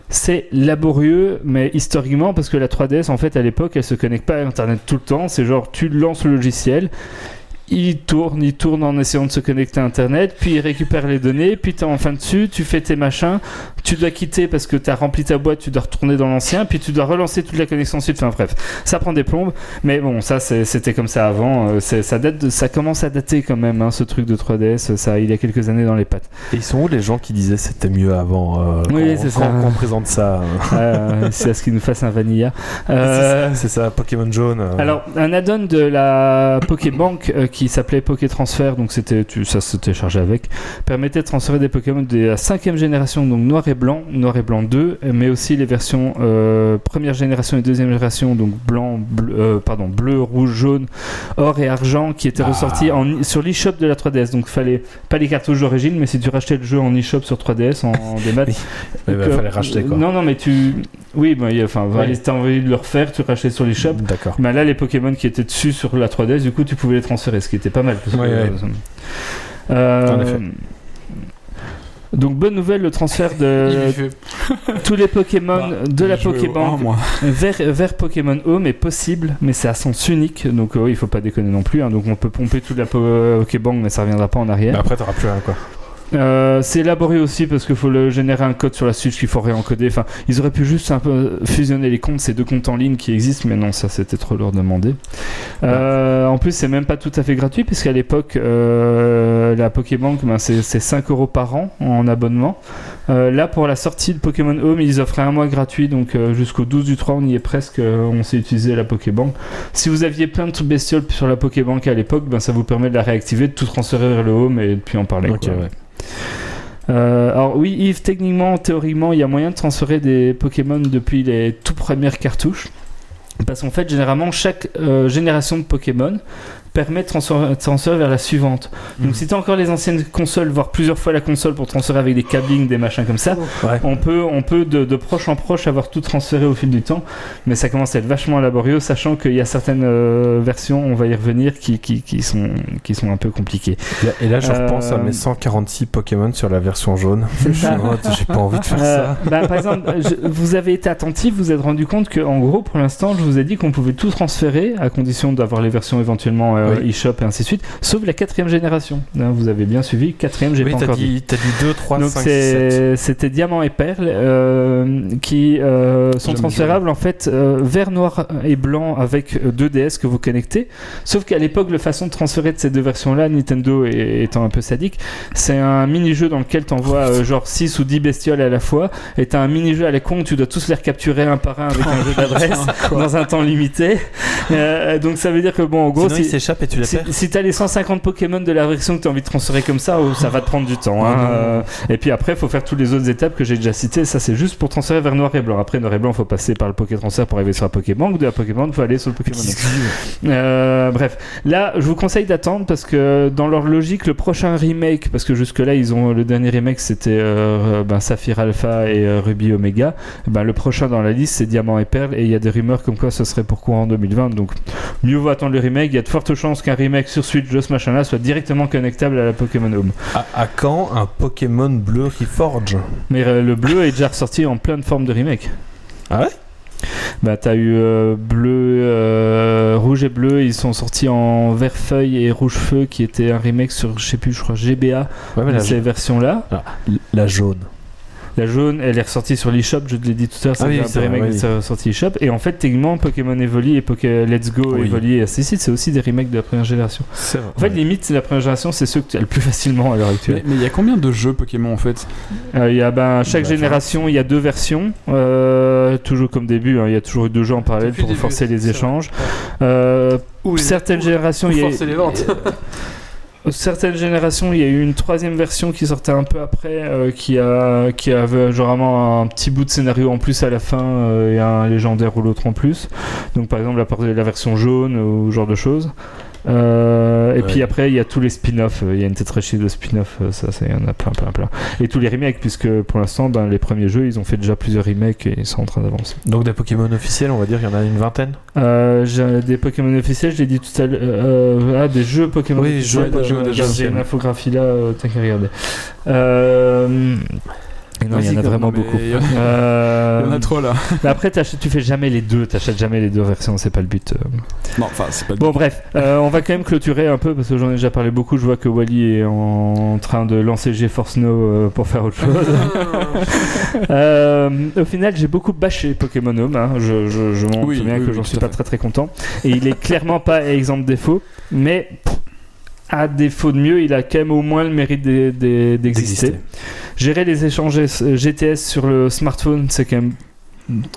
[SPEAKER 4] C'est laborieux, mais historiquement, parce que la 3DS, en fait, à l'époque, elle se connecte pas à Internet tout le temps. C'est genre, tu lances le logiciel, il tourne, il tourne en essayant de se connecter à Internet, puis il récupère les données, puis t'es enfin dessus, tu fais tes machins, tu dois quitter parce que t'as rempli ta boîte, tu dois retourner dans l'ancien, puis tu dois relancer toute la connexion suite. Enfin bref, ça prend des plombes, mais bon, ça c'est- c'était comme ça avant. euh, c'est- ça date, de- ça commence à dater quand même, hein, ce truc de 3DS. Ça, il y a quelques années dans les pattes.
[SPEAKER 2] Et ils sont où les gens qui disaient c'était mieux avant euh,
[SPEAKER 4] Oui,
[SPEAKER 2] quand-
[SPEAKER 4] c'est
[SPEAKER 2] quand-
[SPEAKER 4] ça.
[SPEAKER 2] quand on présente ça euh,
[SPEAKER 4] Euh, c'est à ce qu'ils nous fassent un vanilla. Euh,
[SPEAKER 2] C'est ça, Pokémon jaune. euh.
[SPEAKER 4] Alors, un add-on de la Pokébank euh, qui s'appelait Pokétransfer, donc c'était tu- ça se téléchargeait avec, permettait de transférer des Pokémon de la cinquième génération, donc noir et blanc, noir et blanc 2, mais aussi les versions euh, première génération et deuxième génération, donc blanc, bleu, euh, pardon, bleu, rouge, jaune, or et argent, qui étaient
[SPEAKER 2] Ah.
[SPEAKER 4] ressortis en, sur l'eShop de la 3DS. Donc, fallait pas les cartouches d'origine, mais si tu rachetais le jeu en eShop sur 3DS, en, en démat,
[SPEAKER 2] Mais bah,
[SPEAKER 4] que-
[SPEAKER 2] fallait racheter quoi.
[SPEAKER 4] euh, Non, non, mais tu. Oui, ben, il y a- enfin,
[SPEAKER 2] Ouais.
[SPEAKER 4] t'as envie de le refaire, tu rachetais sur les shops.
[SPEAKER 2] D'accord.
[SPEAKER 4] Bah là, les Pokémon qui étaient dessus sur la 3DS, du coup, tu pouvais les transférer, ce qui était pas mal. parce que,
[SPEAKER 2] Ouais, ouais.
[SPEAKER 4] euh,
[SPEAKER 2] En effet.
[SPEAKER 4] Donc, bonne nouvelle, le transfert de
[SPEAKER 1] Il fait-
[SPEAKER 4] tous les
[SPEAKER 2] Bah,
[SPEAKER 4] Pokémon de la
[SPEAKER 3] J'ai joué Bah, au un,
[SPEAKER 4] Pokébank
[SPEAKER 3] moi.
[SPEAKER 4] vers, vers Pokémon Home est possible, mais c'est à sens unique, donc euh, il faut pas déconner non plus. hein. donc, on peut pomper toute la Pokébank, mais ça reviendra pas en arrière.
[SPEAKER 2] Mais après Bah, t'auras plus rien quoi.
[SPEAKER 4] Euh, c'est laborieux aussi parce qu'il faut le générer un code sur la Switch qu'il faut réencoder. Enfin, ils auraient pu juste un peu fusionner les comptes, ces deux comptes en ligne qui existent, mais non, ça c'était trop leur demander. Euh, en plus, c'est même pas tout à fait gratuit puisqu'à l'époque, euh, la Pokébank, ben, c'est c'est 5 euros par an en abonnement. Euh, là, pour la sortie de Pokémon Home, ils offraient un mois gratuit, donc euh, jusqu'au 12 du 3, on y est presque, euh, on s'est utilisé la Pokébank. Si vous aviez plein de trucs bestioles sur la Pokébank à l'époque, ben, ça vous permet de la réactiver, de tout transférer vers le Home et puis en parler.
[SPEAKER 2] Ok,
[SPEAKER 4] quoi.
[SPEAKER 2] ouais.
[SPEAKER 4] Euh, alors oui, Yves, techniquement, théoriquement, il y a moyen de transférer des Pokémon depuis les tout premières cartouches. Parce qu'en fait, généralement, chaque euh, génération de Pokémon permet de transférer, de transférer vers la suivante. Donc
[SPEAKER 2] Mhm.
[SPEAKER 4] si t'as encore les anciennes consoles, voire plusieurs fois la console pour transférer avec des câblings, des machins comme ça,
[SPEAKER 2] Ouais.
[SPEAKER 4] on peut, on peut de, de proche en proche avoir tout transféré au fil du temps. Mais ça commence à être vachement laborieux, sachant qu'il y a certaines euh, versions, on va y revenir, qui, qui, qui, sont, qui sont un peu compliquées.
[SPEAKER 2] Et là- Et là, je
[SPEAKER 4] Euh,
[SPEAKER 2] repense à mes 146 Pokémon sur la version jaune. Je
[SPEAKER 4] C'est
[SPEAKER 2] suis en mode, J'ai pas envie de faire
[SPEAKER 4] Euh,
[SPEAKER 2] ça.
[SPEAKER 4] bah, par exemple, je- vous avez été attentif, vous êtes rendu compte que, en gros, pour l'instant, je vous ai dit qu'on pouvait tout transférer à condition d'avoir les versions éventuellement euh,
[SPEAKER 2] Oui.
[SPEAKER 4] eShop et ainsi de suite, sauf la quatrième génération. Hein, vous avez bien suivi, quatrième, j'ai
[SPEAKER 2] Oui,
[SPEAKER 4] pas
[SPEAKER 2] t'as
[SPEAKER 4] encore dit.
[SPEAKER 2] dit, t'as dit 2, 3,
[SPEAKER 4] Donc
[SPEAKER 2] 5, 7.
[SPEAKER 4] c'est- c'était diamant et perle euh, qui euh, sont
[SPEAKER 3] Jamais
[SPEAKER 4] transférables en fait euh, vert, noir et blanc avec euh, deux DS que vous connectez. Sauf qu'à l'époque, la façon de transférer de ces deux versions-là, Nintendo est- étant un peu sadique, c'est un mini-jeu dans lequel t'envoies euh, genre 6 ou 10 bestioles à la fois et t'as un mini-jeu à la con où tu dois tous les recapturer un par un avec un jeu d'adresse dans un temps limité. Euh, donc ça veut dire que bon, en gros,
[SPEAKER 2] Sinon,
[SPEAKER 4] si-
[SPEAKER 2] il s'échappe et tu la
[SPEAKER 4] si,
[SPEAKER 2] perds.
[SPEAKER 4] si t'as les 150 Pokémon de la version que t'as envie de transférer comme ça, oh, ça va te prendre du temps. hein. Euh, Et puis après, faut faire toutes les autres étapes que j'ai déjà citées. Ça, c'est juste pour transférer vers Noir et Blanc. Après Noir et Blanc, faut passer par le Poké Transfer pour arriver sur la Pokébank. De la Pokébank, faut aller sur le Pokémon. Euh, bref, là, je vous conseille d'attendre parce que dans leur logique, le prochain remake, parce que jusque-là, ils ont le dernier remake, c'était euh, ben, Saphir Alpha et euh, Ruby Omega. Ben, le prochain dans la liste, c'est Diamant et Perle, et il y a des rumeurs comme quoi ce serait pour courant en 2020. Donc, mieux vaut attendre le remake. Il y a de fortes chances qu'un remake sur Switch de ce machin-là soit directement connectable à la Pokémon Home.
[SPEAKER 2] À, à quand un Pokémon bleu Reforge
[SPEAKER 4] Mais euh, le bleu est déjà ressorti en pleine forme de remake.
[SPEAKER 2] Ah ouais
[SPEAKER 4] Bah t'as eu euh, bleu, euh, rouge et bleu, ils sont sortis en vert feuille et rouge feu qui était un remake sur, je sais plus, je crois
[SPEAKER 2] Ah
[SPEAKER 4] GBA,
[SPEAKER 2] Ouais, mais
[SPEAKER 4] de
[SPEAKER 2] la,
[SPEAKER 4] ces versions-là.
[SPEAKER 2] la jaune.
[SPEAKER 4] La jaune, elle est ressortie sur l'eShop, je te l'ai dit tout à l'heure, c'est
[SPEAKER 2] Ah oui,
[SPEAKER 4] un
[SPEAKER 2] c'est vrai,
[SPEAKER 4] remake
[SPEAKER 2] oui.
[SPEAKER 4] de sortie eShop. Et en fait, techniquement, Pokémon Evoli et Poké- Let's Go
[SPEAKER 2] Oui.
[SPEAKER 4] Evoli et ainsi de suite, c'est aussi des remakes de la première génération.
[SPEAKER 2] C'est vrai.
[SPEAKER 4] En fait, limite, la première génération, c'est ceux que tu as le plus facilement à l'heure actuelle.
[SPEAKER 3] Mais mais il y a combien de jeux Pokémon en fait
[SPEAKER 4] Euh, Il y a ben, chaque
[SPEAKER 2] Bah,
[SPEAKER 4] génération, il y a deux versions, euh, toujours comme début, hein, il y a toujours eu deux jeux en parallèle
[SPEAKER 1] Depuis
[SPEAKER 4] pour
[SPEAKER 1] le début,
[SPEAKER 4] forcer les
[SPEAKER 1] c'est vrai.
[SPEAKER 4] échanges. Euh,
[SPEAKER 1] Ou
[SPEAKER 4] certaines
[SPEAKER 1] ou-
[SPEAKER 4] générations,
[SPEAKER 1] ou
[SPEAKER 4] il y a
[SPEAKER 1] forcer les ventes.
[SPEAKER 4] euh, certaines générations, il y a eu une troisième version qui sortait un peu après, euh, qui a qui avait généralement un petit bout de scénario en plus à la fin euh, et un légendaire ou l'autre en plus. Donc par exemple la, la version jaune ou ce genre de choses. Euh, et
[SPEAKER 2] Ouais.
[SPEAKER 4] puis après, il y a tous les spin-offs. Euh, Il y a une tête réchée de spin-offs. euh, Ça, ça, il y en a plein, plein, plein. Et tous les remakes, puisque pour l'instant, dans les premiers jeux, ils ont fait déjà plusieurs remakes et ils sont en train d'avancer.
[SPEAKER 2] Donc des Pokémon officiels, on va dire, il y en a une vingtaine.
[SPEAKER 4] Euh, j'ai des Pokémon officiels, je l'ai dit tout à l'heure. euh, ah, des jeux Pokémon
[SPEAKER 2] Oui,
[SPEAKER 4] officiels.
[SPEAKER 2] jeux, des jeux, des
[SPEAKER 4] J'ai
[SPEAKER 2] jeux.
[SPEAKER 4] une infographie là, euh, t'as qu'à regarder. Euh, et non, il y en a
[SPEAKER 3] Vas-y,
[SPEAKER 4] vraiment
[SPEAKER 3] non, mais
[SPEAKER 4] beaucoup.
[SPEAKER 3] Il y en a- il y en
[SPEAKER 4] Euh,
[SPEAKER 3] a trop là.
[SPEAKER 4] mais après, t'achètes- tu fais jamais les deux, t'achètes jamais les deux versions, c'est pas le but. euh.
[SPEAKER 3] Non, enfin, c'est pas
[SPEAKER 4] Bon bref, euh, on va quand même clôturer un peu parce que j'en ai déjà parlé beaucoup. Je vois que Wally est en train de lancer GeForce Now euh, pour faire autre chose. Euh, au final, j'ai beaucoup bâché Pokémon Home. hein. Je, je- je m'en
[SPEAKER 3] Oui,
[SPEAKER 4] souviens
[SPEAKER 3] oui,
[SPEAKER 4] que
[SPEAKER 3] oui,
[SPEAKER 4] j'en
[SPEAKER 3] tout
[SPEAKER 4] suis
[SPEAKER 3] à
[SPEAKER 4] pas
[SPEAKER 3] fait.
[SPEAKER 4] très très content. Et il est clairement pas exemple défaut, mais pff, à défaut de mieux, il a quand même au moins le mérite d'e- d'e- d'exister. Gérer les échanges S- GTS sur le smartphone, c'est quand même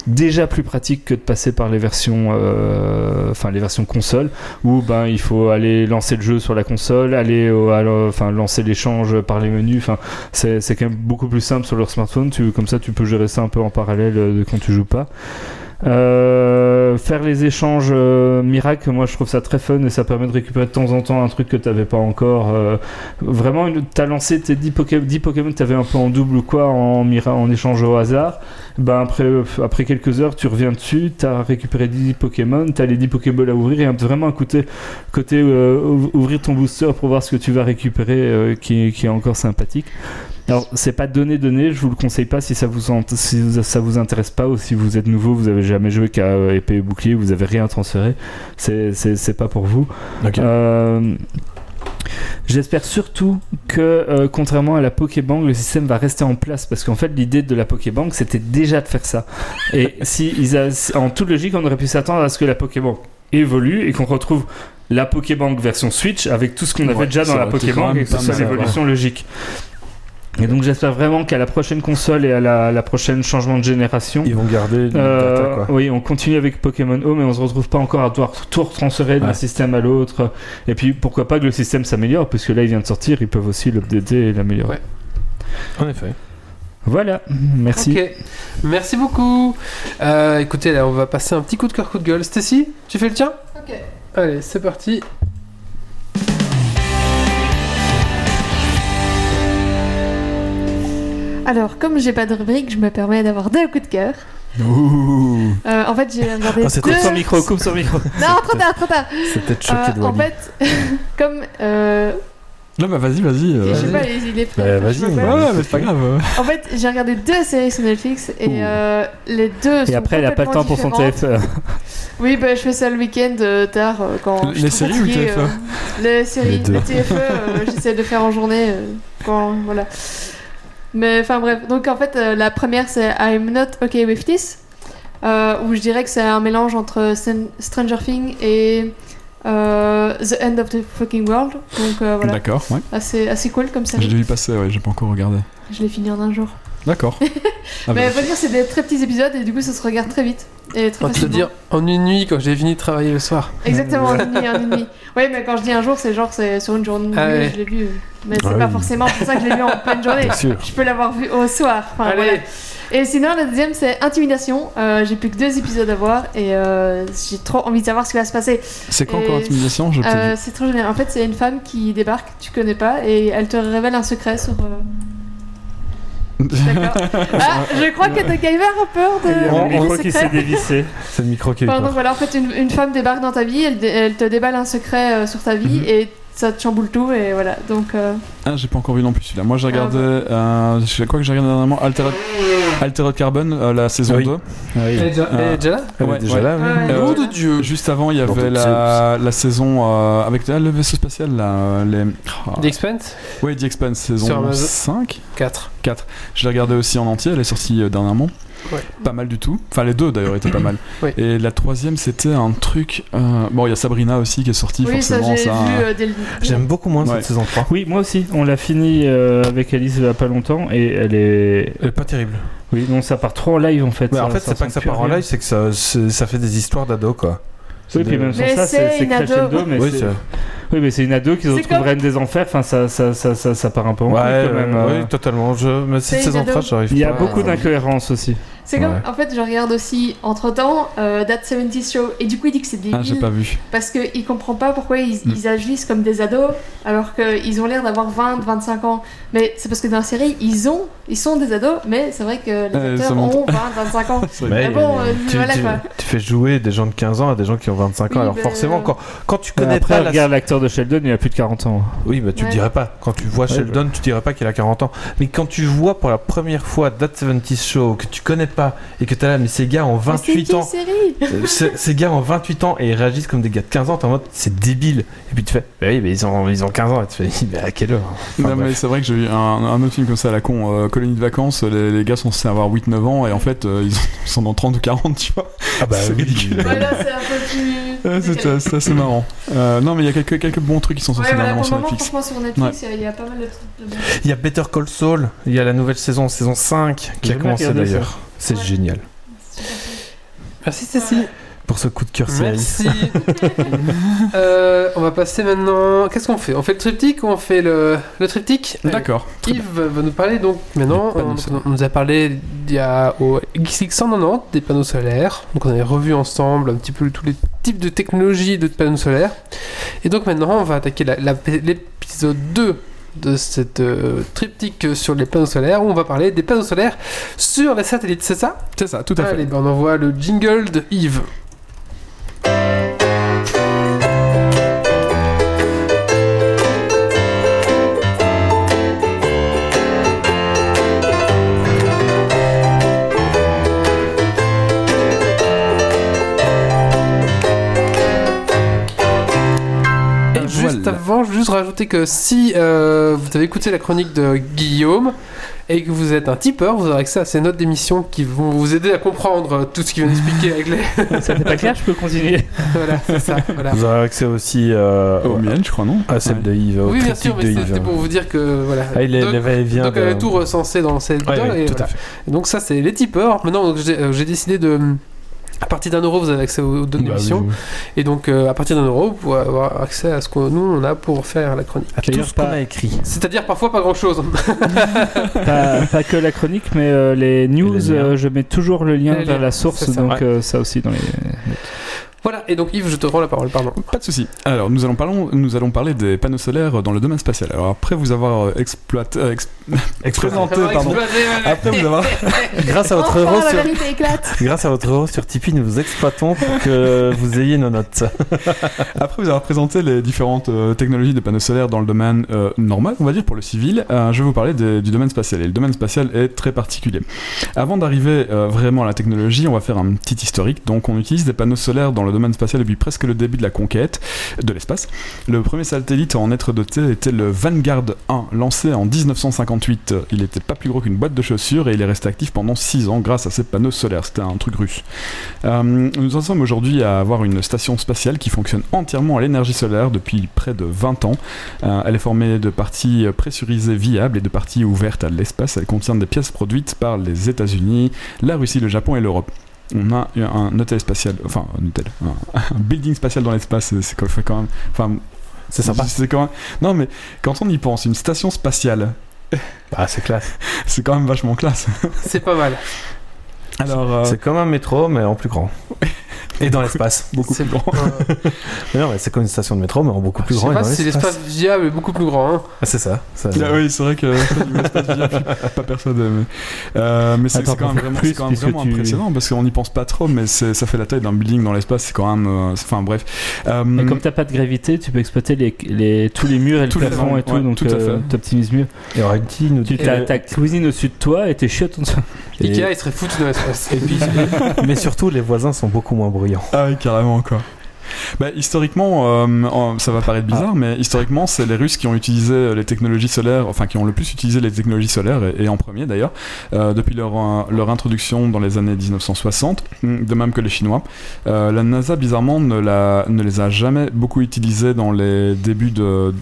[SPEAKER 4] déjà plus pratique que de passer par les versions euh, enfin les versions console où ben il faut aller lancer le jeu sur la console aller au- à l'o- enfin lancer l'échange par les menus enfin c'est c'est quand même beaucoup plus simple sur leur smartphone tu, comme ça tu peux gérer ça un peu en parallèle euh, de quand tu joues pas Euh, faire les échanges euh, miracles moi je trouve ça très fun et ça permet de récupérer de temps en temps un truc que t'avais pas encore euh, vraiment une- t'as lancé tes 10 Poké- 10 Pokémon que t'avais un peu en double ou quoi en, mira- en échange au hasard ben après, euh, après quelques heures tu reviens dessus t'as récupéré 10 Pokémon t'as les 10 Pokéballs à ouvrir et un- vraiment un côté, côté euh, ouv- ouvrir ton booster pour voir ce que tu vas récupérer euh, qui, qui est encore sympathique alors c'est pas donné donné je vous le conseille pas si ça vous, ent- si vous- ça vous intéresse pas ou si vous êtes nouveau vous avez jamais joué qu'à euh, épée et bouclier vous avez rien transféré c'est- c'est c'est pas pour vous
[SPEAKER 2] Ok.
[SPEAKER 4] euh, J'espère surtout que, euh, contrairement à la Pokébank, le système va rester en place parce qu'en fait, l'idée de la Pokébank, c'était déjà de faire ça. Et si ils a- en toute logique, on aurait pu s'attendre à ce que la Pokébank évolue et qu'on retrouve la Pokébank version Switch avec tout ce qu'on avait
[SPEAKER 3] Ouais,
[SPEAKER 4] déjà dans
[SPEAKER 3] ça
[SPEAKER 4] la
[SPEAKER 3] aurait été quand
[SPEAKER 4] Pokébank
[SPEAKER 3] même
[SPEAKER 4] et que ce
[SPEAKER 3] pas
[SPEAKER 4] soit
[SPEAKER 3] mal,
[SPEAKER 4] l'évolution logique. Et donc j'espère vraiment qu'à la prochaine console et à la, la prochaine changement de génération,
[SPEAKER 2] Ils vont garder une
[SPEAKER 4] euh,
[SPEAKER 2] data, quoi.
[SPEAKER 4] oui, on continue avec Pokémon Home et on se retrouve pas encore à devoir tout transférer d'un
[SPEAKER 2] Ouais.
[SPEAKER 4] système à l'autre. Et puis pourquoi pas que le système s'améliore, puisque là il vient de sortir, ils peuvent aussi l'updater et l'améliorer.
[SPEAKER 1] Ouais.
[SPEAKER 2] En effet.
[SPEAKER 4] Voilà, merci.
[SPEAKER 1] Ok. Merci beaucoup. Euh, écoutez, là, on va passer un petit coup de cœur, coup de gueule. Stacy, tu fais le tien
[SPEAKER 5] Ok.
[SPEAKER 1] Allez, c'est parti.
[SPEAKER 5] Alors, comme j'ai pas de rubrique, je me permets d'avoir deux coups de cœur.
[SPEAKER 3] Ouh.
[SPEAKER 5] Euh, en fait, j'ai regardé.
[SPEAKER 2] Oh, c'était
[SPEAKER 5] deux...
[SPEAKER 4] Coupe son micro, coupe son micro.
[SPEAKER 5] Non, trop tard, trop tard.
[SPEAKER 2] C'était peut-être
[SPEAKER 5] Euh,
[SPEAKER 2] choqué de
[SPEAKER 5] en
[SPEAKER 2] Wally.
[SPEAKER 5] fait, comme. Euh,
[SPEAKER 3] Non, bah vas-y, vas-y. euh,
[SPEAKER 5] je sais
[SPEAKER 1] vas-y.
[SPEAKER 5] pas, il il est pris.
[SPEAKER 2] Bah,
[SPEAKER 5] enfin, je
[SPEAKER 2] vas-y.
[SPEAKER 5] sais pas.
[SPEAKER 3] Ouais, mais c'est pas grave. euh.
[SPEAKER 5] En fait, j'ai regardé deux séries sur Netflix et
[SPEAKER 2] Ouh.
[SPEAKER 5] euh, les deux sont.
[SPEAKER 4] Et après, elle a pas le temps pour son
[SPEAKER 5] complètement différentes.
[SPEAKER 4] TFE.
[SPEAKER 5] Oui, bah, je fais ça le week-end euh, tard euh, quand.
[SPEAKER 3] Les
[SPEAKER 5] je suis trop
[SPEAKER 3] séries ou le
[SPEAKER 5] fatiguée,
[SPEAKER 4] hein
[SPEAKER 3] TFE?
[SPEAKER 5] euh, Les séries.
[SPEAKER 2] Les deux.
[SPEAKER 5] Les TFE, euh, j'essaie de faire en journée euh, quand. Voilà. Mais enfin bref, donc en fait, euh, la première c'est I'm Not Okay With This, euh, où je dirais que c'est un mélange entre Stran- Stranger Things et euh, The End of the Fucking World. Donc euh, voilà,
[SPEAKER 3] D'accord, ouais.
[SPEAKER 5] assez, assez cool comme ça.
[SPEAKER 3] Je l'ai vu passer, ouais, j'ai pas encore regardé.
[SPEAKER 5] Je l'ai fini en un jour.
[SPEAKER 3] D'accord. Ah
[SPEAKER 5] Mais
[SPEAKER 3] bah.
[SPEAKER 5] faut dire, c'est des très petits épisodes et du coup, ça se regarde très vite. Et très
[SPEAKER 1] On te
[SPEAKER 5] facilement.
[SPEAKER 1] dire en une nuit quand j'ai fini de travailler le soir.
[SPEAKER 5] Exactement, en une nuit, en une nuit. Oui, mais quand je dis un jour, c'est genre c'est sur une journée,
[SPEAKER 1] Ah ouais.
[SPEAKER 5] je l'ai vu. Mais c'est
[SPEAKER 2] Ah
[SPEAKER 5] pas
[SPEAKER 2] oui.
[SPEAKER 5] forcément pour ça que je l'ai vu en pleine journée.
[SPEAKER 2] Bien sûr.
[SPEAKER 5] Je peux l'avoir vu au soir. Enfin,
[SPEAKER 1] Allez,
[SPEAKER 5] voilà. Et sinon, la deuxième, c'est Intimidation. Euh, j'ai plus que deux épisodes à voir et euh, j'ai trop envie de savoir ce qui va se passer.
[SPEAKER 3] C'est quoi
[SPEAKER 5] Et-
[SPEAKER 3] encore intimidation Je
[SPEAKER 5] Euh, c'est trop génial. En fait, c'est une femme qui débarque, tu connais pas, et elle te révèle un secret sur. euh, D'accord. ah, je crois que Takaiver a peur de.
[SPEAKER 4] Le
[SPEAKER 2] on-
[SPEAKER 5] des
[SPEAKER 4] micro qui
[SPEAKER 5] secrets.
[SPEAKER 4] s'est dévissé.
[SPEAKER 2] C'est le micro qui est
[SPEAKER 5] Enfin, donc
[SPEAKER 2] fort.
[SPEAKER 5] voilà, en fait, une, une femme débarque dans ta vie, elle, dé- elle te déballe un secret euh, sur ta vie
[SPEAKER 3] Mhm.
[SPEAKER 5] et ça te chamboule tout, et voilà. Donc, euh,
[SPEAKER 3] Ah, j'ai pas encore vu non plus celui-là. Moi, j'ai
[SPEAKER 5] Ah,
[SPEAKER 3] regardé. euh, je sais quoi que j'ai regardé dernièrement Altered, Altered Carbon, euh, la saison
[SPEAKER 2] Ah oui.
[SPEAKER 3] 2.
[SPEAKER 1] elle est déjà- elle
[SPEAKER 4] Ah.
[SPEAKER 1] est déjà là
[SPEAKER 2] Elle est
[SPEAKER 3] ouais,
[SPEAKER 2] déjà
[SPEAKER 3] ouais.
[SPEAKER 2] là, oui.
[SPEAKER 5] Ouais.
[SPEAKER 3] Euh,
[SPEAKER 1] Nom de Dieu
[SPEAKER 3] Juste avant, il y
[SPEAKER 2] Dans
[SPEAKER 3] avait
[SPEAKER 2] Top
[SPEAKER 3] la, la saison euh, avec ah, le vaisseau spatial, là, euh, les. ah,
[SPEAKER 1] The Expanse
[SPEAKER 3] ouais, The Expanse,
[SPEAKER 1] Sur
[SPEAKER 3] saison
[SPEAKER 1] Amazon.
[SPEAKER 3] 5.
[SPEAKER 1] 4.
[SPEAKER 3] Je l'ai regardée aussi en entier, elle est sortie euh, dernièrement.
[SPEAKER 1] Ouais.
[SPEAKER 3] Pas mal du tout. Enfin, les deux d'ailleurs étaient pas mal.
[SPEAKER 1] Oui.
[SPEAKER 3] Et la troisième, c'était un truc. euh, Bon, il y a Sabrina aussi qui est sortie,
[SPEAKER 5] oui, ça,
[SPEAKER 3] forcément.
[SPEAKER 5] j'ai
[SPEAKER 3] ça,
[SPEAKER 5] vu
[SPEAKER 3] euh,
[SPEAKER 5] euh, dès le
[SPEAKER 2] J'aime beaucoup moins
[SPEAKER 3] Ouais.
[SPEAKER 2] cette saison 3.
[SPEAKER 4] Oui, moi aussi. On l'a fini euh, avec Alice il y a pas longtemps et elle est.
[SPEAKER 2] Elle est pas terrible.
[SPEAKER 4] Oui, non, ça part trop en live en fait.
[SPEAKER 2] Mais en
[SPEAKER 4] Ça-
[SPEAKER 2] fait, c'est pas
[SPEAKER 4] ressemble
[SPEAKER 2] que ça
[SPEAKER 4] plus à
[SPEAKER 2] part en
[SPEAKER 4] rien.
[SPEAKER 2] live, c'est que ça, c'est- ça fait des histoires d'ados, quoi.
[SPEAKER 4] Oui,
[SPEAKER 2] C'est
[SPEAKER 4] puis
[SPEAKER 2] de-
[SPEAKER 4] même sans
[SPEAKER 5] Mais
[SPEAKER 4] ça, c'est
[SPEAKER 5] c'est
[SPEAKER 4] c'est
[SPEAKER 5] une ado.
[SPEAKER 4] crescendo, mais
[SPEAKER 2] Oui,
[SPEAKER 4] c'est-
[SPEAKER 2] c'est-
[SPEAKER 4] Oui, mais c'est une ado qui se
[SPEAKER 5] C'est
[SPEAKER 4] retrouve
[SPEAKER 5] comme-
[SPEAKER 4] reine des enfers. Enfin, ça, ça, ça, ça, ça part un peu en
[SPEAKER 2] Ouais,
[SPEAKER 4] couille, quand
[SPEAKER 2] euh,
[SPEAKER 4] même. euh.
[SPEAKER 2] oui, totalement. Je... Mais cette
[SPEAKER 5] C'est
[SPEAKER 2] saison
[SPEAKER 5] une ado.
[SPEAKER 2] 3, j'arrive pas.
[SPEAKER 4] Il y a
[SPEAKER 2] à-
[SPEAKER 4] beaucoup d'incohérences aussi.
[SPEAKER 5] C'est comme,
[SPEAKER 2] Ouais.
[SPEAKER 5] en fait, je regarde aussi entre temps That 70 Show, et du coup, il dit que c'est
[SPEAKER 3] Ah, j'ai
[SPEAKER 5] débile
[SPEAKER 3] pas vu.
[SPEAKER 5] parce qu'il comprend pas pourquoi ils,
[SPEAKER 3] Mm.
[SPEAKER 5] ils agissent comme des ados alors qu'ils ont l'air d'avoir 20, 25 ans. Mais c'est parce que dans la série, ils, ont, ils sont des ados, mais c'est vrai que les
[SPEAKER 3] Euh, ça
[SPEAKER 5] acteurs
[SPEAKER 3] monte.
[SPEAKER 5] ont 20, 25 ans.
[SPEAKER 2] Mais
[SPEAKER 5] Mais bon, euh,
[SPEAKER 2] tu,
[SPEAKER 5] voilà,
[SPEAKER 2] tu-
[SPEAKER 5] quoi.
[SPEAKER 2] tu fais jouer des gens de 15 ans à des gens qui ont 25 ans.
[SPEAKER 5] Oui,
[SPEAKER 2] Alors
[SPEAKER 5] bah,
[SPEAKER 2] forcément,
[SPEAKER 5] euh,
[SPEAKER 2] quand, quand tu connais
[SPEAKER 4] Bah, Après,
[SPEAKER 2] pas la...
[SPEAKER 4] regarde l'acteur de Sheldon, il a plus de 40 ans.
[SPEAKER 2] Oui, bah tu
[SPEAKER 5] Ouais.
[SPEAKER 2] le dirais pas. Quand tu vois
[SPEAKER 4] Ouais, bah.
[SPEAKER 2] Sheldon, tu dirais pas qu'il a 40 ans. Mais quand tu vois pour la première fois That 70 Show, que tu connais pas, et que t'as là, mais ces gars ont
[SPEAKER 5] Mais Ah, c'est une
[SPEAKER 2] 28
[SPEAKER 5] vieille
[SPEAKER 2] ans,
[SPEAKER 5] série
[SPEAKER 2] Euh, ces ces gars ont 28 ans et ils réagissent comme des gars de 15 ans, t'es en mode c'est débile. Et puis tu fais, bah oui, mais ils ont, ils ont 15 ans. Et tu fais, mais à quelle heure hein. Enfin,
[SPEAKER 3] non, mais
[SPEAKER 2] bref.
[SPEAKER 3] c'est vrai que j'ai vu un, un autre film comme ça à la con, euh, Colonie de vacances, les, les gars sont censés avoir 8-9 ans et en fait euh, ils sont- ils sont dans 30 ou 40, tu vois.
[SPEAKER 2] Ah bah
[SPEAKER 3] c'est
[SPEAKER 2] oui.
[SPEAKER 3] ridicule.
[SPEAKER 5] Voilà, c'est un peu plus.
[SPEAKER 3] Ah, C'est
[SPEAKER 5] décalé.
[SPEAKER 3] c'est assez marrant. Euh, non, mais il y a quelques, quelques bons trucs qui sont sortis
[SPEAKER 5] Ouais, voilà,
[SPEAKER 3] dernièrement
[SPEAKER 5] pour le
[SPEAKER 3] sur
[SPEAKER 5] moment,
[SPEAKER 3] Netflix.
[SPEAKER 5] franchement, sur Netflix, il y a pas mal de trucs de bon.
[SPEAKER 2] Il y a Better Call Saul, il y a la nouvelle saison, saison 5, qui
[SPEAKER 4] J'ai
[SPEAKER 2] a
[SPEAKER 4] pas
[SPEAKER 2] commencé
[SPEAKER 4] regardé ça.
[SPEAKER 2] d'ailleurs. C'est
[SPEAKER 5] Ouais.
[SPEAKER 2] génial.
[SPEAKER 5] Super cool.
[SPEAKER 1] Merci Stacy.
[SPEAKER 2] Pour ce coup de cœur, c'est Alice.
[SPEAKER 1] Merci. Euh, on va passer maintenant. Qu'est-ce qu'on fait On fait le triptyque ou on fait le, le triptyque Allez.
[SPEAKER 3] D'accord. très bien.
[SPEAKER 1] Yves va nous parler donc maintenant.
[SPEAKER 3] Des panneaux
[SPEAKER 1] On,
[SPEAKER 3] solaires.
[SPEAKER 1] on nous a parlé il y a au XX 190 des panneaux solaires. Donc on avait revu ensemble un petit peu tous les types de technologies de panneaux solaires. Et donc maintenant on va attaquer la- la- l'épisode 2 de cette euh, triptyque sur les panneaux solaires où on va parler des panneaux solaires sur les satellites, c'est ça
[SPEAKER 3] C'est ça, tout à
[SPEAKER 1] Allez,
[SPEAKER 3] fait.
[SPEAKER 1] ben, on envoie le jingle de Yves.
[SPEAKER 3] Et
[SPEAKER 1] juste
[SPEAKER 3] Ah, Voilà.
[SPEAKER 1] avant, je veux juste rajouter que si euh, vous avez écouté la chronique de Guillaume et que vous êtes un tipeur, vous aurez accès à ces notes d'émission qui vont vous aider à comprendre euh, tout ce qu'il vient d'expliquer avec les.
[SPEAKER 4] Ça fait pas clair, je peux continuer.
[SPEAKER 1] voilà, c'est ça. Voilà.
[SPEAKER 2] Vous aurez accès aussi euh,
[SPEAKER 3] Au miel, je crois, non
[SPEAKER 2] à celle
[SPEAKER 3] Ouais.
[SPEAKER 2] de Yves, au
[SPEAKER 1] Oui, bien
[SPEAKER 2] critique
[SPEAKER 1] sûr,
[SPEAKER 2] de
[SPEAKER 1] mais
[SPEAKER 2] Yves.
[SPEAKER 1] c'était pour vous dire que voilà.
[SPEAKER 2] Ah, il est,
[SPEAKER 1] Doc-
[SPEAKER 2] les va-et-vient
[SPEAKER 1] donc
[SPEAKER 2] de-
[SPEAKER 1] elle avait tout recensé dans cette
[SPEAKER 2] Ouais,
[SPEAKER 1] vidéo,
[SPEAKER 2] ouais,
[SPEAKER 1] et
[SPEAKER 2] tout à
[SPEAKER 1] voilà.
[SPEAKER 2] fait.
[SPEAKER 1] Et Donc ça c'est les tipeurs. Maintenant donc, j'ai euh, j'ai décidé de à partir d'un euro vous avez accès aux données
[SPEAKER 2] Bah oui,
[SPEAKER 1] d'émission
[SPEAKER 2] oui.
[SPEAKER 1] et donc euh, à partir d'un euro vous pouvez avoir accès à ce que nous on a pour faire la chronique.
[SPEAKER 2] À tout
[SPEAKER 4] D'ailleurs,
[SPEAKER 2] ce qu'on
[SPEAKER 4] pas-
[SPEAKER 2] a écrit.
[SPEAKER 1] C'est-à-dire parfois pas grand chose.
[SPEAKER 4] pas, pas que la chronique, mais euh, les news,
[SPEAKER 2] liens.
[SPEAKER 4] euh, je mets toujours le lien
[SPEAKER 1] Les
[SPEAKER 4] vers
[SPEAKER 1] liens,
[SPEAKER 4] la source,
[SPEAKER 1] c'est ça.
[SPEAKER 4] donc
[SPEAKER 2] Ouais.
[SPEAKER 4] euh, ça aussi dans les.
[SPEAKER 1] voilà et donc Yves je te rends la parole pardon.
[SPEAKER 3] Pas de souci. Alors, nous allons, parlons- nous allons parler des panneaux solaires dans le domaine spatial. Alors, après vous avoir euh, exploité, euh, ex- présenté,
[SPEAKER 1] Vraiment
[SPEAKER 3] pardon.
[SPEAKER 1] explosé, ouais, ouais.
[SPEAKER 2] Après vous avoir, grâce à votre euro
[SPEAKER 5] Enfin, la
[SPEAKER 2] sur,
[SPEAKER 5] vérité éclate.
[SPEAKER 2] grâce à votre euro sur Tipeee, nous vous exploitons pour que vous ayez nos notes.
[SPEAKER 3] Après vous avoir présenté les différentes euh, technologies des panneaux solaires dans le domaine euh, normal, on va dire pour le civil, euh, je vais vous parler des- du domaine spatial. Et le domaine spatial est très particulier. Avant d'arriver euh, vraiment à la technologie, on va faire un petit historique. Donc on utilise des panneaux solaires dans le domaine spatial depuis presque le début de la conquête de l'espace. Le premier satellite à en être doté était le Vanguard 1, lancé en 1958. Il n'était pas plus gros qu'une boîte de chaussures et il est resté actif pendant 6 ans grâce à ses panneaux solaires. C'était un truc russe. Euh, nous en sommes aujourd'hui à avoir une station spatiale qui fonctionne entièrement à l'énergie solaire depuis près de 20 ans. Euh, elle est formée de parties euh, pressurisées viables et de parties ouvertes à l'espace. Elle contient des pièces produites par les États-Unis, la Russie, le Japon et l'Europe. On a eu un hôtel spatial, enfin un hôtel, un, un building spatial dans l'espace, c'est- c'est quand c'est quand même. Enfin,
[SPEAKER 2] C'est sympa.
[SPEAKER 3] C'est quand même- Non, mais quand on y pense, une station spatiale,
[SPEAKER 2] Ah, c'est classe.
[SPEAKER 3] c'est quand même vachement classe.
[SPEAKER 1] C'est pas mal. Euh,
[SPEAKER 3] Alors, euh,
[SPEAKER 2] C'est comme un métro, mais en plus grand. Et dans l'espace.
[SPEAKER 3] beaucoup
[SPEAKER 1] c'est
[SPEAKER 3] plus grand.
[SPEAKER 1] Euh,
[SPEAKER 2] Mais non, mais c'est comme une station de métro, mais en beaucoup
[SPEAKER 1] je
[SPEAKER 2] plus grand.
[SPEAKER 1] sais
[SPEAKER 2] et
[SPEAKER 1] pas
[SPEAKER 2] dans
[SPEAKER 1] si
[SPEAKER 2] l'espace.
[SPEAKER 1] l'espace viable est beaucoup plus grand. hein.
[SPEAKER 2] Ah, c'est ça. ça-
[SPEAKER 4] Euh,
[SPEAKER 3] Ah oui, c'est vrai que ça, du espace viable, je suis pas persuadé. Mais, euh, mais c'est
[SPEAKER 4] Attends,
[SPEAKER 3] c'est quand
[SPEAKER 4] pour
[SPEAKER 3] même
[SPEAKER 4] faire
[SPEAKER 3] vraiment,
[SPEAKER 4] plus,
[SPEAKER 3] c'est quand même
[SPEAKER 4] puisque
[SPEAKER 3] vraiment
[SPEAKER 4] tu-
[SPEAKER 3] impressionnant parce qu'on n'y pense pas trop, mais c'est- ça fait la taille d'un building dans l'espace. C'est quand même. euh, c'est- Enfin bref. Euh,
[SPEAKER 4] Et comme t'as pas de gravité, tu peux exploiter les, les- tous les murs et
[SPEAKER 3] Tous les
[SPEAKER 4] le plafond
[SPEAKER 3] angles,
[SPEAKER 4] et tout,
[SPEAKER 3] ouais,
[SPEAKER 4] donc
[SPEAKER 3] tout à
[SPEAKER 4] euh,
[SPEAKER 3] fait.
[SPEAKER 4] t'optimises mieux.
[SPEAKER 2] Et Renti nous dit
[SPEAKER 4] Tu
[SPEAKER 2] que-
[SPEAKER 4] t'as ta cuisine au-dessus de toi et t'es chiottes en dessous.
[SPEAKER 2] Et-
[SPEAKER 1] Ikea il serait foutu dans l'espace.
[SPEAKER 2] Et puis, mais surtout, les voisins sont beaucoup moins bruyants.
[SPEAKER 3] Ah oui, carrément quoi. Bah, historiquement, euh, euh, ça va paraître bizarre,
[SPEAKER 4] Ah.
[SPEAKER 3] mais historiquement, c'est les Russes qui ont utilisé les technologies solaires, enfin qui ont le plus utilisé les technologies solaires, et, et en premier d'ailleurs, euh, depuis leur, euh, leur introduction dans les années 1960, mm, de même que les Chinois. Euh, la NASA, bizarrement, ne, la- ne les a jamais beaucoup utilisés dans les débuts de,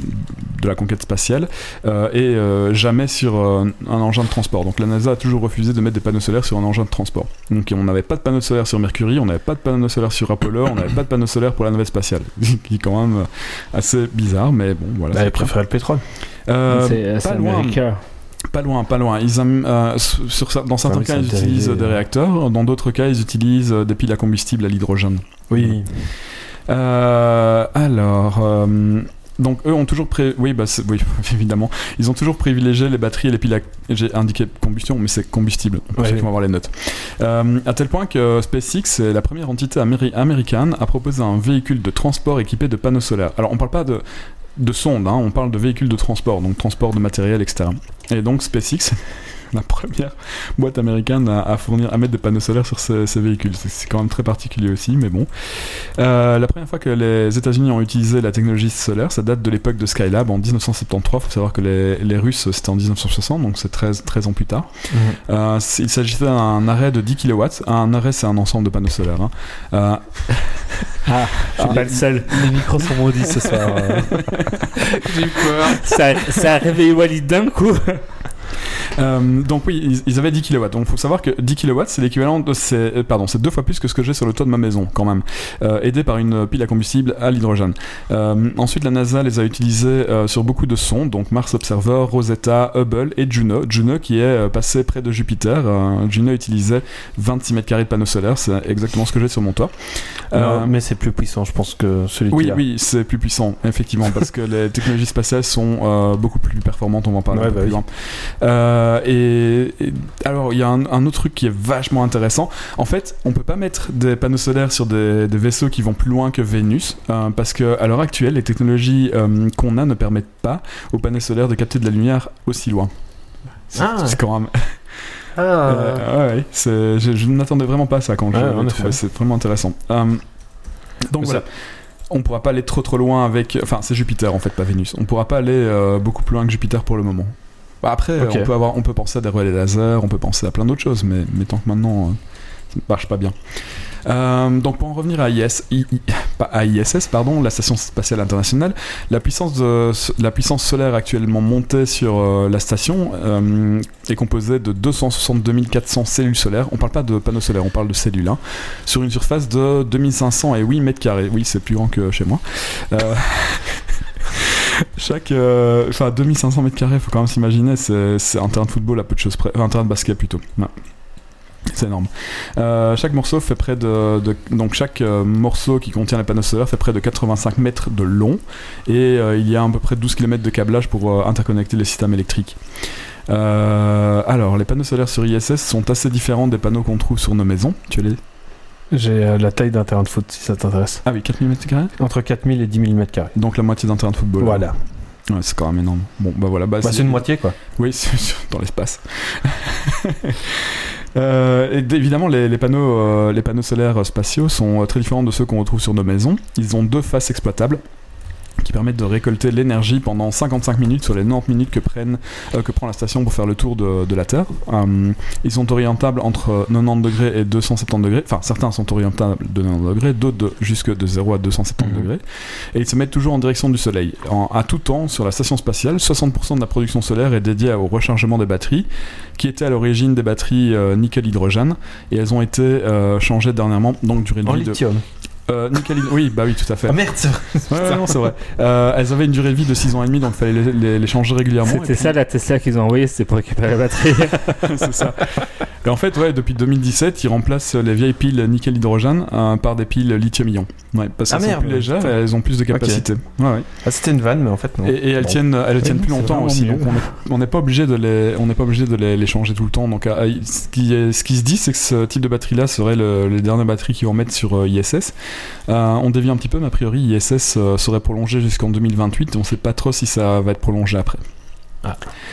[SPEAKER 3] de la conquête spatiale, euh, et euh, jamais sur euh, un engin de transport. Donc la NASA a toujours refusé de mettre des panneaux solaires sur un engin de transport. Donc on n'avait pas de panneaux solaires sur Mercury, on n'avait pas de panneaux solaires sur Apollo, on n'avait pas de panneaux solaires pour la navette spatiale, qui est quand même euh, assez bizarre, mais bon voilà.
[SPEAKER 2] Bah, ils préféraient le pétrole.
[SPEAKER 3] Euh,
[SPEAKER 4] c'est c'est
[SPEAKER 3] pas loin.
[SPEAKER 4] américain.
[SPEAKER 3] Pas loin, pas loin. Ils am- euh, sur, sur ça- dans certains
[SPEAKER 2] mais
[SPEAKER 3] cas,
[SPEAKER 2] c'est
[SPEAKER 3] ils
[SPEAKER 2] dérivé.
[SPEAKER 3] utilisent des réacteurs. Dans d'autres cas, ils utilisent euh, des piles à combustible à l'hydrogène.
[SPEAKER 2] Oui.
[SPEAKER 3] Euh, alors. euh, donc eux ont toujours pré- oui bah c'est- oui évidemment ils ont toujours privilégié les batteries et les piles à... j'ai indiqué combustion mais c'est combustible donc pour
[SPEAKER 2] Ouais.
[SPEAKER 3] ceux qui vont avoir les notes euh, à tel point que SpaceX est la première entité améri- américaine à proposer un véhicule de transport équipé de panneaux solaires alors on parle pas de de sondes hein, on parle de véhicules de transport donc transport de matériel etc et donc SpaceX la première boîte américaine à, à fournir, à mettre des panneaux solaires sur ces, ces véhicules. C'est- C'est quand même très particulier aussi, mais bon. Euh, la première fois que les États-Unis ont utilisé la technologie solaire, ça date de l'époque de Skylab en 1973. Il faut savoir que les, les Russes, c'était en 1960, donc c'est 13, 13 ans plus tard.
[SPEAKER 2] Mhm.
[SPEAKER 3] Euh, c'est- il s'agissait d'un arrêt de 10 kW. Un arrêt, c'est un ensemble de panneaux solaires. hein. Euh,
[SPEAKER 4] Je suis Ah, pas le seul.
[SPEAKER 2] Les micros sont maudits ce soir. euh.
[SPEAKER 1] J'ai eu peur.
[SPEAKER 4] ça, ça a réveillé Walid d'un coup.
[SPEAKER 3] Euh, donc oui, ils, ils avaient 10 kW. Donc il faut savoir que 10 kW, c'est l'équivalent de... ces- euh, pardon, c'est deux fois plus que ce que j'ai sur le toit de ma maison, quand même. Euh, aidé par une pile à combustible à l'hydrogène. Euh, ensuite, la NASA les a utilisés euh, sur beaucoup de sondes, donc Mars Observer, Rosetta, Hubble et Juno. Juno qui est euh, passé près de Jupiter. Euh, Juno utilisait 26 mètres carrés de panneaux solaires, c'est exactement ce que j'ai sur mon toit. Euh,
[SPEAKER 2] Non, mais c'est plus puissant, je pense, que celui
[SPEAKER 3] oui,
[SPEAKER 2] qui a.
[SPEAKER 3] oui, c'est plus puissant, effectivement, parce que les technologies spatiales sont euh, beaucoup plus performantes, on va en parler
[SPEAKER 2] Ouais,
[SPEAKER 3] un peu
[SPEAKER 2] bah
[SPEAKER 3] plus
[SPEAKER 2] oui.
[SPEAKER 3] loin. Euh, et, et- alors, il y a un, un autre truc qui est vachement intéressant. En fait, on peut pas mettre des panneaux solaires sur des, des vaisseaux qui vont plus loin que Vénus, euh, parce que à l'heure actuelle, les technologies euh, qu'on a ne permettent pas aux panneaux solaires de capter de la lumière aussi loin. C'est
[SPEAKER 1] Ah.
[SPEAKER 3] c'est quand même
[SPEAKER 1] Ah.
[SPEAKER 3] euh, ouais, ouais, c'est- je, je n'attendais vraiment pas ça quand je
[SPEAKER 2] Ouais, en
[SPEAKER 3] l'ai trouvé,
[SPEAKER 2] effet.
[SPEAKER 3] C'est vraiment intéressant. Euh, donc
[SPEAKER 2] Mais
[SPEAKER 3] voilà. on pourra pas aller trop trop loin avec. Enfin, c'est Jupiter en fait, pas Vénus. On pourra pas aller euh, beaucoup plus loin que Jupiter pour le moment. Bah, Après,
[SPEAKER 2] Ok.
[SPEAKER 3] on, peut avoir, on peut penser à des relais laser, on peut penser à plein d'autres choses, mais, mais tant que maintenant, euh, ça ne marche pas bien. Euh, donc pour en revenir à, IS, I- I- pas à ISS, pardon, la station spatiale internationale, la puissance, de- la puissance solaire actuellement montée sur euh, la station euh, est composée de 262 400 cellules solaires. On parle pas de panneaux solaires, on parle de cellules. hein, sur une surface de 2500 et 8 mètres carrés. Oui, c'est plus grand que chez moi. Euh, Chaque. euh, Enfin, 2500 mètres carrés, faut quand même s'imaginer, c'est c'est un terrain de football à peu de choses près. Enfin, un terrain de basket plutôt. Ouais. C'est énorme. Euh, chaque morceau fait près de, de- donc chaque euh, morceau qui contient les panneaux solaires fait près de 85 mètres de long et euh, il y a à peu près 12 km de câblage pour euh, interconnecter les systèmes électriques. Euh, alors, les panneaux solaires sur ISS sont assez différents des panneaux qu'on trouve sur nos maisons. Tu as les...
[SPEAKER 2] J'ai euh, la taille d'un terrain de foot si ça t'intéresse.
[SPEAKER 3] Ah oui, 4000 mètres carrés
[SPEAKER 2] Entre 4000 et 10 000 mètres carrés.
[SPEAKER 3] Donc la moitié d'un terrain de football.
[SPEAKER 2] Voilà.
[SPEAKER 3] Ouais, c'est quand même énorme. Bon, bah voilà. Bah,
[SPEAKER 2] Bah, c'est une moitié quoi.
[SPEAKER 3] Oui, c'est- c'est dans l'espace. Euh, et d- évidemment, les, les panneaux, euh, les panneaux solaires euh, spatiaux sont euh, très différents de ceux qu'on retrouve sur nos maisons. Ils ont deux faces exploitables qui permettent de récolter l'énergie pendant 55 minutes sur les 90 minutes que, prennent, euh, que prend la station pour faire le tour de, de la Terre. Euh, ils sont orientables entre euh, 90 degrés et 270 degrés. Enfin, certains sont orientables de 90 degrés, d'autres de- jusque de 0 à 270
[SPEAKER 2] Mhm.
[SPEAKER 3] degrés. Et ils se mettent toujours en direction du Soleil. En- à tout temps, sur la station spatiale, 60% de la production solaire est dédiée au rechargement des batteries, qui étaient à l'origine des batteries euh, nickel-hydrogène, et elles ont été euh, changées dernièrement, donc durée de
[SPEAKER 2] En
[SPEAKER 3] vie de...
[SPEAKER 2] lithium.
[SPEAKER 3] Euh, nickel Oui, bah oui, tout à fait.
[SPEAKER 2] Ah merde c'est vrai.
[SPEAKER 3] Ouais, ouais, non, c'est vrai. Euh, elles avaient une durée de vie de 6 ans et demi, donc il fallait les, les- les changer régulièrement. Et
[SPEAKER 4] C'était
[SPEAKER 3] puis-
[SPEAKER 4] ça la Tesla qu'ils ont envoyée, c'était pour récupérer la batterie.
[SPEAKER 3] c'est ça. Et en fait, ouais, depuis 2017, ils remplacent les vieilles piles nickel-hydrogène euh, par des piles lithium-ion. Ouais, parce
[SPEAKER 2] Ah
[SPEAKER 3] qu'elles sont
[SPEAKER 2] merde.
[SPEAKER 3] plus légères et elles ont plus de capacité. Ouais, ouais.
[SPEAKER 2] Ah, c'était une vanne mais en fait non.
[SPEAKER 3] Et, et elles
[SPEAKER 2] Bon.
[SPEAKER 3] tiennent, elles tiennent
[SPEAKER 2] non,
[SPEAKER 3] plus
[SPEAKER 2] c'est
[SPEAKER 3] longtemps
[SPEAKER 2] vraiment
[SPEAKER 3] aussi.
[SPEAKER 2] mieux.
[SPEAKER 3] Donc on est- on n'est pas obligé de les, on n'est pas obligé de les, les changer tout le temps. Donc ah, ah, ce qui, est- ce qui se dit, c'est que ce type de batterie-là serait le, les dernières batteries qu'ils vont mettre sur euh, ISS. Euh, on dévie un petit peu, mais a priori ISS euh, serait prolongé jusqu'en 2028. On ne sait pas trop si ça va être prolongé après.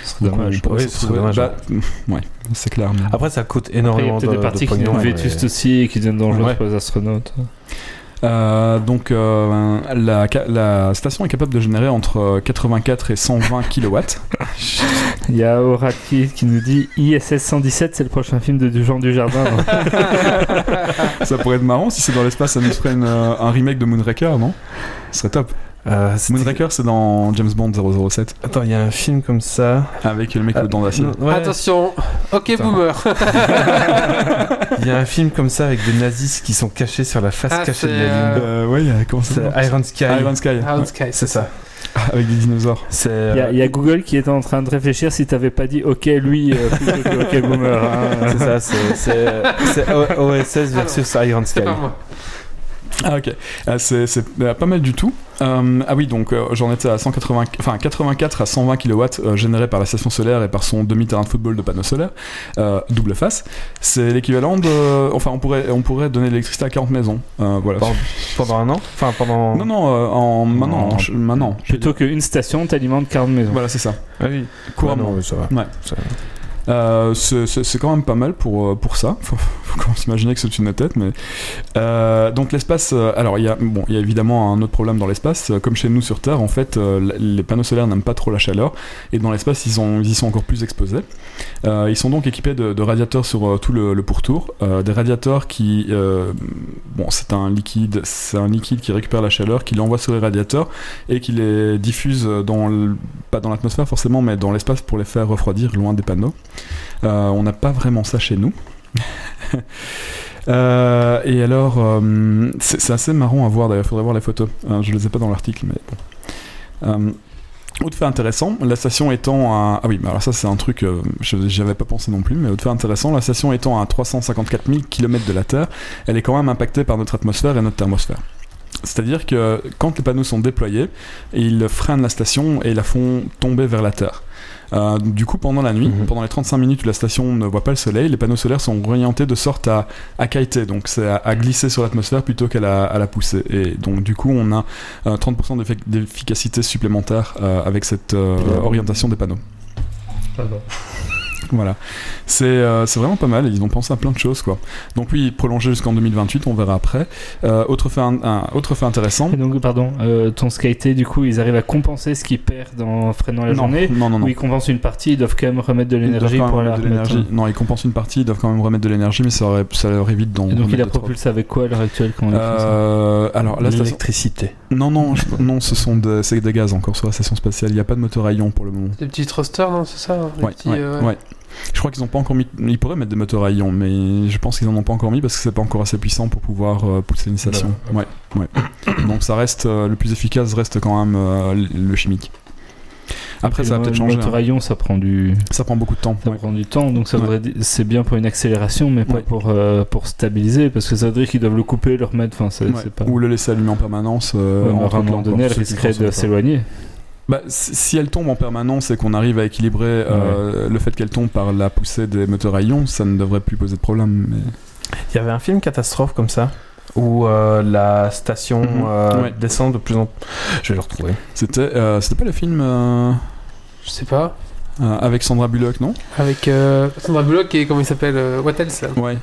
[SPEAKER 4] C'est dommage.
[SPEAKER 3] on pourrait
[SPEAKER 2] Oui,
[SPEAKER 3] se
[SPEAKER 2] ce serait
[SPEAKER 3] retrouver-
[SPEAKER 2] dommage, Mm.
[SPEAKER 3] bah, ouais, c'est clair. mais-
[SPEAKER 2] Après ça coûte
[SPEAKER 4] Après, il y
[SPEAKER 2] énormément
[SPEAKER 4] a peut-être
[SPEAKER 2] de,
[SPEAKER 4] des parties
[SPEAKER 2] de
[SPEAKER 4] qui sont
[SPEAKER 2] pognon. mais-
[SPEAKER 4] vétustes aussi et qui deviennent dangereuses
[SPEAKER 2] Ouais.
[SPEAKER 4] pour les astronautes.
[SPEAKER 3] Euh, donc euh, la, ca- la station est capable de générer entre euh, 84 et 120 kilowatts.
[SPEAKER 4] Il y a Oraki qui nous dit ISS 117, c'est le prochain film de Jean Dujardin.
[SPEAKER 3] Ça pourrait être marrant si c'est dans l'espace, ça nous ferait une, euh, un remake de Moonraker, non Ce serait top.
[SPEAKER 2] Euh, c'était-
[SPEAKER 3] Moonraker, c'est dans James Bond 007
[SPEAKER 2] Attends, il y a un film comme ça.
[SPEAKER 3] avec le mec
[SPEAKER 2] Ah,
[SPEAKER 3] aux dents d'acier.
[SPEAKER 2] non, ouais.
[SPEAKER 1] Attention, ok
[SPEAKER 2] Putain.
[SPEAKER 1] boomer.
[SPEAKER 2] Il y a un film comme ça avec des nazis qui sont cachés sur la face
[SPEAKER 1] Ah,
[SPEAKER 2] cachée de
[SPEAKER 1] c'est,
[SPEAKER 2] la lune.
[SPEAKER 3] Euh, ouais, euh, comment ça
[SPEAKER 2] C'est
[SPEAKER 3] s'appelle
[SPEAKER 2] Iron Sky.
[SPEAKER 3] Iron Sky,
[SPEAKER 1] Ah,
[SPEAKER 3] ouais,
[SPEAKER 2] C'est ça.
[SPEAKER 3] avec des dinosaures.
[SPEAKER 2] C'est. euh,
[SPEAKER 4] Il y, a- il y a Google qui était en train de réfléchir si t'avais pas dit OK lui euh, plutôt que OK Boomer. hein.
[SPEAKER 2] C'est ça, c'est- c'est c'est O- OSS versus Iron Sky.
[SPEAKER 1] C'est pas moi.
[SPEAKER 3] Ah ok, Ah, c'est c'est, euh, pas mal du tout. Euh, ah oui, donc euh, j'en étais à 180, enfin 84 à 120 kW générés euh, par la station solaire et par son demi-terrain de football de panneaux solaires, euh, double face. C'est l'équivalent de, enfin on pourrait, on pourrait donner de l'électricité à 40 maisons. Euh, voilà.
[SPEAKER 2] Pardon. Pendant un an Enfin, pendant.
[SPEAKER 3] Non non, euh, en maintenant,
[SPEAKER 2] Non.
[SPEAKER 3] en ch- maintenant.
[SPEAKER 4] Plutôt qu'une station, t'alimentes 40 maisons.
[SPEAKER 3] Voilà c'est ça.
[SPEAKER 2] Ah oui.
[SPEAKER 3] Couramment.
[SPEAKER 2] non, mais ça va.
[SPEAKER 3] Ouais.
[SPEAKER 2] Ça-
[SPEAKER 3] Euh, c'est- c'est c'est quand même pas mal pour, euh, pour ça. Faut, faut quand même s'imaginer que c'est une tête, mais. Euh, donc l'espace. euh, alors, il y, a, bon, il y a évidemment un autre problème dans l'espace. Euh, Comme chez nous sur Terre, en fait, euh, l- les panneaux solaires n'aiment pas trop la chaleur. Et dans l'espace, ils, ont- ils y sont encore plus exposés. Euh, ils sont donc équipés de, de radiateurs sur euh, tout le, le pourtour. Euh, des radiateurs qui. euh, bon, c'est un liquide. C'est un liquide qui récupère la chaleur, qui l'envoie sur les radiateurs et qui les diffuse dans. le- pas dans l'atmosphère forcément, mais dans l'espace pour les faire refroidir loin des panneaux. Euh, on n'a pas vraiment ça chez nous. Euh, et alors, euh, c'est c'est assez marrant à voir d'ailleurs, il faudrait voir les photos. Euh, je les ai pas dans l'article, mais bon. Euh, autre fait intéressant, la station étant à. Ah oui, mais alors ça c'est un truc, euh, je- j'avais pas pensé non plus, mais autre fait intéressant, la station étant à 354 000 km de la Terre, elle est quand même impactée par notre atmosphère et notre thermosphère. C'est-à-dire que quand les panneaux sont déployés, ils freinent la station et la font tomber vers la Terre. Euh, du coup, pendant la nuit,
[SPEAKER 2] Mhm.
[SPEAKER 3] pendant les 35 minutes où la station ne voit pas le soleil, les panneaux solaires sont orientés de sorte à, à kiter, donc c'est à, à glisser sur l'atmosphère plutôt qu'à la, à la pousser. Et donc, du coup, on a euh, 30% d'effic- d'efficacité supplémentaire euh, avec cette euh, orientation des panneaux. Voilà. C'est euh, c'est vraiment pas mal. et Ils ont pensé à plein de choses, quoi. Donc oui, prolongé jusqu'en 2028. On verra après. Euh, autre fait, un- un- autre fait intéressant.
[SPEAKER 4] Et donc, pardon, euh, ton skater, du coup, ils arrivent à compenser ce qu'ils perdent en freinant la
[SPEAKER 3] non,
[SPEAKER 4] journée.
[SPEAKER 3] non, non, non.
[SPEAKER 4] Ou ils compensent une partie, ils doivent quand même remettre de
[SPEAKER 3] Ils doivent
[SPEAKER 4] l'énergie
[SPEAKER 3] quand même
[SPEAKER 4] pour la
[SPEAKER 3] remettre de
[SPEAKER 4] remettre.
[SPEAKER 3] l'énergie. Non, ils compensent une partie. Ils doivent quand même remettre de l'énergie, mais ça, aurait, ça leur évite d'en.
[SPEAKER 4] Et donc,
[SPEAKER 3] remettre
[SPEAKER 4] il la
[SPEAKER 3] de trop.
[SPEAKER 4] propulse avec quoi à l'heure actuelle quand il fait ça
[SPEAKER 3] Euh, alors, la station.
[SPEAKER 2] L'électricité.
[SPEAKER 3] Non, non, je- non, ce sont des, c'est des gaz encore sur la station spatiale. Il n'y a pas de moteur à ion pour le moment.
[SPEAKER 1] Des petits thrusters, non, c'est ça hein, les
[SPEAKER 3] Ouais,
[SPEAKER 1] petits,
[SPEAKER 3] ouais,
[SPEAKER 1] euh,
[SPEAKER 3] ouais. Je crois qu'ils n'ont pas encore mis. Ils pourraient mettre des moteurs à ion, mais je pense qu'ils n'en ont pas encore mis parce que c'est pas encore assez puissant pour pouvoir euh, pousser une station. Ouais, ouais. Donc ça reste euh, le plus efficace reste quand même euh, le chimique. Après,
[SPEAKER 4] Et
[SPEAKER 3] ça va
[SPEAKER 4] le-
[SPEAKER 3] peut-être
[SPEAKER 4] le
[SPEAKER 3] changer.
[SPEAKER 4] moteur
[SPEAKER 3] hein.
[SPEAKER 4] à ion, ça prend du,
[SPEAKER 3] Ça prend beaucoup de temps.
[SPEAKER 4] ça
[SPEAKER 3] ouais.
[SPEAKER 4] prend du temps, donc ça
[SPEAKER 3] Ouais.
[SPEAKER 4] voudrait dire- c'est bien pour une accélération, mais pas
[SPEAKER 3] Ouais.
[SPEAKER 4] pour, euh, pour stabiliser, parce que ça voudrait dire qu'ils doivent le couper, le remettre. Enfin, c'est
[SPEAKER 3] Ouais.
[SPEAKER 4] c'est pas.
[SPEAKER 3] Ou le laisser allumer en permanence. euh,
[SPEAKER 4] Ouais, mais
[SPEAKER 3] en
[SPEAKER 4] à un
[SPEAKER 3] rappelant,
[SPEAKER 4] moment
[SPEAKER 3] quoi,
[SPEAKER 4] donné, elle
[SPEAKER 3] ceux qui
[SPEAKER 4] risquerait
[SPEAKER 3] consomment
[SPEAKER 4] de
[SPEAKER 3] pas.
[SPEAKER 4] s'éloigner.
[SPEAKER 3] Bah, si si elle tombe en permanence et qu'on arrive à équilibrer euh, le fait qu'elle tombe par la poussée des moteurs à ion, ça ne devrait plus poser de problème. Mais...
[SPEAKER 2] Il y avait un film catastrophe comme ça où euh, la station
[SPEAKER 3] Mhm.
[SPEAKER 2] euh,
[SPEAKER 3] Ouais.
[SPEAKER 2] descend de plus en Je vais le retrouver.
[SPEAKER 3] C'était euh, c'était pas le film euh,
[SPEAKER 1] Je sais pas.
[SPEAKER 3] euh, avec Sandra Bullock, non
[SPEAKER 1] Avec euh, Sandra Bullock et comment il s'appelle euh, What else là
[SPEAKER 3] Ouais.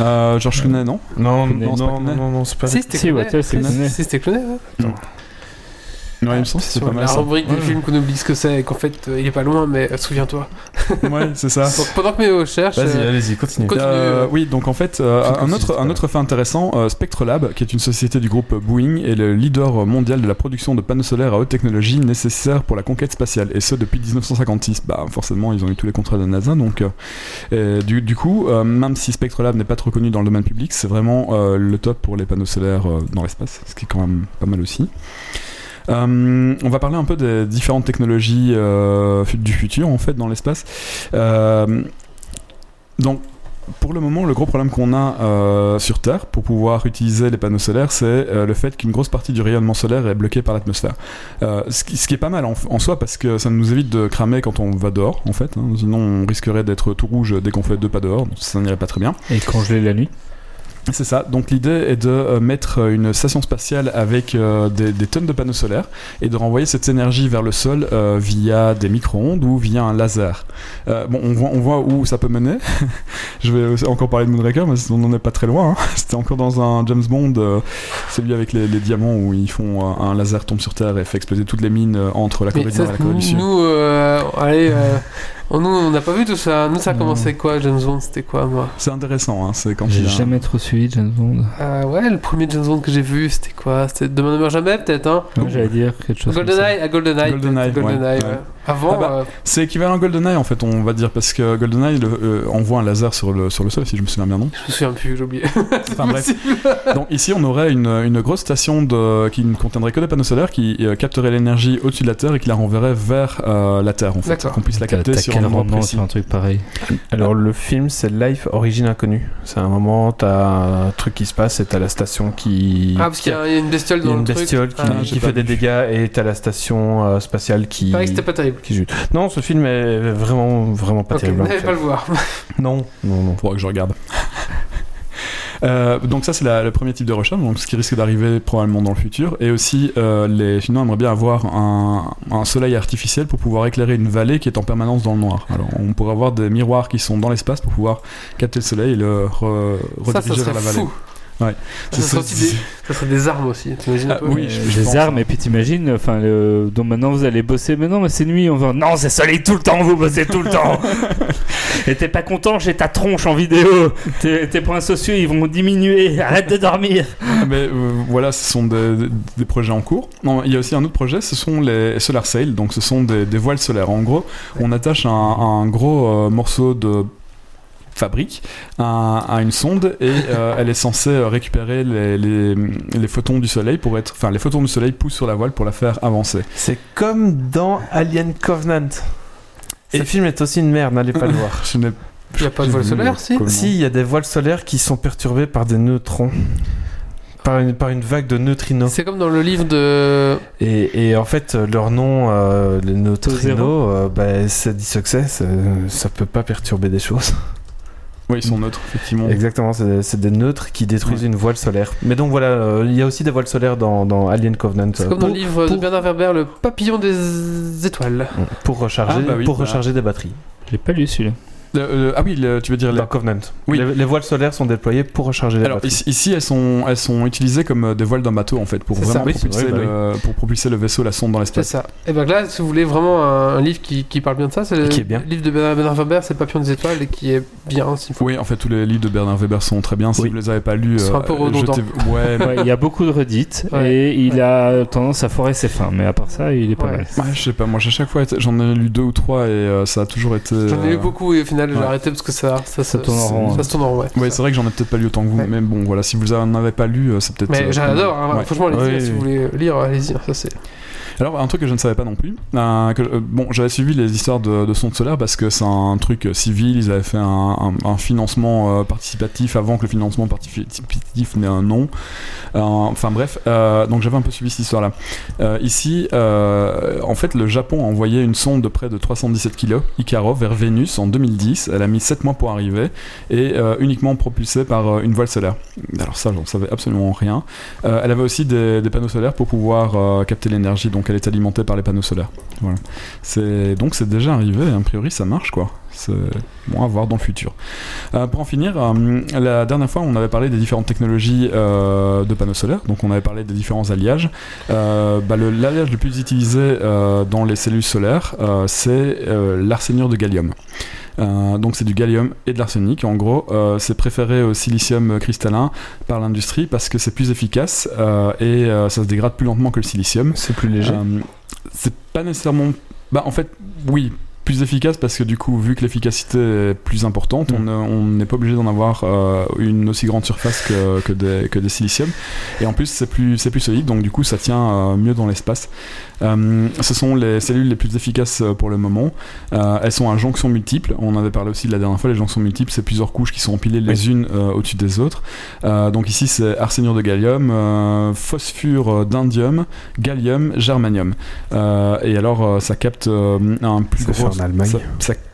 [SPEAKER 3] Euh, George Clooney, non
[SPEAKER 2] Non,
[SPEAKER 4] Connais-
[SPEAKER 2] non, non,
[SPEAKER 3] non, c'est pas
[SPEAKER 2] non, non, c'est pas.
[SPEAKER 1] Si, c'était
[SPEAKER 4] Si,
[SPEAKER 1] Clooney.
[SPEAKER 4] What Else,
[SPEAKER 1] Si,
[SPEAKER 4] c'est Clooney.
[SPEAKER 1] Si, c'était Clooney, ouais.
[SPEAKER 3] Ouais, il me semble que c'est pas
[SPEAKER 1] La
[SPEAKER 3] mal ça.
[SPEAKER 1] rubrique
[SPEAKER 3] Ouais.
[SPEAKER 1] des films qu'on oublie ce que c'est et qu'en fait euh, il est pas loin, mais euh, souviens-toi.
[SPEAKER 3] Ouais, c'est ça.
[SPEAKER 1] Donc, pendant que Méo cherche.
[SPEAKER 2] Vas-y,
[SPEAKER 1] euh,
[SPEAKER 2] allez-y, continue.
[SPEAKER 1] continue,
[SPEAKER 3] Euh,
[SPEAKER 1] euh,
[SPEAKER 3] oui, donc en fait, euh,
[SPEAKER 2] Continue,
[SPEAKER 3] un, autre,
[SPEAKER 2] continue.
[SPEAKER 3] un autre fait intéressant, euh, Spectrolab, qui est une société du groupe Boeing, est le leader mondial de la production de panneaux solaires à haute technologie nécessaires pour la conquête spatiale, et ce depuis 1956. Bah forcément, ils ont eu tous les contrats de la NASA, donc euh, et du, du coup, euh, même si Spectrolab n'est pas trop connu dans le domaine public, c'est vraiment euh, le top pour les panneaux solaires euh, dans l'espace, ce qui est quand même pas mal aussi. Euh, on va parler un peu des différentes technologies euh, fut- du futur en fait dans l'espace. Euh, donc pour le moment, le gros problème qu'on a euh, sur Terre pour pouvoir utiliser les panneaux solaires, c'est euh, le fait qu'une grosse partie du rayonnement solaire est bloquée par l'atmosphère. Euh, ce, qui, ce qui est pas mal en, en soi parce que ça nous évite de cramer quand on va dehors, en fait. hein. Sinon, on risquerait d'être tout rouge dès qu'on fait deux pas dehors, donc ça n'irait pas très bien.
[SPEAKER 4] Et congeler la nuit.
[SPEAKER 3] C'est ça. Donc l'idée est de euh, mettre euh, une station spatiale avec euh, des, des tonnes de panneaux solaires et de renvoyer cette énergie vers le sol euh, via des micro-ondes ou via un laser. Euh, bon, on voit, on voit où ça peut mener. Je vais aussi encore parler de Moonraker, mais on n'en est pas très loin. hein. C'était encore dans un James Bond, euh, celui avec les, les diamants où ils font euh, un laser tombe sur Terre et fait exploser toutes les mines euh, entre la Corée
[SPEAKER 1] mais
[SPEAKER 3] du Nord
[SPEAKER 1] ça,
[SPEAKER 3] et la Corée du Sud.
[SPEAKER 1] nous, euh, allez, euh, on- nous on n'a pas vu tout ça. hein. Nous, ça a
[SPEAKER 4] Non.
[SPEAKER 1] commencé quoi James Bond, c'était quoi moi
[SPEAKER 3] C'est intéressant. hein, C'est quand il
[SPEAKER 4] J'ai
[SPEAKER 3] y a-
[SPEAKER 4] jamais trop suivi James Bond.
[SPEAKER 1] Euh, Ouais, le premier James Bond que j'ai vu, c'était quoi C'était Demain ne meurt jamais, peut-être, hein
[SPEAKER 3] Oh.
[SPEAKER 4] Moi, J'allais dire quelque chose. comme ça.
[SPEAKER 1] GoldenEye, à GoldenEye.
[SPEAKER 3] GoldenEye,
[SPEAKER 1] peut-être, GoldenEye,
[SPEAKER 3] ouais,
[SPEAKER 1] ouais.
[SPEAKER 3] ouais.
[SPEAKER 1] Avant,
[SPEAKER 3] Ah bah,
[SPEAKER 1] euh,
[SPEAKER 3] C'est équivalent à GoldenEye en fait, on va dire, parce que GoldenEye le- euh, envoie un laser sur le, sur le sol, si je me souviens bien, non
[SPEAKER 1] je me souviens plus, j'ai oublié. C'est
[SPEAKER 3] Enfin, bref.
[SPEAKER 1] possible.
[SPEAKER 3] Donc ici, on aurait une, une grosse station de, qui ne contiendrait que des panneaux solaires qui euh, capterait l'énergie au-dessus de la Terre et qui la renverrait vers euh, la Terre, en fait,
[SPEAKER 1] D'accord.
[SPEAKER 3] qu'on puisse la
[SPEAKER 4] T'as-
[SPEAKER 3] capter
[SPEAKER 4] t'as
[SPEAKER 3] sur
[SPEAKER 4] quel
[SPEAKER 3] un endroit
[SPEAKER 4] roman
[SPEAKER 3] précis.
[SPEAKER 4] sur un truc pareil
[SPEAKER 2] Alors le film c'est Life Origine Inconnue. C'est un moment, t'as un truc qui se passe et t'as la station qui...
[SPEAKER 1] Ah, parce qu'il y a il y a une bestiole
[SPEAKER 2] Il y a
[SPEAKER 1] dans
[SPEAKER 2] une
[SPEAKER 1] le truc.
[SPEAKER 2] bestiole qui,
[SPEAKER 1] Ah,
[SPEAKER 2] qui
[SPEAKER 3] j'ai pas
[SPEAKER 2] fait des
[SPEAKER 3] vu.
[SPEAKER 2] dégâts et t'as la station euh, spatiale qui...
[SPEAKER 1] Il paraît que c'était pas terrible.
[SPEAKER 2] qui jute. Non, ce film est vraiment, vraiment pas
[SPEAKER 1] Ok,
[SPEAKER 2] terrible. en
[SPEAKER 1] n'allez
[SPEAKER 2] fait.
[SPEAKER 1] pas le voir.
[SPEAKER 2] Non, non, non.
[SPEAKER 3] Faudra que je regarde. Euh, donc ça c'est la- le premier type de recherche, donc ce qui risque d'arriver probablement dans le futur. Et aussi euh, les Chinois aimeraient bien avoir un, un soleil artificiel pour pouvoir éclairer une vallée qui est en permanence dans le noir. Alors on pourrait avoir des miroirs qui sont dans l'espace pour pouvoir capter le soleil et le re-
[SPEAKER 1] Ça, ça
[SPEAKER 3] rediriger vers
[SPEAKER 1] serait
[SPEAKER 3] la vallée.
[SPEAKER 1] fou.
[SPEAKER 3] Ouais.
[SPEAKER 1] Ça serait aussi des- ça serait des armes aussi, t'imagines un
[SPEAKER 3] Ah,
[SPEAKER 1] peu
[SPEAKER 3] oui, je-
[SPEAKER 4] Euh,
[SPEAKER 3] je
[SPEAKER 4] des
[SPEAKER 3] pense.
[SPEAKER 4] armes, et puis t'imagines, enfin, le- donc maintenant vous allez bosser, mais non, mais c'est nuit, on va. Non, c'est soleil tout le temps, vous bossez tout le temps Et t'es pas content, j'ai ta tronche en vidéo Tes tes points sociaux, ils vont diminuer, arrête de dormir
[SPEAKER 3] Mais euh, voilà, ce sont des, des- des projets en cours. Non, il y a aussi un autre projet, ce sont les solar sails, donc ce sont des, des voiles solaires. En gros, on attache un, un gros euh, morceau de fabrique à, à une sonde et euh, elle est censée euh, récupérer les, les- les photons du soleil pour être enfin les photons du soleil poussent sur la voile pour la faire avancer
[SPEAKER 2] C'est comme dans Alien Covenant.
[SPEAKER 3] Et-
[SPEAKER 2] Ce film est aussi une merde, n'allez pas le voir.
[SPEAKER 3] je n'ai
[SPEAKER 1] Il n'y a pas de voile solaire, si
[SPEAKER 3] Comment
[SPEAKER 2] Si, il y a des voiles solaires qui sont perturbées par des neutrons. Par une, par une vague de neutrinos.
[SPEAKER 1] C'est comme dans le livre de.
[SPEAKER 2] Et, et en fait, euh, leur nom, euh, les neutrinos,
[SPEAKER 4] zéro.
[SPEAKER 2] euh, bah, ça dit succès, ça, ça peut pas perturber des choses.
[SPEAKER 3] oui ils sont neutres effectivement
[SPEAKER 2] Exactement, c'est des- c'est des neutres qui détruisent une voile solaire. Mais donc voilà, euh, il y a aussi des voiles solaires dans, dans Alien Covenant
[SPEAKER 1] C'est
[SPEAKER 2] euh,
[SPEAKER 1] comme dans
[SPEAKER 2] pour,
[SPEAKER 1] le livre de
[SPEAKER 2] pour-
[SPEAKER 1] Bernard Werber, Le papillon des étoiles.
[SPEAKER 2] pour recharger,
[SPEAKER 3] Ah, bah oui,
[SPEAKER 2] pour
[SPEAKER 3] voilà.
[SPEAKER 2] recharger des batteries.
[SPEAKER 4] l'ai pas lu celui-là.
[SPEAKER 3] Le- le- ah oui, le- tu veux dire les-
[SPEAKER 2] Dans Covenant.
[SPEAKER 3] Oui.
[SPEAKER 2] Les, les voiles solaires sont déployées pour recharger la
[SPEAKER 3] Alors
[SPEAKER 2] batterie.
[SPEAKER 3] ici, ici, elles sont elles sont utilisées comme euh, des voiles d'un bateau en fait pour
[SPEAKER 2] C'est
[SPEAKER 3] vraiment
[SPEAKER 2] ça, oui, c'est
[SPEAKER 3] propulser
[SPEAKER 2] vrai,
[SPEAKER 3] le, pour propulser le vaisseau la sonde dans
[SPEAKER 1] C'est
[SPEAKER 3] l'espace.
[SPEAKER 1] ça. Et ben là, si vous voulez vraiment un, un livre qui, qui parle bien de ça, c'est le
[SPEAKER 2] Qui est bien.
[SPEAKER 1] livre de Bernard Bernard Werber, c'est Papillon des étoiles, et qui est bien. s'il faut.
[SPEAKER 3] Oui, en fait, tous les livres de Bernard Weber sont très bien. Si
[SPEAKER 2] Oui.
[SPEAKER 3] vous les avez pas lus,
[SPEAKER 1] Ils sont un peu redondants.
[SPEAKER 3] jetez- Ouais, mais-
[SPEAKER 4] Ouais, il y a beaucoup de redites
[SPEAKER 1] Ouais.
[SPEAKER 4] et il a tendance à forer ses fins, mais à part ça, il est pas
[SPEAKER 1] Ouais.
[SPEAKER 4] mal.
[SPEAKER 3] ouais, bah, je sais pas. Moi, à chaque fois, j'en ai lu deux ou trois et euh, ça a toujours été.
[SPEAKER 1] J'en ai eu
[SPEAKER 3] euh,
[SPEAKER 1] beaucoup et au final j'ai
[SPEAKER 3] ouais.
[SPEAKER 1] arrêté parce que ça, ça,
[SPEAKER 4] Ça tourne en rond,
[SPEAKER 1] Ça
[SPEAKER 4] hein.
[SPEAKER 1] se tourne en rond, ouais.
[SPEAKER 3] Ouais, c'est vrai que j'en ai peut-être pas lu autant que vous,
[SPEAKER 1] Ouais.
[SPEAKER 3] mais bon, voilà, si vous en avez pas lu, euh, c'est peut-être. euh,
[SPEAKER 1] Mais j'adore,
[SPEAKER 3] comme-
[SPEAKER 1] hein,
[SPEAKER 3] Ouais.
[SPEAKER 1] franchement, allez-y,
[SPEAKER 2] Oui,
[SPEAKER 1] si
[SPEAKER 2] oui.
[SPEAKER 1] vous voulez lire, allez-y. hein, Ça, c'est...
[SPEAKER 3] Alors, un truc que je ne savais pas non plus, euh, que, euh, bon, j'avais suivi les histoires de, de sondes solaires parce que c'est un truc euh, civil, ils avaient fait un, un- un financement euh, participatif avant que le financement participatif n'ait un nom. Euh, Enfin bref, euh, donc j'avais un peu suivi cette histoire-là. Euh, ici, euh, en fait, le Japon a envoyé une sonde de près de 317 kg, Icaro, vers Vénus en 2010. Elle a mis 7 mois pour arriver et euh, uniquement propulsée par euh, une voile solaire. Alors ça, j'en savais absolument rien. Euh, elle avait aussi des, des panneaux solaires pour pouvoir euh, capter l'énergie, donc elle est alimentée par les panneaux solaires. Voilà. C'est- Donc c'est déjà arrivé, et a priori ça marche quoi. C'est bon à voir dans le futur. Euh, pour en finir, euh, la dernière fois on avait parlé des différentes technologies euh, de panneaux solaires, donc on avait parlé des différents alliages. Euh, bah, le- L'alliage le plus utilisé euh, dans les cellules solaires, euh, c'est euh, l'arsénure de gallium. Euh, donc c'est du gallium et de l'arsenic. En gros, euh, c'est préféré au silicium cristallin par l'industrie parce que c'est plus efficace euh, et euh, ça se dégrade plus lentement que le silicium.
[SPEAKER 2] C'est plus léger.
[SPEAKER 3] Euh, c'est pas nécessairement. Bah, en fait, oui, plus efficace parce que du coup, vu que l'efficacité est plus importante,
[SPEAKER 2] Mm.
[SPEAKER 3] on euh, on n'est pas obligé d'en avoir euh, une aussi grande surface que, que des, que des siliciums. Et en plus, c'est plus, c'est plus solide, donc du coup, ça tient euh, mieux dans l'espace. Euh, ce sont les cellules les plus efficaces euh, pour le moment. Euh, elles sont à jonction multiple. On avait parlé aussi de la dernière fois, les jonctions multiples, c'est plusieurs couches qui sont empilées les unes euh, au-dessus des autres. Euh, donc ici, c'est arsénure de gallium, euh, phosphure d'indium, gallium, germanium. Euh, et alors, euh, ça capte euh, un plus
[SPEAKER 2] Ça fait
[SPEAKER 3] gros.
[SPEAKER 2] en Allemagne.
[SPEAKER 3] ça- ça-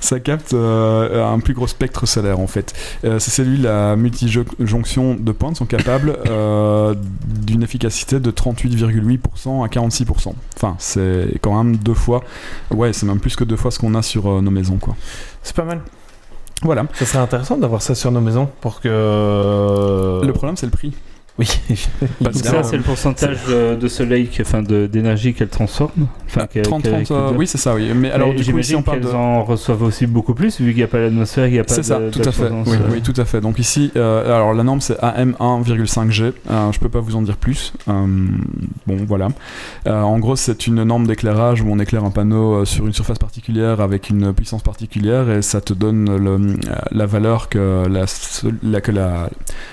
[SPEAKER 3] ça capte euh, un plus gros spectre solaire en fait. Euh, ces cellules à multijonction de pointe sont capables euh, d'une efficacité de 38,8% à 46%. Enfin, c'est quand même deux fois. Ouais, c'est même plus que deux fois ce qu'on a sur euh, nos maisons quoi.
[SPEAKER 2] C'est pas mal.
[SPEAKER 3] Voilà.
[SPEAKER 2] Ça serait intéressant d'avoir ça sur nos maisons pour que.
[SPEAKER 3] Le problème, c'est le prix.
[SPEAKER 2] Oui.
[SPEAKER 3] Parce que,
[SPEAKER 4] Donc
[SPEAKER 3] euh,
[SPEAKER 4] ça, Euh, bah, c'est le pourcentage de, de soleil, que- enfin de- d'énergie qu'elle transforme. Enfin, qu'elle-
[SPEAKER 3] 30,
[SPEAKER 4] qu'elle-
[SPEAKER 3] 30, euh,
[SPEAKER 4] qu'elle-
[SPEAKER 3] oui, c'est ça, oui. Mais alors,
[SPEAKER 4] Mais
[SPEAKER 3] du coup, ici,
[SPEAKER 4] j'imagine
[SPEAKER 3] on parle de.
[SPEAKER 4] qu'elles en reçoivent aussi beaucoup plus, vu qu'il n'y a pas l'atmosphère, il n'y a pas
[SPEAKER 3] C'est
[SPEAKER 4] de
[SPEAKER 3] ça,
[SPEAKER 4] de
[SPEAKER 3] tout à fait.
[SPEAKER 4] présence,
[SPEAKER 3] Oui,
[SPEAKER 4] euh,
[SPEAKER 3] oui, tout à fait. Donc ici, euh, alors la norme c'est AM1,5G. Euh, je peux pas vous en dire plus. Euh, bon, voilà. Euh, en gros, c'est une norme d'éclairage où on éclaire un panneau euh, sur une surface particulière avec une puissance particulière et ça te donne le- euh, la valeur que la, seul- la- que la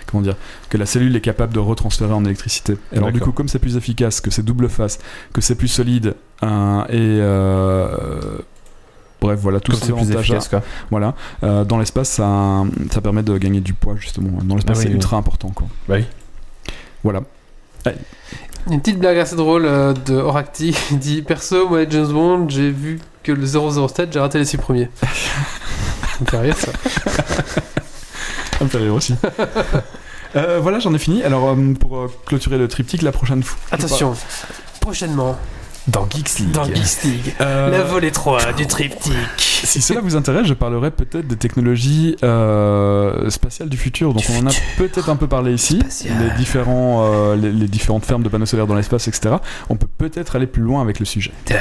[SPEAKER 3] comment dire que la cellule est capable de retransférer en électricité. Et alors du
[SPEAKER 2] D'accord.
[SPEAKER 3] coup, comme c'est plus efficace, que c'est double face, que c'est plus solide euh, et euh, bref, voilà tous
[SPEAKER 2] Comme
[SPEAKER 3] ces
[SPEAKER 2] c'est plus
[SPEAKER 3] avantages.
[SPEAKER 2] efficace, quoi.
[SPEAKER 3] Voilà. Euh, dans l'espace, ça, ça permet de gagner du poids, justement. Dans
[SPEAKER 2] Ah
[SPEAKER 3] l'espace,
[SPEAKER 2] oui,
[SPEAKER 3] c'est
[SPEAKER 2] oui.
[SPEAKER 3] ultra important, quoi.
[SPEAKER 2] Bah oui.
[SPEAKER 3] Voilà.
[SPEAKER 1] Une petite blague assez drôle euh, de Oracti il dit Perso, moi et James Bond, j'ai vu que le 007, j'ai raté les 6 premiers. ça me fait rire ça.
[SPEAKER 3] Ça me fait rire aussi. Euh, voilà, j'en ai fini. Alors, euh, pour euh, clôturer le triptyque, la prochaine fois.
[SPEAKER 1] Attention, prochainement
[SPEAKER 2] Dans Geeks League.
[SPEAKER 1] dans Geeks League,
[SPEAKER 3] Euh,
[SPEAKER 1] la volée 3 du triptyque.
[SPEAKER 3] si cela vous intéresse, je parlerai peut-être des technologies euh, spatiales du futur. Donc,
[SPEAKER 1] Du
[SPEAKER 3] on en a peut-être un peu parlé ici.
[SPEAKER 1] Spatial.
[SPEAKER 3] Les, différents, euh, les, les différentes fermes de panneaux solaires dans l'espace, etc. On peut peut-être aller plus loin avec le sujet. Ah,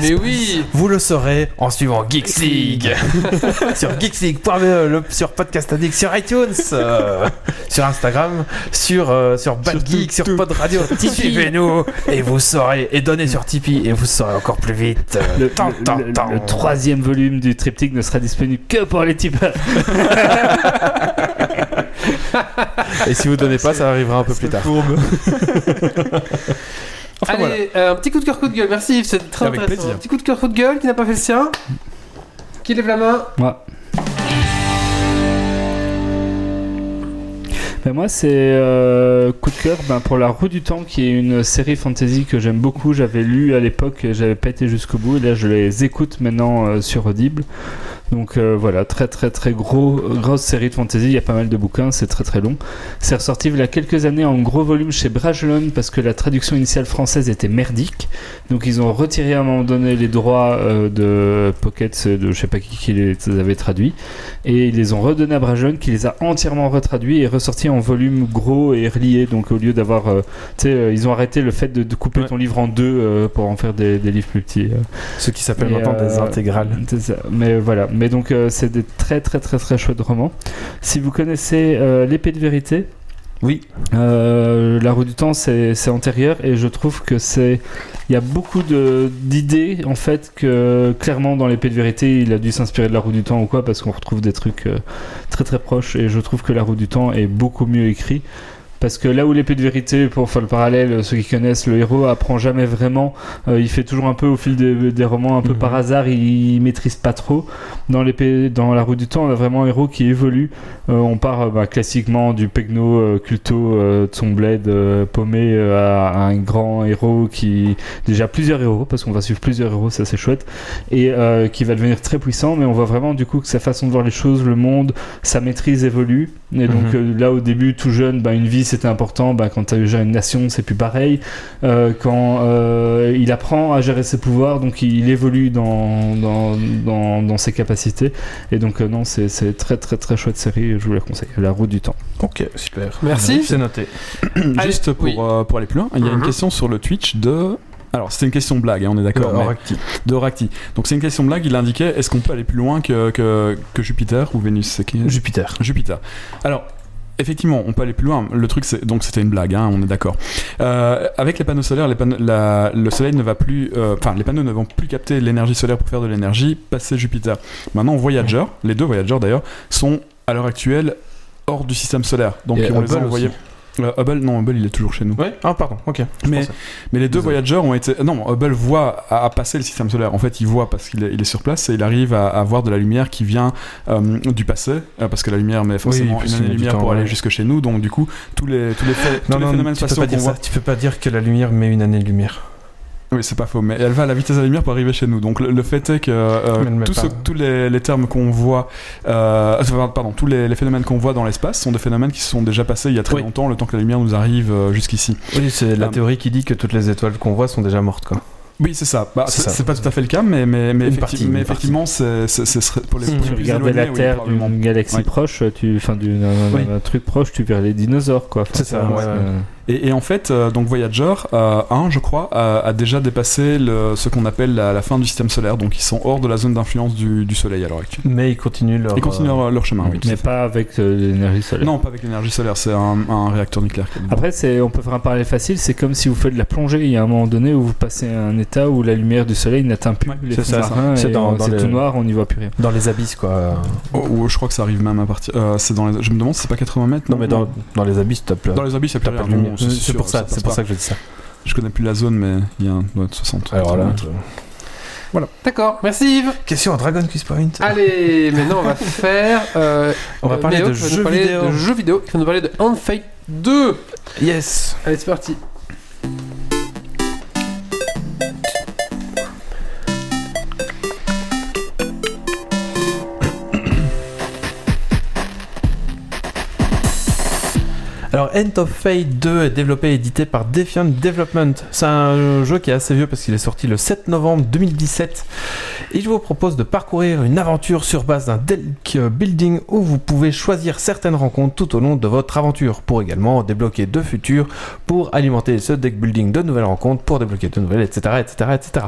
[SPEAKER 1] Mais oui
[SPEAKER 2] Vous le saurez en suivant Geeks League sur geeksleague.be, le- sur Podcast Addict, sur iTunes, euh, sur Instagram, sur, euh, sur Bad
[SPEAKER 3] Sur tout,
[SPEAKER 2] Geek, sur
[SPEAKER 3] tout.
[SPEAKER 2] Pod Radio. Suivez-nous et vous saurez, et donnez sur Tipeee et vous saurez encore plus vite.
[SPEAKER 4] Le,
[SPEAKER 2] Tant,
[SPEAKER 4] le-
[SPEAKER 2] tant,
[SPEAKER 4] le-
[SPEAKER 2] tant.
[SPEAKER 4] le troisième volume du triptyque ne sera disponible que pour les tipeurs.
[SPEAKER 2] Et si vous donnez pas, ça arrivera un peu plus tard.
[SPEAKER 1] Allez, euh, un petit coup de cœur, coup de gueule, merci Yves, c'est très
[SPEAKER 3] Avec
[SPEAKER 1] intéressant.
[SPEAKER 3] plaisir.
[SPEAKER 1] Un petit coup de cœur, coup de gueule, qui n'a pas fait le sien Qui lève la main
[SPEAKER 4] Moi. Ben moi, c'est euh, coup de cœur ben, pour La Roue du Temps, qui est une série fantasy que j'aime beaucoup. J'avais lu à l'époque, j'avais pas été jusqu'au bout. Et là, je les écoute maintenant euh, sur Audible. Donc euh, voilà, très très très gros, grosse série de fantasy. Il y a pas mal de bouquins, c'est très très long. C'est ressorti il y a quelques années en gros volume chez Bragelonne parce que la traduction initiale française était merdique. Donc ils ont retiré à un moment donné les droits euh, de Pocket, de je sais pas qui, qui les avait traduits, et ils les ont redonnés à Bragelonne qui les a entièrement retraduits et ressortis en volume gros et relié. Donc au lieu d'avoir, euh, tu sais, euh, ils ont arrêté le fait de, de couper
[SPEAKER 2] Ouais.
[SPEAKER 4] ton livre en deux euh, pour en faire des, des livres plus petits. euh.
[SPEAKER 2] Ce qui s'appelle
[SPEAKER 4] Et,
[SPEAKER 2] maintenant des
[SPEAKER 4] euh,
[SPEAKER 2] intégrales.
[SPEAKER 4] C'est ça. Mais voilà. Mais donc, euh, c'est des très, très, très, très chouettes romans. Si vous connaissez euh, L'épée de vérité,
[SPEAKER 2] Oui.
[SPEAKER 4] euh, La roue du temps, c'est c'est antérieur et je trouve que c'est. Il y a beaucoup de- d'idées en fait que clairement dans l'épée de vérité, il a dû s'inspirer de La roue du temps ou quoi parce qu'on retrouve des trucs euh, très très proches et je trouve que La roue du temps est beaucoup mieux écrit. Parce que là où l'épée de vérité, pour faire le parallèle, ceux qui connaissent le héros apprend jamais vraiment, euh, il fait toujours un peu au fil des, des romans, un peu
[SPEAKER 2] Mhm.
[SPEAKER 4] par hasard, il, il maîtrise pas trop. Dans l'épée, dans la roue du temps, on a vraiment un héros qui évolue. Euh, on part euh, bah, classiquement du pegno euh, culto euh, de son bled euh, paumé euh, à, à un grand héros qui déjà plusieurs héros parce qu'on va suivre plusieurs héros, ça c'est chouette, et euh, qui va devenir très puissant. Mais on voit vraiment du coup que sa façon de voir les choses, le monde, sa maîtrise évolue. Et donc
[SPEAKER 2] Mhm.
[SPEAKER 4] euh, là, au début, tout jeune, bah, une vie c'était important. Bah, quand t'as déjà une nation, c'est plus pareil. Euh, quand euh, il apprend à gérer ses pouvoirs, donc il évolue dans, dans, dans, dans ses capacités. Et donc euh, non, c'est c'est très très très chouette série. Je vous la conseille. La route du temps.
[SPEAKER 2] Ok, super.
[SPEAKER 1] Merci.
[SPEAKER 2] C'est noté.
[SPEAKER 3] Juste pour,
[SPEAKER 1] oui.
[SPEAKER 3] euh, pour aller plus loin, il y a une
[SPEAKER 2] Mhm.
[SPEAKER 3] question sur le Twitch de. Alors, c'était une question blague, hein, on est d'accord. mais-
[SPEAKER 2] Oracti.
[SPEAKER 3] De Rakti. Donc, c'est une question blague, il indiquait est-ce qu'on peut aller plus loin que, que, que Jupiter ou Vénus C'est qui
[SPEAKER 2] Jupiter.
[SPEAKER 3] Jupiter. Alors, effectivement, on peut aller plus loin. Le truc, c'est donc c'était une blague, hein, on est d'accord. Euh, avec les panneaux solaires, les panneaux- la- le soleil ne va plus, euh, enfin, les panneaux ne vont plus capter l'énergie solaire pour faire de l'énergie. Passer Jupiter. Maintenant, Voyager, les deux Voyager d'ailleurs, sont à l'heure actuelle hors du système solaire. Donc,
[SPEAKER 2] Et
[SPEAKER 3] on les a
[SPEAKER 2] Hubble
[SPEAKER 3] envoyés. Euh, Hubble, non, Hubble, il est toujours chez nous.
[SPEAKER 2] Ouais. Ah pardon. Ok. Je
[SPEAKER 3] Mais-
[SPEAKER 2] pensais.
[SPEAKER 3] Mais les deux
[SPEAKER 2] Désolé.
[SPEAKER 3] voyageurs ont été. Non, Hubble voit à, à passer le système solaire. En fait, il voit parce qu'il est, il est sur place et il arrive à, à voir de la lumière qui vient euh, du passé, euh, parce que la lumière met forcément
[SPEAKER 2] plus il
[SPEAKER 3] une
[SPEAKER 2] met du
[SPEAKER 3] année-lumière
[SPEAKER 2] temps,
[SPEAKER 3] pour aller
[SPEAKER 2] ouais.
[SPEAKER 3] jusque chez nous. Donc, du coup, tous les, tous les, faits- tous
[SPEAKER 2] non
[SPEAKER 3] les
[SPEAKER 2] non,
[SPEAKER 3] phénomènes
[SPEAKER 2] tu peux
[SPEAKER 3] spatiaux
[SPEAKER 2] pas
[SPEAKER 3] qu'on
[SPEAKER 2] dire ça.
[SPEAKER 3] voit.
[SPEAKER 2] Tu peux pas dire que la lumière met une année de lumière.
[SPEAKER 3] Oui, c'est pas faux, mais elle va à la vitesse de la lumière pour arriver chez nous. Donc, le, le fait est que euh,
[SPEAKER 2] Mais elle met
[SPEAKER 3] tous
[SPEAKER 2] pas-
[SPEAKER 3] ceux- tous les, les termes qu'on voit, euh, enfin, pardon, tous les, les phénomènes qu'on voit dans l'espace sont des phénomènes qui se sont déjà passés il y a très
[SPEAKER 2] Oui.
[SPEAKER 3] longtemps, le temps que la lumière nous arrive euh, jusqu'ici.
[SPEAKER 2] Oui, c'est
[SPEAKER 3] la
[SPEAKER 2] la théorie qui dit que toutes les étoiles qu'on voit sont déjà mortes quoi.
[SPEAKER 3] Oui, c'est ça. Bah,
[SPEAKER 2] C'est
[SPEAKER 3] c'est
[SPEAKER 2] ça.
[SPEAKER 3] c'est pas tout à fait le cas, mais, mais, mais,
[SPEAKER 2] Une
[SPEAKER 3] effecti-
[SPEAKER 2] partie,
[SPEAKER 3] mais
[SPEAKER 2] une
[SPEAKER 3] effectivement, c'est c'est- ce serait pour les
[SPEAKER 2] Si
[SPEAKER 3] plus
[SPEAKER 4] Tu regardais la
[SPEAKER 3] éloignés, oui,
[SPEAKER 4] Terre
[SPEAKER 3] probablement.
[SPEAKER 4] d'une galaxie
[SPEAKER 3] Ouais.
[SPEAKER 4] proche, euh, tu, enfin d'un
[SPEAKER 2] Oui.
[SPEAKER 4] d'un truc proche, tu verrais les dinosaures quoi. Enfin,
[SPEAKER 2] C'est ça,
[SPEAKER 4] tu vois,
[SPEAKER 2] ouais,
[SPEAKER 4] c'est-
[SPEAKER 3] Et, et en fait, euh, donc Voyager euh, 1, je crois, a, a déjà dépassé le, ce qu'on appelle la, la fin du système solaire. Donc, ils sont hors de la zone d'influence du, du Soleil à l'heure actuelle.
[SPEAKER 2] Mais ils continuent leur. euh,
[SPEAKER 3] Ils continuent leur, leur chemin, oui. tout à
[SPEAKER 4] Mais pas avec euh, l'énergie
[SPEAKER 3] fait.
[SPEAKER 4] solaire.
[SPEAKER 3] Non, pas avec l'énergie solaire, c'est un, un réacteur nucléaire. qui est dedans.
[SPEAKER 2] Ah
[SPEAKER 4] Après, c'est, on peut faire un parallèle facile. C'est comme si vous faites de la plongée. Il y a un moment donné où vous passez à un état où la lumière du soleil n'atteint plus
[SPEAKER 3] Ouais,
[SPEAKER 4] les
[SPEAKER 2] c'est
[SPEAKER 4] fonds
[SPEAKER 2] ça,
[SPEAKER 4] marins.
[SPEAKER 2] c'est
[SPEAKER 4] et
[SPEAKER 2] dans-
[SPEAKER 4] on-
[SPEAKER 2] dans
[SPEAKER 4] c'est
[SPEAKER 2] les-
[SPEAKER 4] tout noir, on n'y voit plus rien.
[SPEAKER 2] Dans les abysses quoi.
[SPEAKER 3] Oh, ou je crois que ça arrive même à partir. euh, c'est dans les- je me demande si c'est pas 80 mètres.
[SPEAKER 2] Non mais dans, dans les abysses t'as plein.
[SPEAKER 3] Dans les abysses, il y
[SPEAKER 2] t'as
[SPEAKER 3] a
[SPEAKER 2] pas
[SPEAKER 3] plus
[SPEAKER 2] de
[SPEAKER 3] rien.
[SPEAKER 2] lumière. Euh,
[SPEAKER 3] Non, c'est
[SPEAKER 2] C'est
[SPEAKER 3] sûr,
[SPEAKER 2] pour ça,
[SPEAKER 3] passe
[SPEAKER 2] c'est pour
[SPEAKER 3] pas.
[SPEAKER 2] ça que Ah, je dis ça.
[SPEAKER 3] Je connais plus la zone, mais il y a un ouais, 60.
[SPEAKER 2] Alors là.
[SPEAKER 3] 80.
[SPEAKER 2] Voilà.
[SPEAKER 1] D'accord, merci Yves.
[SPEAKER 2] Question à Dragon Quiz Point.
[SPEAKER 1] Allez, maintenant on va faire. euh,
[SPEAKER 2] On va
[SPEAKER 1] Ah, euh,
[SPEAKER 2] parler
[SPEAKER 1] Méo
[SPEAKER 2] de
[SPEAKER 1] qui va nous
[SPEAKER 2] jeux
[SPEAKER 1] parler
[SPEAKER 2] vidéo.
[SPEAKER 1] de jeux vidéo. Il va nous parler de Unfate 2.
[SPEAKER 2] Yes.
[SPEAKER 1] Allez, c'est parti.
[SPEAKER 2] Alors End of Fate 2 est développé et édité par Defiant Development. C'est un jeu qui est assez vieux parce qu'il est sorti le 7 novembre 2017. Et je vous propose de parcourir une aventure sur base d'un deck building où vous pouvez choisir certaines rencontres tout au long de votre aventure pour également débloquer de futurs pour alimenter ce deck building de nouvelles rencontres pour débloquer de nouvelles etc etc etc.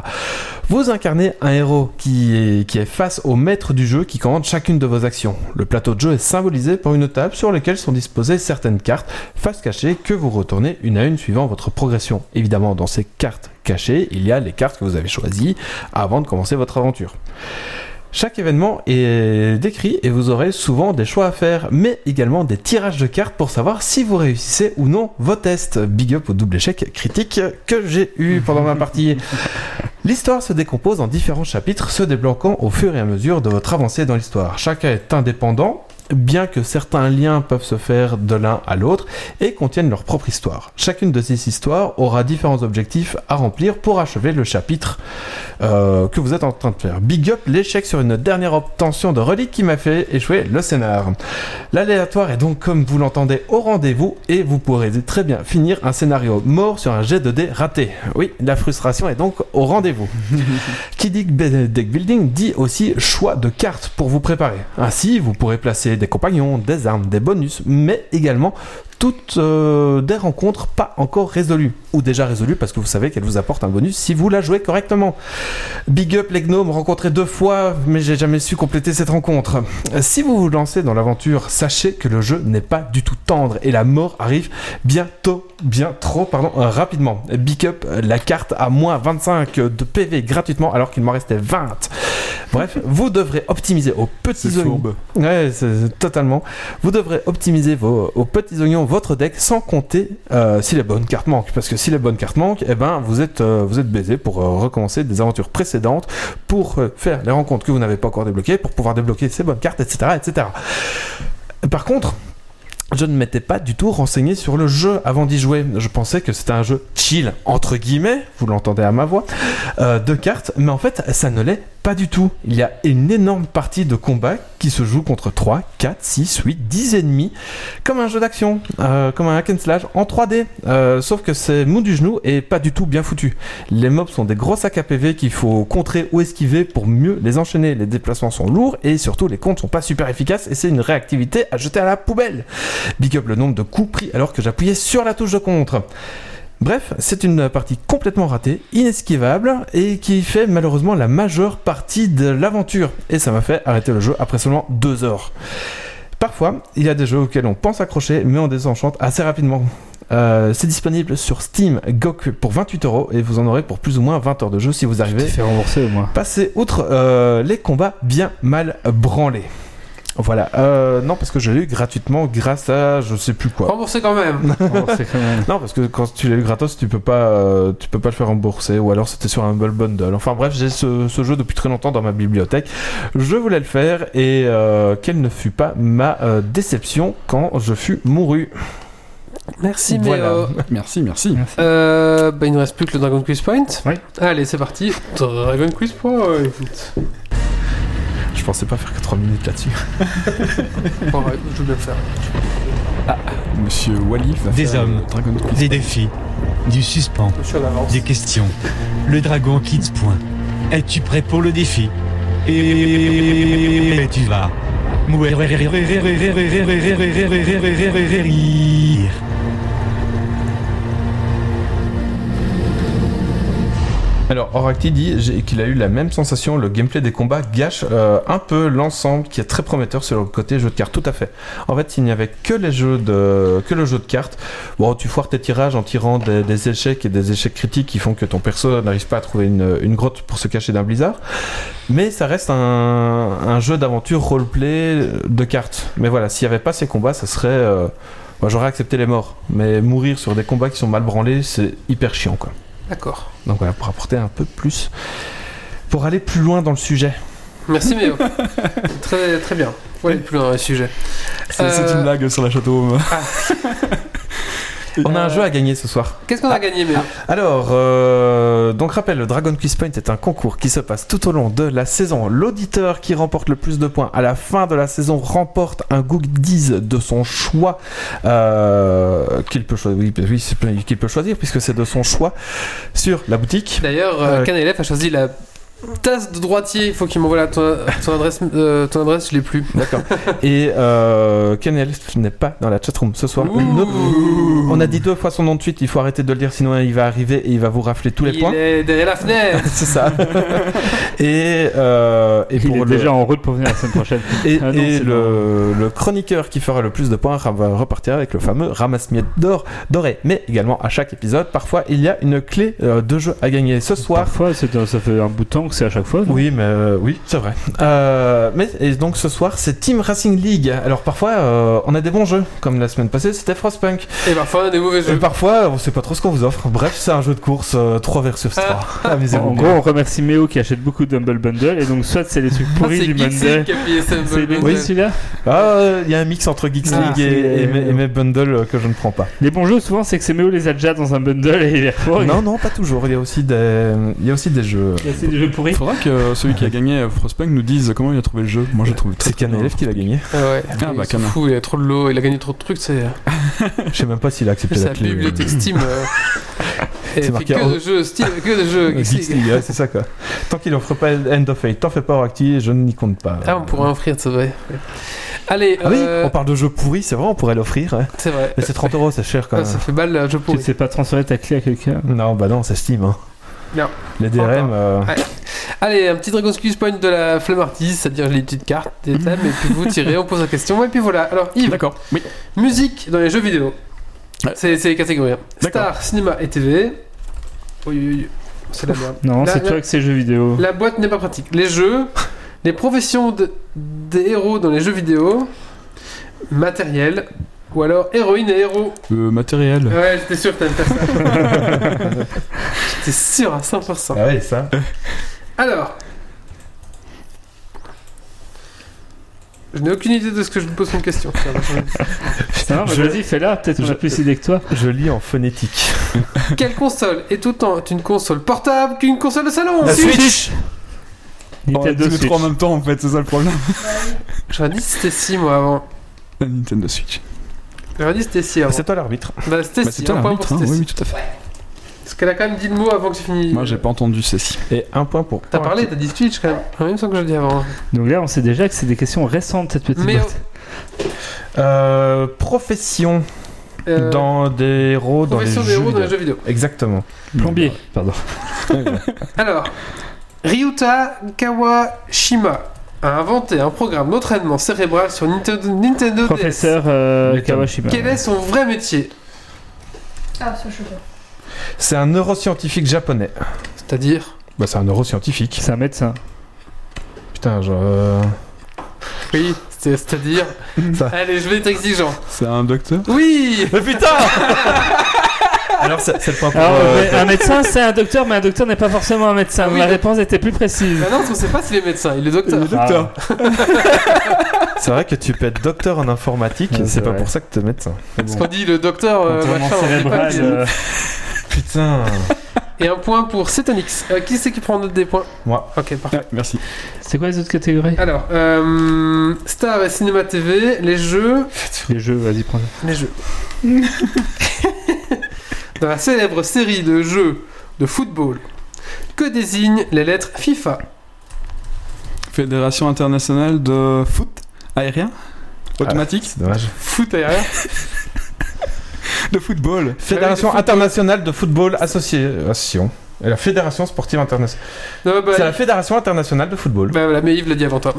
[SPEAKER 2] Vous incarnez un héros qui est, qui est face au maître du jeu qui commande chacune de vos actions. Le plateau de jeu est symbolisé par une table sur laquelle sont disposées certaines cartes faces cachées que vous retournez une à une suivant votre progression. Évidemment, dans ces cartes cachées, il y a les cartes que vous avez choisies avant de commencer votre aventure. Chaque événement est décrit et vous aurez souvent des choix à faire, mais également des tirages de cartes pour savoir si vous réussissez ou non vos tests. Big up au double échec critique que j'ai eu pendant ma partie. L'histoire se décompose en différents chapitres se débloquant au fur et à mesure de votre avancée dans l'histoire. Chacun est indépendant bien que certains liens peuvent se faire de l'un à l'autre et contiennent leur propre histoire. Chacune de ces histoires aura différents objectifs à remplir pour achever le chapitre euh, que vous êtes en train de faire. Big up l'échec sur une dernière obtention de relique qui m'a fait échouer le scénar. L'aléatoire est donc comme vous l'entendez au rendez-vous et vous pourrez très bien finir un scénario mort sur un jet de dés raté. Oui, la frustration est donc au rendez-vous. Qui dit deck building dit aussi choix de cartes pour vous préparer. Ainsi, vous pourrez placer des compagnons, des armes, des bonus, mais également toutes euh, des rencontres pas encore résolues ou déjà résolues parce que vous savez qu'elles vous apportent un bonus si vous la jouez correctement. Big up les gnomes rencontrés deux fois mais j'ai jamais su compléter cette rencontre. Euh, Si vous vous lancez dans l'aventure, sachez que le jeu n'est pas du tout tendre et la mort arrive bientôt, bien trop pardon, euh, rapidement. Big up euh, la carte à moins 25 de PV gratuitement alors qu'il m'en restait 20. Bref, vous devrez optimiser aux
[SPEAKER 3] C'est
[SPEAKER 2] petits oignons.
[SPEAKER 3] fourbe.
[SPEAKER 2] Ouais, c'est- c'est totalement. Vous devrez optimiser vos, aux petits oignons votre deck sans compter euh, si les bonnes cartes manquent. Parce que si les bonnes cartes manquent, eh ben, vous êtes, euh, vous êtes baisé pour euh, recommencer des aventures précédentes, pour euh, faire les rencontres que vous n'avez pas encore débloquées, pour pouvoir débloquer ces bonnes cartes, etc. etc. Par contre, je ne m'étais pas du tout renseigné sur le jeu avant d'y jouer. Je pensais que c'était un jeu chill, entre guillemets, vous l'entendez à ma voix, euh, de cartes, mais en fait, ça ne l'est pas du tout. Il y a une énorme partie de combat qui se joue contre 3, 4, 6, 8, 10 ennemis, comme un jeu d'action, euh, comme un hack and slash en 3D, euh, sauf que c'est mou du genou et pas du tout bien foutu. Les mobs sont des gros sacs à PV qu'il faut contrer ou esquiver pour mieux les enchaîner. Les déplacements sont lourds et surtout les comptes sont pas super efficaces et c'est une réactivité à jeter à la poubelle. Big up le nombre de coups pris alors que j'appuyais sur la touche de contre. Bref, c'est une partie complètement ratée, inesquivable, et qui fait malheureusement la majeure partie de l'aventure. Et ça m'a fait arrêter le jeu après seulement deux heures. Parfois, il y a des jeux auxquels on pense accrocher, mais on désenchante assez rapidement. Euh, c'est disponible sur Steam GOG pour 28 euros et vous en aurez pour plus ou moins 20 heures de jeu si vous
[SPEAKER 4] T'es
[SPEAKER 2] arrivez
[SPEAKER 4] fait rembourser au moins.
[SPEAKER 2] passer outre euh, les combats bien mal branlés. Voilà, Euh, non parce que je l'ai eu gratuitement grâce à je sais plus quoi.
[SPEAKER 1] Remboursé quand même.
[SPEAKER 4] Remboursé quand même.
[SPEAKER 2] Non parce que quand tu l'as eu gratos tu peux pas euh, tu peux pas le faire rembourser ou alors c'était sur un Humble bundle. Enfin bref j'ai ce, ce jeu depuis très longtemps dans ma bibliothèque. Je voulais le faire et euh, quelle ne fut pas ma euh, déception quand je fus mouru.
[SPEAKER 1] Merci, mais.
[SPEAKER 2] Voilà.
[SPEAKER 1] euh,
[SPEAKER 3] Merci, merci.
[SPEAKER 1] euh, bah, il ne reste plus que le Dragon Quiz Point.
[SPEAKER 4] Oui.
[SPEAKER 1] Allez, c'est parti. Dragon Quiz Point.
[SPEAKER 2] Je pensais pas faire que 3 minutes là-dessus.
[SPEAKER 1] Bon, ouais, je veux bien le faire.
[SPEAKER 3] Monsieur Wally va
[SPEAKER 6] Des
[SPEAKER 3] faire
[SPEAKER 6] hommes.
[SPEAKER 3] le Dragon Quest.
[SPEAKER 6] Des défis, du suspens,
[SPEAKER 1] Je suis en avance.
[SPEAKER 6] des questions. Le dragon quitte point. Es-tu prêt pour le défi Et tu vas. Mourir.
[SPEAKER 2] Alors, Oracti dit j'ai- qu'il a eu la même sensation. Le gameplay des combats gâche euh, un peu l'ensemble qui est très prometteur sur le côté jeu de cartes. Tout à fait. En fait, il n'y avait que les jeux de que le jeu de cartes. Bon, tu foires tes tirages en tirant des, des échecs et des échecs critiques qui font que ton perso n'arrive pas à trouver une, une grotte pour se cacher d'un blizzard. Mais ça reste un, un jeu d'aventure roleplay de cartes. Mais voilà, s'il n'y avait pas ces combats, ça serait. euh, moi, j'aurais accepté les morts. Mais mourir sur des combats qui sont mal branlés, c'est hyper chiant, quoi.
[SPEAKER 1] D'accord.
[SPEAKER 2] Donc voilà, pour apporter un peu plus. Pour aller plus loin dans le sujet.
[SPEAKER 1] Merci, Méo. très, très bien. Faut aller plus loin dans les sujets.
[SPEAKER 3] C'est c'est
[SPEAKER 1] Euh,
[SPEAKER 3] une blague sur la château.
[SPEAKER 2] On a un
[SPEAKER 1] Euh,
[SPEAKER 2] jeu à gagner ce soir.
[SPEAKER 1] Qu'est-ce qu'on a
[SPEAKER 2] Ah.
[SPEAKER 1] gagné, Méo
[SPEAKER 2] Alors, euh, donc rappel, le Dragon Quiz Point est un concours qui se passe tout au long de la saison. L'auditeur qui remporte le plus de points à la fin de la saison remporte un goodies de son choix euh, qu'il peut choisir. Oui, oui, c'est plein- qu'il peut choisir puisque c'est de son choix sur la boutique.
[SPEAKER 1] D'ailleurs, euh,
[SPEAKER 2] Euh,
[SPEAKER 1] Canelef a choisi la tasse de droitier. Il faut qu'il m'envoie la- ton, ton adresse. euh, ton adresse, je l'ai plus.
[SPEAKER 2] D'accord. Et euh, Kenel n'est pas dans la chatroom ce soir.
[SPEAKER 1] Ouh.
[SPEAKER 2] Ne- On a dit deux fois son nom de suite, il faut arrêter de le dire, sinon il va arriver et il va vous rafler tous les
[SPEAKER 1] Il
[SPEAKER 2] points.
[SPEAKER 1] est derrière la fenêtre.
[SPEAKER 2] C'est ça. et, euh, et
[SPEAKER 4] Il
[SPEAKER 2] pour
[SPEAKER 4] est
[SPEAKER 2] le,
[SPEAKER 4] déjà en route pour venir la semaine prochaine.
[SPEAKER 2] et,
[SPEAKER 4] Ah non,
[SPEAKER 2] et
[SPEAKER 4] c'est
[SPEAKER 2] le, le chroniqueur qui fera le plus de points ra- va repartir avec le fameux ramasse-miettes d'or doré. Mais également à chaque épisode, parfois il y a une clé euh, de jeu à gagner. Ce soir,
[SPEAKER 4] Parfois, c'est- ça fait un bout de temps que c'est à chaque fois. non
[SPEAKER 2] Oui, mais euh, oui, c'est vrai. Euh, mais et donc ce soir, c'est Team Racing League. Alors parfois, euh, on a des bons jeux, comme la semaine passée, c'était Frostpunk.
[SPEAKER 1] Et parfois, des mauvais
[SPEAKER 2] Et
[SPEAKER 1] jeux.
[SPEAKER 2] Euh, parfois, on sait pas trop ce qu'on vous offre. Bref, c'est un jeu de course euh, 3 versus 3.
[SPEAKER 4] En
[SPEAKER 1] Euh,
[SPEAKER 2] Amusez-vous.
[SPEAKER 4] gros, on remercie Méo qui achète beaucoup de Humble Bundle et donc soit c'est les trucs
[SPEAKER 1] Ah,
[SPEAKER 4] pourris
[SPEAKER 1] c'est
[SPEAKER 4] du
[SPEAKER 1] Geeksy
[SPEAKER 4] Monday.
[SPEAKER 1] qui a payé ça,
[SPEAKER 4] C'est
[SPEAKER 1] Bundle.
[SPEAKER 4] oui, celui-là.
[SPEAKER 2] Ah, il y a un mix entre Geeks
[SPEAKER 4] Ah,
[SPEAKER 2] League et,
[SPEAKER 4] c'est-
[SPEAKER 2] et mes, et mes bundles euh, que je ne prends pas.
[SPEAKER 4] Les bons jeux souvent c'est que c'est Méo les a déjà dans un bundle et il est
[SPEAKER 1] Oh,
[SPEAKER 4] refait.
[SPEAKER 2] Non, non, pas toujours. Il y a aussi des, il y a aussi des jeux.
[SPEAKER 4] Il y a aussi des jeux pourris.
[SPEAKER 3] Il faudra que euh, celui qui a gagné Frostpunk nous dise comment il a trouvé le jeu. Moi, je trouve très
[SPEAKER 2] C'est
[SPEAKER 3] très
[SPEAKER 2] qu'un
[SPEAKER 3] bien.
[SPEAKER 2] élève qui l'a gagné.
[SPEAKER 1] Ah ouais.
[SPEAKER 3] Ah, bah,
[SPEAKER 1] il s'en
[SPEAKER 3] quand même.
[SPEAKER 1] fout, il a trop de l'eau, il a gagné trop de trucs, c'est
[SPEAKER 2] Je sais même pas s'il a accepté
[SPEAKER 1] sa
[SPEAKER 2] la clé.
[SPEAKER 1] bibliothèque Steam. euh, et
[SPEAKER 2] C'est
[SPEAKER 1] fait
[SPEAKER 2] marqué en-
[SPEAKER 1] que de jeux Steam, que de jeux
[SPEAKER 2] Euh, Geeks
[SPEAKER 1] Geeksy.
[SPEAKER 2] League, ouais, c'est ça quoi. Tant qu'il offre pas End of Fate, t'en fais pas Oracti, je n'y compte pas.
[SPEAKER 1] Ah, on pourrait offrir, c'est vrai. Allez,
[SPEAKER 2] Ah oui,
[SPEAKER 1] euh,
[SPEAKER 2] on parle de jeux pourris, c'est vrai, on pourrait l'offrir. ouais.
[SPEAKER 1] c'est vrai.
[SPEAKER 2] Mais c'est 30 euros, c'est cher quand
[SPEAKER 1] Ah,
[SPEAKER 2] même.
[SPEAKER 1] ça fait mal, euh, je
[SPEAKER 4] Tu
[SPEAKER 1] pourris.
[SPEAKER 4] ne sais pas transférer ta clé à quelqu'un.
[SPEAKER 2] Non, bah non, c'est Steam. Hein.
[SPEAKER 1] Non.
[SPEAKER 2] Les DRM, euh,
[SPEAKER 1] Allez, un petit Dragon Squeeze Point de la flamme artiste, c'est-à-dire les petites cartes, des thèmes, et puis vous tirez, on pose la question, et puis voilà. Alors, Yves,
[SPEAKER 3] D'accord. Oui.
[SPEAKER 1] musique dans les jeux vidéo.
[SPEAKER 3] Ouais.
[SPEAKER 1] C'est c'est les catégories. hein.
[SPEAKER 3] D'accord.
[SPEAKER 1] Star, cinéma et TV. Oui, oui, oui. C'est la merde.
[SPEAKER 4] Non,
[SPEAKER 1] Là,
[SPEAKER 4] c'est
[SPEAKER 1] là-
[SPEAKER 4] toi que c'est jeux vidéo.
[SPEAKER 1] La boîte n'est pas pratique. Les jeux, les professions de- des héros dans les jeux vidéo, matériel, ou alors héroïne et héros.
[SPEAKER 3] Le Euh, matériel.
[SPEAKER 1] Ouais, j'étais sûr que t'allais faire ça. j'étais sûr à 100%.
[SPEAKER 2] Ah ouais, ça.
[SPEAKER 1] Alors. Je n'ai aucune idée de ce que je me pose comme question. Tiens,
[SPEAKER 4] Ça va, bah,
[SPEAKER 2] Je-
[SPEAKER 4] Vas-y, fais-la, peut-être
[SPEAKER 2] Je-
[SPEAKER 4] j'ai plus idée que toi.
[SPEAKER 2] Je lis en phonétique.
[SPEAKER 1] Quelle console est autant une console portable qu'une console de salon
[SPEAKER 2] Switch
[SPEAKER 4] Nintendo
[SPEAKER 3] tous les
[SPEAKER 4] Switch.
[SPEAKER 3] Oh, trois en même temps, en fait, c'est ça le problème.
[SPEAKER 1] J'aurais dit c'était si moi avant.
[SPEAKER 3] La Nintendo Switch.
[SPEAKER 1] J'aurais dit c'était si avant.
[SPEAKER 2] C'est toi l'arbitre.
[SPEAKER 1] Bah c'était
[SPEAKER 3] Bah,
[SPEAKER 1] si,
[SPEAKER 3] c'est toi
[SPEAKER 1] un point
[SPEAKER 3] l'arbitre,
[SPEAKER 1] pour
[SPEAKER 3] hein,
[SPEAKER 1] c'était
[SPEAKER 3] oui,
[SPEAKER 1] si.
[SPEAKER 3] oui, tout à fait.
[SPEAKER 1] Parce qu'elle a quand même dit le mot avant que je finisse.
[SPEAKER 3] Moi, j'ai pas entendu ceci.
[SPEAKER 2] Et un point pour.
[SPEAKER 1] T'as parlé, t'as dit Switch quand même. Ouais, il me semble que je l'ai dit avant. hein.
[SPEAKER 4] Donc là, on sait déjà que c'est des questions récentes, cette petite
[SPEAKER 1] Mais-
[SPEAKER 4] boîte.
[SPEAKER 2] Euh, profession
[SPEAKER 1] Euh,
[SPEAKER 2] dans des héros dans les
[SPEAKER 1] profession
[SPEAKER 2] jeux.
[SPEAKER 1] des héros dans
[SPEAKER 2] vidéo.
[SPEAKER 1] les jeux vidéo.
[SPEAKER 2] Exactement.
[SPEAKER 4] Plombier, pardon.
[SPEAKER 1] Alors, Ryuta Kawashima a inventé un programme d'entraînement cérébral sur Nintendo, Nintendo DS.
[SPEAKER 4] Professeur euh,
[SPEAKER 2] Newton.
[SPEAKER 4] Kawashima.
[SPEAKER 1] Quel est son vrai métier
[SPEAKER 5] Ah, ça, je sais pas.
[SPEAKER 2] C'est un neuroscientifique japonais.
[SPEAKER 1] C'est-à-dire
[SPEAKER 2] Bah, c'est un neuroscientifique.
[SPEAKER 4] C'est un médecin.
[SPEAKER 2] Putain, genre. euh,
[SPEAKER 1] Oui, c'est- c'est-à-dire.
[SPEAKER 2] Ça.
[SPEAKER 1] Allez, je vais être exigeant.
[SPEAKER 3] C'est un docteur
[SPEAKER 1] Oui
[SPEAKER 2] Mais putain Alors, c'est c'est le point pour.
[SPEAKER 4] Alors,
[SPEAKER 2] euh,
[SPEAKER 4] Ah, mais un médecin, c'est un docteur, mais un docteur n'est pas forcément un médecin.
[SPEAKER 1] Ah oui,
[SPEAKER 4] La
[SPEAKER 1] donc-
[SPEAKER 4] réponse était plus précise.
[SPEAKER 1] Maintenant, on ne sait pas s'il est médecin, il est docteur.
[SPEAKER 4] docteur.
[SPEAKER 2] C'est vrai que tu peux être docteur en informatique,
[SPEAKER 4] Ouais,
[SPEAKER 2] c'est
[SPEAKER 4] c'est
[SPEAKER 2] pas
[SPEAKER 4] vrai.
[SPEAKER 2] pour ça que tu es médecin.
[SPEAKER 1] Parce qu'on dit le docteur euh,
[SPEAKER 4] Entraînement
[SPEAKER 1] machin, on sait pas
[SPEAKER 4] cérébral,
[SPEAKER 1] qui-
[SPEAKER 4] euh,
[SPEAKER 2] Putain
[SPEAKER 1] Et un point pour Cetonix. Euh, qui c'est qui prend des points
[SPEAKER 2] Moi.
[SPEAKER 1] Ok, parfait.
[SPEAKER 3] Ah, Merci.
[SPEAKER 4] C'est quoi les autres catégories
[SPEAKER 1] Alors, euh, Star et Cinéma TV, les jeux.
[SPEAKER 4] Les jeux, vas-y, prends
[SPEAKER 1] Les jeux. Dans la célèbre série de jeux de football, que désignent les lettres FIFA
[SPEAKER 3] Fédération internationale de foot aérien automatique
[SPEAKER 2] C'est dommage.
[SPEAKER 1] Foot aérien
[SPEAKER 3] de football.
[SPEAKER 2] Fédération
[SPEAKER 1] Ah oui,
[SPEAKER 2] internationale de football association. Et la Fédération sportive internationale.
[SPEAKER 1] Non, bah,
[SPEAKER 2] C'est la Fédération internationale de football.
[SPEAKER 1] bah voilà, mais Yves l'a dit avant toi.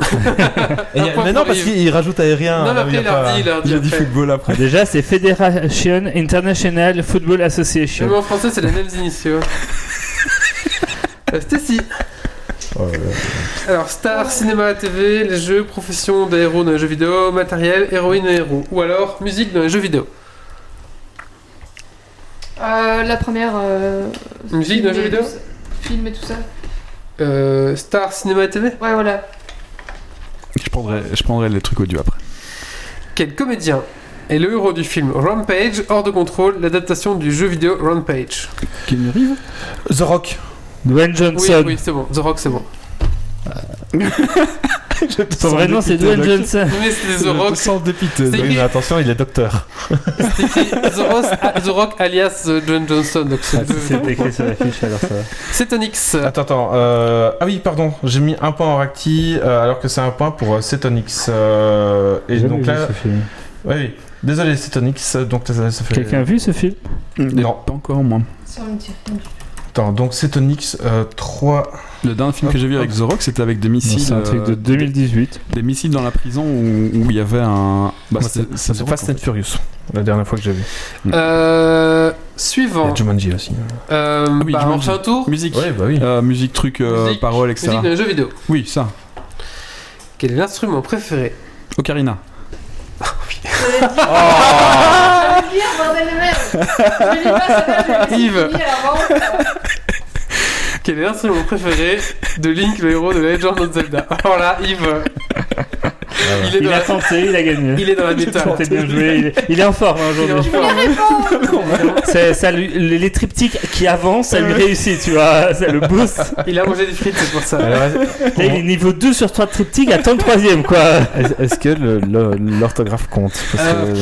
[SPEAKER 2] Et il y
[SPEAKER 1] un
[SPEAKER 2] a-
[SPEAKER 1] point
[SPEAKER 2] mais non,
[SPEAKER 1] pour
[SPEAKER 2] parce
[SPEAKER 1] Yves.
[SPEAKER 2] qu'il rajoute aérien.
[SPEAKER 1] Ah, non, mais
[SPEAKER 2] là où il
[SPEAKER 1] après,
[SPEAKER 2] y a
[SPEAKER 1] il a
[SPEAKER 2] pas-
[SPEAKER 1] dit, il a dit.
[SPEAKER 3] J'ai dit
[SPEAKER 1] après.
[SPEAKER 3] football après.
[SPEAKER 4] Déjà, c'est Federation International Football
[SPEAKER 1] Mais
[SPEAKER 4] Association.
[SPEAKER 1] en français, c'est les mêmes initiaux. Euh, Stacy.
[SPEAKER 2] Euh,
[SPEAKER 1] Alors, star, cinéma, TV, les jeux, profession des héros dans les jeux vidéo, matériel, héroïne et héros. Ou alors, musique dans les jeux vidéo.
[SPEAKER 5] Euh, la première. euh,
[SPEAKER 1] Musique dans les jeux
[SPEAKER 5] film et
[SPEAKER 1] vidéo
[SPEAKER 5] tout ça- Film et tout ça.
[SPEAKER 1] Euh, Star, cinéma, et TV
[SPEAKER 5] Ouais, voilà.
[SPEAKER 3] Je prendrai, je prendrai les trucs audio après.
[SPEAKER 1] Quel comédien est le héros du film Rampage, hors de contrôle, l'adaptation du jeu vidéo Rampage
[SPEAKER 3] Kenny Reeves
[SPEAKER 2] The Rock.
[SPEAKER 4] Dwayne
[SPEAKER 1] Oui,
[SPEAKER 4] Johnson.
[SPEAKER 1] oui, c'est bon, The Rock, c'est bon.
[SPEAKER 4] Son vrai nom, c'est Dwayne Johnson.
[SPEAKER 1] Mais c'est The Rock,
[SPEAKER 2] Sans dépité.
[SPEAKER 1] C'est
[SPEAKER 2] Oui,
[SPEAKER 1] qui
[SPEAKER 2] mais attention, il est docteur.
[SPEAKER 1] c'est écrit The Rock, The Rock alias euh, Dwayne Johnson, donc c'est deux-
[SPEAKER 4] Ah, C'est écrit sur la fiche, alors ça va. Ah.
[SPEAKER 1] C'est un X.
[SPEAKER 2] Attends, attends. euh, Ah oui, pardon. J'ai mis un point en Racti, euh, alors que c'est un point pour euh, Cetonix. euh, Et donc là. Oui, oui. Désolé, Cetonix. Donc ça ça fait.
[SPEAKER 4] Quelqu'un a vu ce film
[SPEAKER 2] Non.
[SPEAKER 3] Pas encore, moi.
[SPEAKER 5] Sans me dire rien du tout.
[SPEAKER 2] Attends, donc euh, Cetonix 3.
[SPEAKER 3] Le dernier film que j'ai vu avec The Rock, c'était avec des missiles.
[SPEAKER 4] C'est un truc de
[SPEAKER 3] euh,
[SPEAKER 4] 2018.
[SPEAKER 3] Des missiles dans la prison où où il y avait un. Bah,
[SPEAKER 2] Moi,
[SPEAKER 3] c'était-
[SPEAKER 2] c'est
[SPEAKER 3] c'était The
[SPEAKER 2] c'est
[SPEAKER 3] Rock,
[SPEAKER 2] Fast
[SPEAKER 3] en
[SPEAKER 2] and Furious, la dernière fois que j'ai vu.
[SPEAKER 1] Euh,
[SPEAKER 2] Il y
[SPEAKER 1] Suivant.
[SPEAKER 2] a Jumanji aussi.
[SPEAKER 1] Euh,
[SPEAKER 4] Ah
[SPEAKER 3] oui,
[SPEAKER 1] bah, on
[SPEAKER 3] Jumanji.
[SPEAKER 1] fait un tour.
[SPEAKER 3] Musique.
[SPEAKER 2] bah oui.
[SPEAKER 3] Euh, musique, truc, euh,
[SPEAKER 1] Musique.
[SPEAKER 3] paroles, etc.
[SPEAKER 1] Musique dans les jeux vidéo.
[SPEAKER 3] Oui, ça.
[SPEAKER 1] Quel est l'instrument préféré
[SPEAKER 3] Ocarina.
[SPEAKER 5] Ah, je vais le lire, bordel de merde Je lis pas, ça va, je vais
[SPEAKER 1] Yves.
[SPEAKER 5] le lire avant.
[SPEAKER 1] Quel est l'instrument préféré de Link, le héros de Legend of Zelda Alors là, Yves, il est
[SPEAKER 4] Ah Il
[SPEAKER 1] dans
[SPEAKER 4] a
[SPEAKER 1] la,
[SPEAKER 4] tenté, Eh ben, il a gagné.
[SPEAKER 1] il est dans la méta.
[SPEAKER 4] C'était bien joué. Il est, il est en forme hein,
[SPEAKER 1] Il est en
[SPEAKER 4] aujourd'hui.
[SPEAKER 1] forme.
[SPEAKER 4] C'est- ça lui- les les triptyques qui avancent, ça lui réussit, tu vois. Ça le booste.
[SPEAKER 1] Il a mangé des frites, c'est pour ça.
[SPEAKER 2] Alors,
[SPEAKER 4] Là, il est niveau 2 sur 3 triptyques, attends le troisième, quoi.
[SPEAKER 2] est-ce est-ce que le- le- l'orthographe compte Parce que. Euh.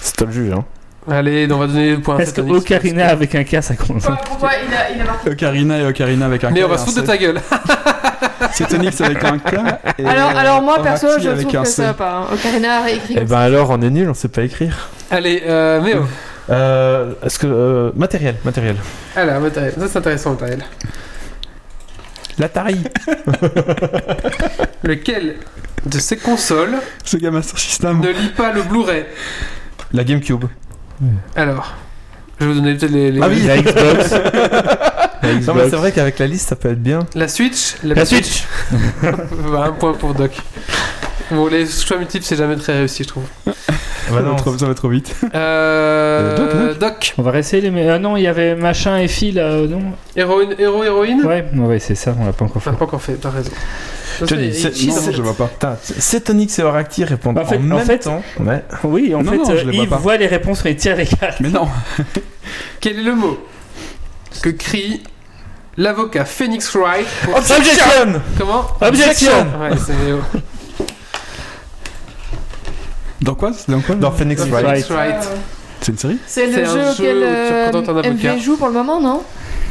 [SPEAKER 2] C'est toi le juge, hein.
[SPEAKER 1] Allez, on va donner le point à
[SPEAKER 4] Est-ce que
[SPEAKER 1] Satanix.
[SPEAKER 4] Ocarina avec un K, ça compte
[SPEAKER 5] Pourquoi- Pourquoi il a, il a marqué
[SPEAKER 3] Ocarina et Ocarina avec un
[SPEAKER 1] Mais
[SPEAKER 3] K
[SPEAKER 1] on va
[SPEAKER 3] et
[SPEAKER 1] se
[SPEAKER 3] un
[SPEAKER 1] foutre de
[SPEAKER 3] C.
[SPEAKER 1] ta gueule.
[SPEAKER 3] Satanix avec un K. et,
[SPEAKER 5] alors, alors moi
[SPEAKER 3] euh,
[SPEAKER 5] perso
[SPEAKER 3] Oracle
[SPEAKER 5] je
[SPEAKER 3] avec
[SPEAKER 5] trouve
[SPEAKER 3] un
[SPEAKER 5] que
[SPEAKER 3] C.
[SPEAKER 5] ça va pas. hein. Ocarina a écrit
[SPEAKER 2] Eh
[SPEAKER 5] comme
[SPEAKER 2] ben alors, on est nul, on sait pas écrire.
[SPEAKER 1] Allez, euh, Méo.
[SPEAKER 2] Euh, est-ce que. euh, matériel, matériel.
[SPEAKER 1] Alors, matériel. Ah, Ça, c'est intéressant, matériel.
[SPEAKER 2] L'Atari
[SPEAKER 1] Lequel de ces consoles
[SPEAKER 3] Sega Master System.
[SPEAKER 1] ne lit pas le Blu-ray
[SPEAKER 2] La Gamecube.
[SPEAKER 1] Alors, je vais vous donner peut-être les. les-
[SPEAKER 4] La Xbox. La
[SPEAKER 2] Non, mais
[SPEAKER 4] Xbox.
[SPEAKER 2] c'est vrai qu'avec la liste, ça peut être bien.
[SPEAKER 1] La Switch
[SPEAKER 4] La Switch
[SPEAKER 1] Bah, Un point pour Doc. Bon, les choix multiples, c'est jamais très réussi, je trouve.
[SPEAKER 2] Bah
[SPEAKER 3] ça, va trop, ça va trop vite.
[SPEAKER 1] Euh,
[SPEAKER 2] Euh,
[SPEAKER 1] Doc,
[SPEAKER 4] On va réessayer les. mais- Ah non, il y avait machin et fil, euh, non
[SPEAKER 1] Héroïne, héros, héroïne
[SPEAKER 4] Ouais, on va essayer ça, on l'a pas encore fait.
[SPEAKER 1] Ah, pas encore fait, t'as raison. Ça,
[SPEAKER 2] Je dis,
[SPEAKER 1] c'est-
[SPEAKER 2] c'est-
[SPEAKER 1] il-
[SPEAKER 3] Non,
[SPEAKER 1] il-
[SPEAKER 3] je vois pas.
[SPEAKER 2] Putain, Cetonix et Oracti répondent
[SPEAKER 4] En fait-
[SPEAKER 2] en
[SPEAKER 4] en
[SPEAKER 2] même
[SPEAKER 4] fait-
[SPEAKER 2] temps. Ouais.
[SPEAKER 4] Oui, en
[SPEAKER 3] Non,
[SPEAKER 4] fait,
[SPEAKER 3] non, je
[SPEAKER 4] euh,
[SPEAKER 3] les vois
[SPEAKER 4] il
[SPEAKER 3] pas.
[SPEAKER 4] voit les réponses, mais il tire les cartes.
[SPEAKER 3] Mais non.
[SPEAKER 1] Quel est le mot que crie l'avocat Phoenix Wright pour-
[SPEAKER 4] Oh,
[SPEAKER 2] Objection
[SPEAKER 1] Comment
[SPEAKER 2] Objection
[SPEAKER 1] Ouais, c'est Méo.
[SPEAKER 3] Dans quoi C'était dans quoi là
[SPEAKER 2] Dans Phoenix
[SPEAKER 1] Dans
[SPEAKER 2] Wright.
[SPEAKER 1] Phoenix
[SPEAKER 5] ça.
[SPEAKER 1] Wright.
[SPEAKER 5] Euh,
[SPEAKER 3] C'est une série
[SPEAKER 5] C'est
[SPEAKER 1] C'est
[SPEAKER 5] le
[SPEAKER 1] un
[SPEAKER 5] jeu
[SPEAKER 1] jeu
[SPEAKER 5] auquel
[SPEAKER 1] où tu
[SPEAKER 5] euh,
[SPEAKER 1] reprends ton avocat.
[SPEAKER 5] MV joue pour le moment, non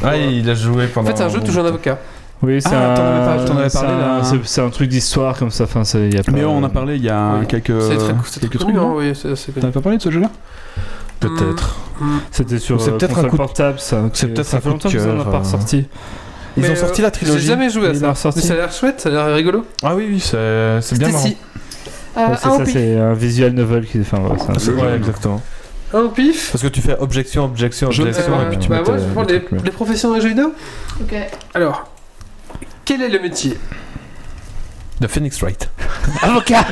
[SPEAKER 2] Ouais, il a joué
[SPEAKER 1] En
[SPEAKER 2] pendant.
[SPEAKER 1] fait, c'est un jeu toujours un
[SPEAKER 2] Euh,
[SPEAKER 1] avocat.
[SPEAKER 4] Oui, c'est
[SPEAKER 3] Ah, t'en avais
[SPEAKER 4] un.
[SPEAKER 3] pas- t'en avais
[SPEAKER 4] c'est
[SPEAKER 3] parlé,
[SPEAKER 4] un-
[SPEAKER 3] là.
[SPEAKER 4] c'est- C'est un truc d'histoire comme ça. Enfin, ça, y
[SPEAKER 2] Euh,
[SPEAKER 4] a pas-
[SPEAKER 3] Mais on en a parlé il y a
[SPEAKER 1] Oui.
[SPEAKER 3] quelques,
[SPEAKER 1] C'est très, c'est très
[SPEAKER 3] quelques trucs.
[SPEAKER 1] connu, hein,
[SPEAKER 3] non
[SPEAKER 1] oui, c'est c'est connu.
[SPEAKER 3] T'avais pas parlé de ce jeu-là
[SPEAKER 2] Peut-être.
[SPEAKER 1] Mm.
[SPEAKER 4] C'était sur
[SPEAKER 2] C'est
[SPEAKER 4] euh,
[SPEAKER 2] peut-être un
[SPEAKER 4] console
[SPEAKER 2] coup de-
[SPEAKER 4] portable, ça.
[SPEAKER 2] c'est
[SPEAKER 4] que-
[SPEAKER 2] peut-être
[SPEAKER 4] ça
[SPEAKER 2] un
[SPEAKER 4] fait
[SPEAKER 2] coup de
[SPEAKER 4] longtemps qu'ils en ont
[SPEAKER 2] cœur,
[SPEAKER 4] pas
[SPEAKER 2] euh,
[SPEAKER 4] ressorti.
[SPEAKER 2] Ils
[SPEAKER 1] Mais,
[SPEAKER 2] ont sorti
[SPEAKER 1] euh,
[SPEAKER 2] la trilogie.
[SPEAKER 1] J'ai jamais joué à
[SPEAKER 4] Il
[SPEAKER 1] ça.
[SPEAKER 4] l'a ressorti.
[SPEAKER 1] Mais ça a l'air chouette, ça a l'air rigolo.
[SPEAKER 2] Ah oui, oui, c'est c'est bien marrant.
[SPEAKER 1] Stacy.
[SPEAKER 5] Euh,
[SPEAKER 4] Ouais,
[SPEAKER 5] Un
[SPEAKER 4] c'est
[SPEAKER 5] au
[SPEAKER 4] ça,
[SPEAKER 5] pif.
[SPEAKER 4] c'est Ah, un visual novel qui. Enfin, ouais, c'est un-
[SPEAKER 2] Ah, C'est-
[SPEAKER 3] Le
[SPEAKER 2] Ouais,
[SPEAKER 3] jeu.
[SPEAKER 2] exactement.
[SPEAKER 1] Un pif.
[SPEAKER 2] Parce que tu fais objection, objection,
[SPEAKER 3] Je-
[SPEAKER 2] objection,
[SPEAKER 3] Euh,
[SPEAKER 2] et puis tu
[SPEAKER 1] bah
[SPEAKER 2] mets
[SPEAKER 1] moi,
[SPEAKER 2] ta-
[SPEAKER 1] je prends
[SPEAKER 2] le
[SPEAKER 1] les,
[SPEAKER 2] truc, mais-
[SPEAKER 1] les professionnels de jeux vidéo.
[SPEAKER 5] Ok.
[SPEAKER 1] Alors, quel est le métier
[SPEAKER 2] de Phoenix Wright.
[SPEAKER 4] Avocat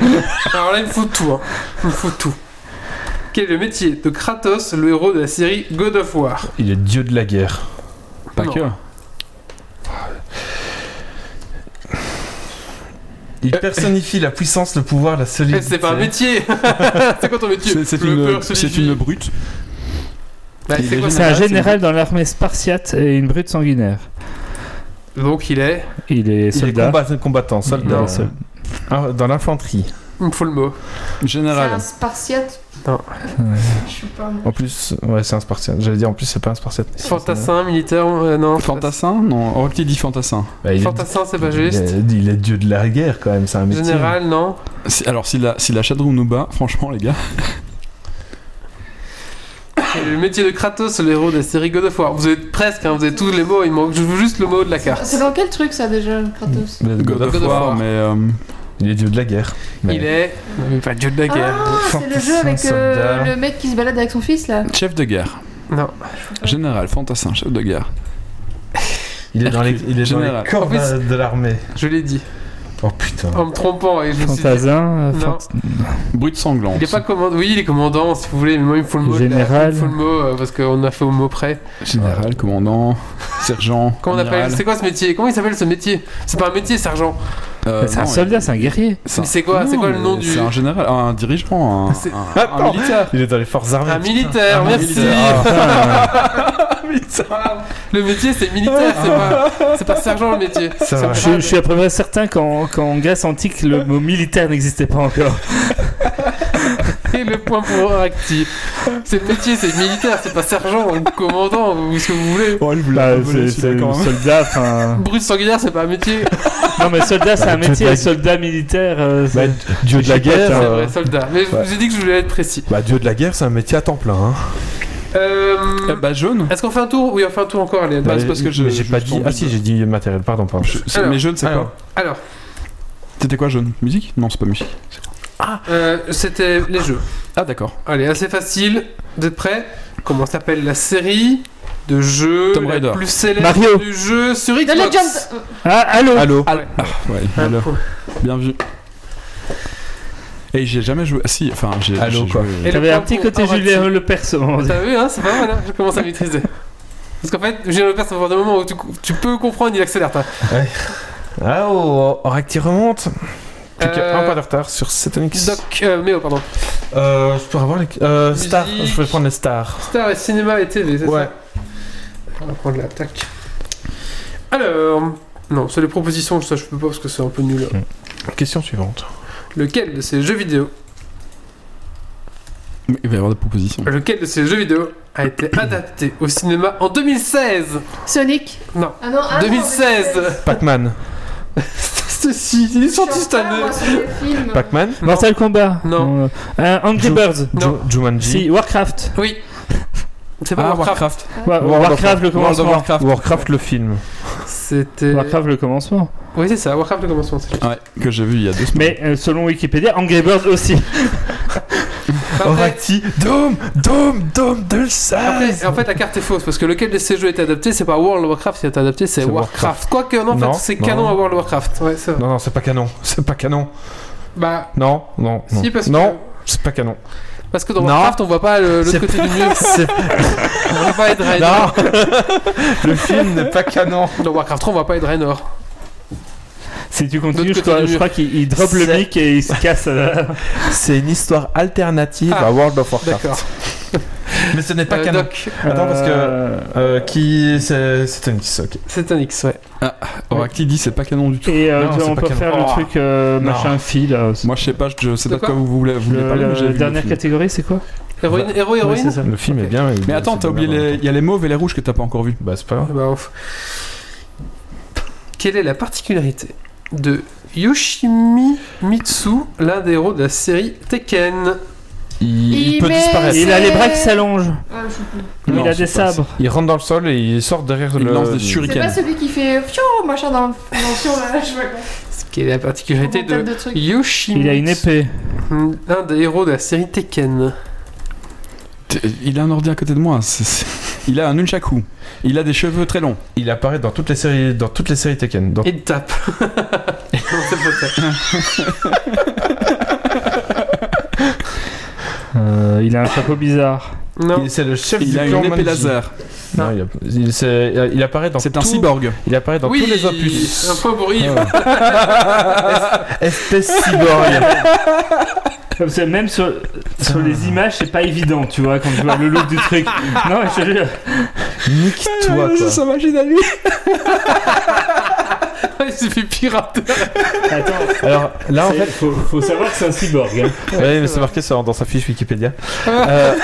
[SPEAKER 1] Alors là, il me faut tout. Hein. Il me faut tout. Quel est le métier de Kratos, le héros de la série God of War
[SPEAKER 2] Il est dieu de la guerre.
[SPEAKER 3] Pas
[SPEAKER 1] Non.
[SPEAKER 3] que.
[SPEAKER 2] Il personnifie la puissance, le pouvoir, la
[SPEAKER 1] Eh,
[SPEAKER 2] solidité.
[SPEAKER 1] C'est pas un métier C'est quoi ton métier
[SPEAKER 3] C'est c'est
[SPEAKER 1] Le
[SPEAKER 3] une,
[SPEAKER 1] peur,
[SPEAKER 3] c'est
[SPEAKER 1] celui-ci.
[SPEAKER 3] une brute.
[SPEAKER 1] Bah,
[SPEAKER 3] il
[SPEAKER 1] c'est
[SPEAKER 3] est
[SPEAKER 1] quoi
[SPEAKER 4] C'est
[SPEAKER 1] ça
[SPEAKER 4] un
[SPEAKER 3] Général, c'est
[SPEAKER 4] général dans l'armée spartiate et une brute sanguinaire.
[SPEAKER 1] Donc il est.
[SPEAKER 4] Il est
[SPEAKER 2] Il est
[SPEAKER 4] soldat.
[SPEAKER 2] combat- combattant, soldat.
[SPEAKER 1] Non.
[SPEAKER 2] sol- Ah, Dans l'infanterie.
[SPEAKER 1] Il me faut le mot.
[SPEAKER 5] C'est
[SPEAKER 3] Général.
[SPEAKER 5] un spartiate
[SPEAKER 1] Non.
[SPEAKER 5] Je suis pas moi.
[SPEAKER 2] En plus, ouais, c'est un spartiate. J'allais dire, en plus, c'est pas un spartiate.
[SPEAKER 1] Fantassin, militaire, euh, non.
[SPEAKER 3] Fantassin Non, Orocti dit fantassin.
[SPEAKER 2] Bah, il, est,
[SPEAKER 1] Fantassin, c'est pas
[SPEAKER 2] il est-
[SPEAKER 1] juste.
[SPEAKER 2] il est dieu de la guerre quand même, c'est un métier.
[SPEAKER 1] Général, non.
[SPEAKER 3] Si- Alors, si la, si la chatroom nous bat, franchement, les gars.
[SPEAKER 1] Quel est le métier de Kratos, le héros de la série God of War Vous êtes presque, hein, vous avez tous les mots, il manque juste le mot de la carte.
[SPEAKER 5] C'est dans quel truc ça déjà, Kratos
[SPEAKER 2] Le
[SPEAKER 3] God of War, mais. euh,
[SPEAKER 2] Il est dieu de la guerre.
[SPEAKER 1] Il est. Mais pas Dieu de la guerre.
[SPEAKER 5] Ah, c'est le jeu
[SPEAKER 2] Fantassin,
[SPEAKER 5] avec euh,
[SPEAKER 2] soldat.
[SPEAKER 5] le mec qui se balade avec son fils là.
[SPEAKER 3] Chef de guerre.
[SPEAKER 1] Non.
[SPEAKER 3] Général, fantassin, chef de guerre.
[SPEAKER 2] Il est dans les, il est dans les
[SPEAKER 3] Général.
[SPEAKER 2] corps
[SPEAKER 1] En plus-
[SPEAKER 2] de de l'armée.
[SPEAKER 1] Je l'ai dit.
[SPEAKER 2] Oh putain.
[SPEAKER 1] En me trompant, et je me suis dit.
[SPEAKER 4] Fantasin, euh,
[SPEAKER 1] Non.
[SPEAKER 4] fant-
[SPEAKER 3] Brute sanglante.
[SPEAKER 1] Il est pas commandant. Oui, il est commandant, si vous voulez, mais moi il me faut le mot. de la-
[SPEAKER 4] Général.
[SPEAKER 1] Il me faut le mot euh, parce qu'on a fait au mot près.
[SPEAKER 3] Général, commandant, sergent.
[SPEAKER 1] Comment on
[SPEAKER 3] amiral.
[SPEAKER 1] appelle C'est quoi ce métier Comment il s'appelle ce métier C'est pas un métier, sergent.
[SPEAKER 3] Euh,
[SPEAKER 4] Mais C'est un
[SPEAKER 3] non,
[SPEAKER 4] soldat, c'est un guerrier.
[SPEAKER 1] Mais c'est quoi- c'est quoi le
[SPEAKER 3] mais
[SPEAKER 1] nom du-
[SPEAKER 3] C'est un général, un dirigeant, un,
[SPEAKER 1] C'est- Ah.
[SPEAKER 3] un-
[SPEAKER 2] Attends.
[SPEAKER 3] un militaire.
[SPEAKER 2] Il est dans les forces armées.
[SPEAKER 1] Un militaire,
[SPEAKER 3] Un
[SPEAKER 1] merci.
[SPEAKER 3] militaire. Ah,
[SPEAKER 1] Le métier c'est militaire, c'est pas, c'est pas sergent le métier.
[SPEAKER 2] C'est
[SPEAKER 1] Ça me
[SPEAKER 2] vrai.
[SPEAKER 1] fait
[SPEAKER 4] Je, je
[SPEAKER 1] mal.
[SPEAKER 4] suis à peu près certain qu'en qu'en Grèce antique, le mot militaire n'existait pas encore.
[SPEAKER 1] Et le point pour Acti. C'est le métier, c'est militaire, c'est pas sergent ou commandant ou ce que vous voulez.
[SPEAKER 3] Oh, elle voulait
[SPEAKER 4] Bah,
[SPEAKER 3] la voler,
[SPEAKER 4] c'est
[SPEAKER 3] celui-là,
[SPEAKER 4] c'est
[SPEAKER 3] quand même.
[SPEAKER 4] soldat, enfin.
[SPEAKER 1] Brut sanguinaire, c'est pas un métier.
[SPEAKER 4] Non, mais soldat, c'est
[SPEAKER 2] Bah,
[SPEAKER 4] un
[SPEAKER 2] tu
[SPEAKER 4] métier,
[SPEAKER 2] te-
[SPEAKER 4] et soldat militaire. euh,
[SPEAKER 2] Bah,
[SPEAKER 4] c'est-
[SPEAKER 2] dieu de la
[SPEAKER 4] Je sais pas,
[SPEAKER 1] C'est
[SPEAKER 2] guerre. euh,
[SPEAKER 1] vrai, soldat. Mais je
[SPEAKER 2] ouais.
[SPEAKER 1] vous ai dit que je voulais être précis.
[SPEAKER 2] Bah, dieu de la guerre, c'est un métier à temps plein. Hein.
[SPEAKER 1] Euh,
[SPEAKER 3] Eh bah jaune.
[SPEAKER 1] Est-ce qu'on fait un tour Oui, on fait un tour encore, allez.
[SPEAKER 3] Bah, c'est parce que je-
[SPEAKER 2] Euh, mais j'ai
[SPEAKER 3] je-
[SPEAKER 2] pas
[SPEAKER 3] je
[SPEAKER 2] dit.
[SPEAKER 3] t'en
[SPEAKER 2] Ah
[SPEAKER 3] dis.
[SPEAKER 2] si, j'ai dit matériel. Pardon, pardon.
[SPEAKER 3] Je- c'est-
[SPEAKER 1] Alors.
[SPEAKER 3] mais jaune, c'est
[SPEAKER 2] Alors.
[SPEAKER 3] quoi
[SPEAKER 1] Alors,
[SPEAKER 3] C'était quoi jaune Musique Non, c'est pas musique.
[SPEAKER 1] Euh, C'était les jeux.
[SPEAKER 3] Ah, d'accord.
[SPEAKER 1] Allez, assez facile. Vous êtes prêts Comment s'appelle la série de jeux
[SPEAKER 3] Tomb
[SPEAKER 1] la
[SPEAKER 3] Raider.
[SPEAKER 1] plus célèbre
[SPEAKER 2] Mario.
[SPEAKER 1] du jeu sur
[SPEAKER 5] The
[SPEAKER 1] Xbox
[SPEAKER 5] Legend euh,
[SPEAKER 4] Ah, allô
[SPEAKER 2] Allô
[SPEAKER 1] Ah, ouais.
[SPEAKER 3] Ouais,
[SPEAKER 1] Ah,
[SPEAKER 3] alors,
[SPEAKER 1] cool.
[SPEAKER 3] bien vu. Et j'ai jamais joué. ah, Si, enfin, j'ai.
[SPEAKER 2] Allô,
[SPEAKER 3] j'ai
[SPEAKER 2] quoi.
[SPEAKER 3] joué-
[SPEAKER 1] Et le
[SPEAKER 4] T'avais un
[SPEAKER 1] point
[SPEAKER 4] petit
[SPEAKER 1] pour
[SPEAKER 4] côté
[SPEAKER 1] Arati.
[SPEAKER 4] Julien Le Perso.
[SPEAKER 1] T'as vu, hein, c'est pas mal, hein je commence à maîtriser. Parce qu'en fait, j'ai le ça va avoir des moments où tu, tu peux comprendre, il accélère. toi.
[SPEAKER 2] Ah oh, Oracti remonte. Plus qu'à
[SPEAKER 1] Euh,
[SPEAKER 2] un pas de retard sur Satanix.
[SPEAKER 1] Doc, euh, Méo, pardon.
[SPEAKER 2] Euh, je peux avoir les. Euh,
[SPEAKER 1] Musique.
[SPEAKER 2] Star. Je vais prendre les stars.
[SPEAKER 1] Star et cinéma et TV, c'est
[SPEAKER 2] Ouais.
[SPEAKER 1] ça On va prendre la tac. Alors, non, c'est les propositions, ça je peux pas parce que c'est un peu nul.
[SPEAKER 2] Question suivante.
[SPEAKER 1] Lequel de ces jeux vidéo,
[SPEAKER 3] Mais Il va y avoir des propositions.
[SPEAKER 1] euh, lequel de ces jeux vidéo a été adapté au cinéma en 2016
[SPEAKER 5] Sonic
[SPEAKER 1] Non.
[SPEAKER 5] Ah non, ah non,
[SPEAKER 1] 2016
[SPEAKER 2] Pac-Man.
[SPEAKER 1] Ceci, il est
[SPEAKER 5] mais je
[SPEAKER 1] sorti
[SPEAKER 5] suis
[SPEAKER 1] cette
[SPEAKER 5] en retard,
[SPEAKER 1] année.
[SPEAKER 5] Ah, moi, sur les films.
[SPEAKER 2] Pac-Man.
[SPEAKER 1] Non.
[SPEAKER 4] Mortal Kombat
[SPEAKER 1] Non.
[SPEAKER 4] euh, euh, Angry
[SPEAKER 2] Jou-
[SPEAKER 4] Birds
[SPEAKER 1] Non.
[SPEAKER 2] Ju- Jumanji.
[SPEAKER 4] Si, Warcraft.
[SPEAKER 1] Oui. C'est pas
[SPEAKER 3] Ah,
[SPEAKER 1] Warcraft.
[SPEAKER 3] Warcraft.
[SPEAKER 4] Wa-
[SPEAKER 2] World of-
[SPEAKER 4] Warcraft,
[SPEAKER 2] World
[SPEAKER 4] le
[SPEAKER 2] of
[SPEAKER 4] commencement.
[SPEAKER 2] Warcraft. Warcraft, le film.
[SPEAKER 1] C'était.
[SPEAKER 4] Warcraft, le commencement.
[SPEAKER 1] Oui, c'est ça, Warcraft le commencement. c'est juste.
[SPEAKER 3] Ouais, que j'ai vu il y a deux semaines.
[SPEAKER 4] Mais euh, selon Wikipédia, Angry Birds aussi.
[SPEAKER 1] Parfait.
[SPEAKER 2] Oracti. Dome, Dome, Dome, de le sale.
[SPEAKER 1] Après, en fait, la carte est fausse parce que lequel de ces jeux est adapté, c'est pas World of Warcraft qui est adapté, c'est
[SPEAKER 2] C'est
[SPEAKER 1] Warcraft.
[SPEAKER 2] Warcraft.
[SPEAKER 1] Quoique, non, en
[SPEAKER 2] Non,
[SPEAKER 1] fait, c'est
[SPEAKER 2] non.
[SPEAKER 1] canon à World of Warcraft. Ouais, c'est vrai.
[SPEAKER 2] Non, non, c'est pas canon. C'est pas canon.
[SPEAKER 1] Bah,
[SPEAKER 2] Non, non. non.
[SPEAKER 1] si, parce
[SPEAKER 2] Non, c'est pas canon.
[SPEAKER 1] que, parce que dans
[SPEAKER 2] Non.
[SPEAKER 1] Warcraft, on voit pas le- l'autre
[SPEAKER 2] C'est
[SPEAKER 1] côté du mur.
[SPEAKER 2] C'est-
[SPEAKER 1] On voit pas Edrenor.
[SPEAKER 2] Non Le film n'est pas canon.
[SPEAKER 1] Dans Warcraft 3, on voit pas Edrenor.
[SPEAKER 4] Si tu
[SPEAKER 1] D'autre
[SPEAKER 4] continues, je
[SPEAKER 1] côté
[SPEAKER 4] crois,
[SPEAKER 1] du
[SPEAKER 4] je
[SPEAKER 1] mur.
[SPEAKER 4] crois qu'il il drop le
[SPEAKER 2] C'est-
[SPEAKER 4] mic et il se casse. euh,
[SPEAKER 2] C'est une histoire alternative
[SPEAKER 1] Ah,
[SPEAKER 2] à World of Warcraft.
[SPEAKER 1] D'accord.
[SPEAKER 2] Mais ce n'est pas
[SPEAKER 1] Euh,
[SPEAKER 2] canon.
[SPEAKER 1] Doc,
[SPEAKER 2] Attends, parce que.
[SPEAKER 4] euh,
[SPEAKER 2] euh, qui. C'est c'est un X, ok.
[SPEAKER 1] c'est un X, ouais.
[SPEAKER 3] Oracti dit c'est pas canon du tout.
[SPEAKER 4] Et euh,
[SPEAKER 2] Non,
[SPEAKER 4] tu vois,
[SPEAKER 2] c'est
[SPEAKER 4] on
[SPEAKER 2] pas
[SPEAKER 4] peut
[SPEAKER 2] canon.
[SPEAKER 4] faire
[SPEAKER 2] Oh.
[SPEAKER 4] le truc euh,
[SPEAKER 2] Non.
[SPEAKER 4] machin fil. là, c'est-
[SPEAKER 3] Moi, je sais pas, je sais
[SPEAKER 1] De
[SPEAKER 3] pas de quoi
[SPEAKER 1] quoi
[SPEAKER 3] vous voulez, vous voulez
[SPEAKER 4] Le-
[SPEAKER 3] parler, mais j'ai
[SPEAKER 4] la
[SPEAKER 3] vu le
[SPEAKER 4] dernière
[SPEAKER 3] film.
[SPEAKER 4] catégorie, c'est quoi
[SPEAKER 1] Héroïne, héros,
[SPEAKER 4] Ouais,
[SPEAKER 1] héroïne
[SPEAKER 4] c'est ça.
[SPEAKER 2] Le film est bien. il-
[SPEAKER 3] Mais attends,
[SPEAKER 2] c'est
[SPEAKER 3] t'as
[SPEAKER 2] de la
[SPEAKER 3] oublié les.
[SPEAKER 2] merde.
[SPEAKER 3] Il y a les mauves et les rouges que t'as pas encore vu.
[SPEAKER 2] Bah, c'est pas grave.
[SPEAKER 1] Ah bah, ouf. Quelle est la particularité de Yoshimi Mitsu, l'un des héros de la série Tekken
[SPEAKER 2] Il, il peut
[SPEAKER 5] met-
[SPEAKER 2] disparaître.
[SPEAKER 4] Il a les bras qui
[SPEAKER 5] C'est-
[SPEAKER 4] s'allongent.
[SPEAKER 5] Ah, je sais plus.
[SPEAKER 4] Il
[SPEAKER 3] Non,
[SPEAKER 4] a
[SPEAKER 3] c'est
[SPEAKER 4] des
[SPEAKER 3] pas-
[SPEAKER 4] sabres.
[SPEAKER 2] Il rentre dans le sol et il sort derrière
[SPEAKER 3] Il
[SPEAKER 2] le.
[SPEAKER 3] lance des
[SPEAKER 5] C'est
[SPEAKER 3] shurikens.
[SPEAKER 5] pas celui qui fait fiou machin dans, dans le fion là, je vois quoi.
[SPEAKER 1] Quelle est la particularité de
[SPEAKER 5] de trucs.
[SPEAKER 1] Yoshimi
[SPEAKER 4] Il a une épée.
[SPEAKER 1] L'un des héros de la série Tekken.
[SPEAKER 3] T'es- Il a un ordi à côté de moi. c'est- c'est- Il a un nunchaku. Il a des cheveux très longs.
[SPEAKER 2] Il apparaît dans toutes les séries, dans toutes les séries Tekken. Dans-
[SPEAKER 1] Et de tape. non, c'est pas ça.
[SPEAKER 4] Euh, il a un chapeau bizarre.
[SPEAKER 1] Non.
[SPEAKER 2] Il- C'est le chef
[SPEAKER 3] Il
[SPEAKER 2] du
[SPEAKER 3] a une
[SPEAKER 2] clan
[SPEAKER 3] épée
[SPEAKER 2] Manji.
[SPEAKER 3] laser.
[SPEAKER 2] Non, il, a- il- c'est- il apparaît dans.
[SPEAKER 3] C'est un
[SPEAKER 2] tout-
[SPEAKER 3] cyborg.
[SPEAKER 2] Il apparaît dans
[SPEAKER 1] oui,
[SPEAKER 2] tous les opus. Ah,
[SPEAKER 1] Un point pour Yves.
[SPEAKER 2] Espèce cyborg.
[SPEAKER 4] Comme ça, même sur, sur les images, c'est pas évident, tu vois, quand tu vois le look du truc. Non, mais je te jure.
[SPEAKER 3] Ah,
[SPEAKER 2] Nique-toi, quoi.
[SPEAKER 3] machine à lui.
[SPEAKER 1] Il s'est fait pirater.
[SPEAKER 4] Attends,
[SPEAKER 2] Alors là, en
[SPEAKER 4] c'est-
[SPEAKER 2] fait,
[SPEAKER 4] faut, faut savoir que c'est un cyborg. hein.
[SPEAKER 2] oui, mais c'est marqué sur- dans sa fiche Wikipédia. Euh,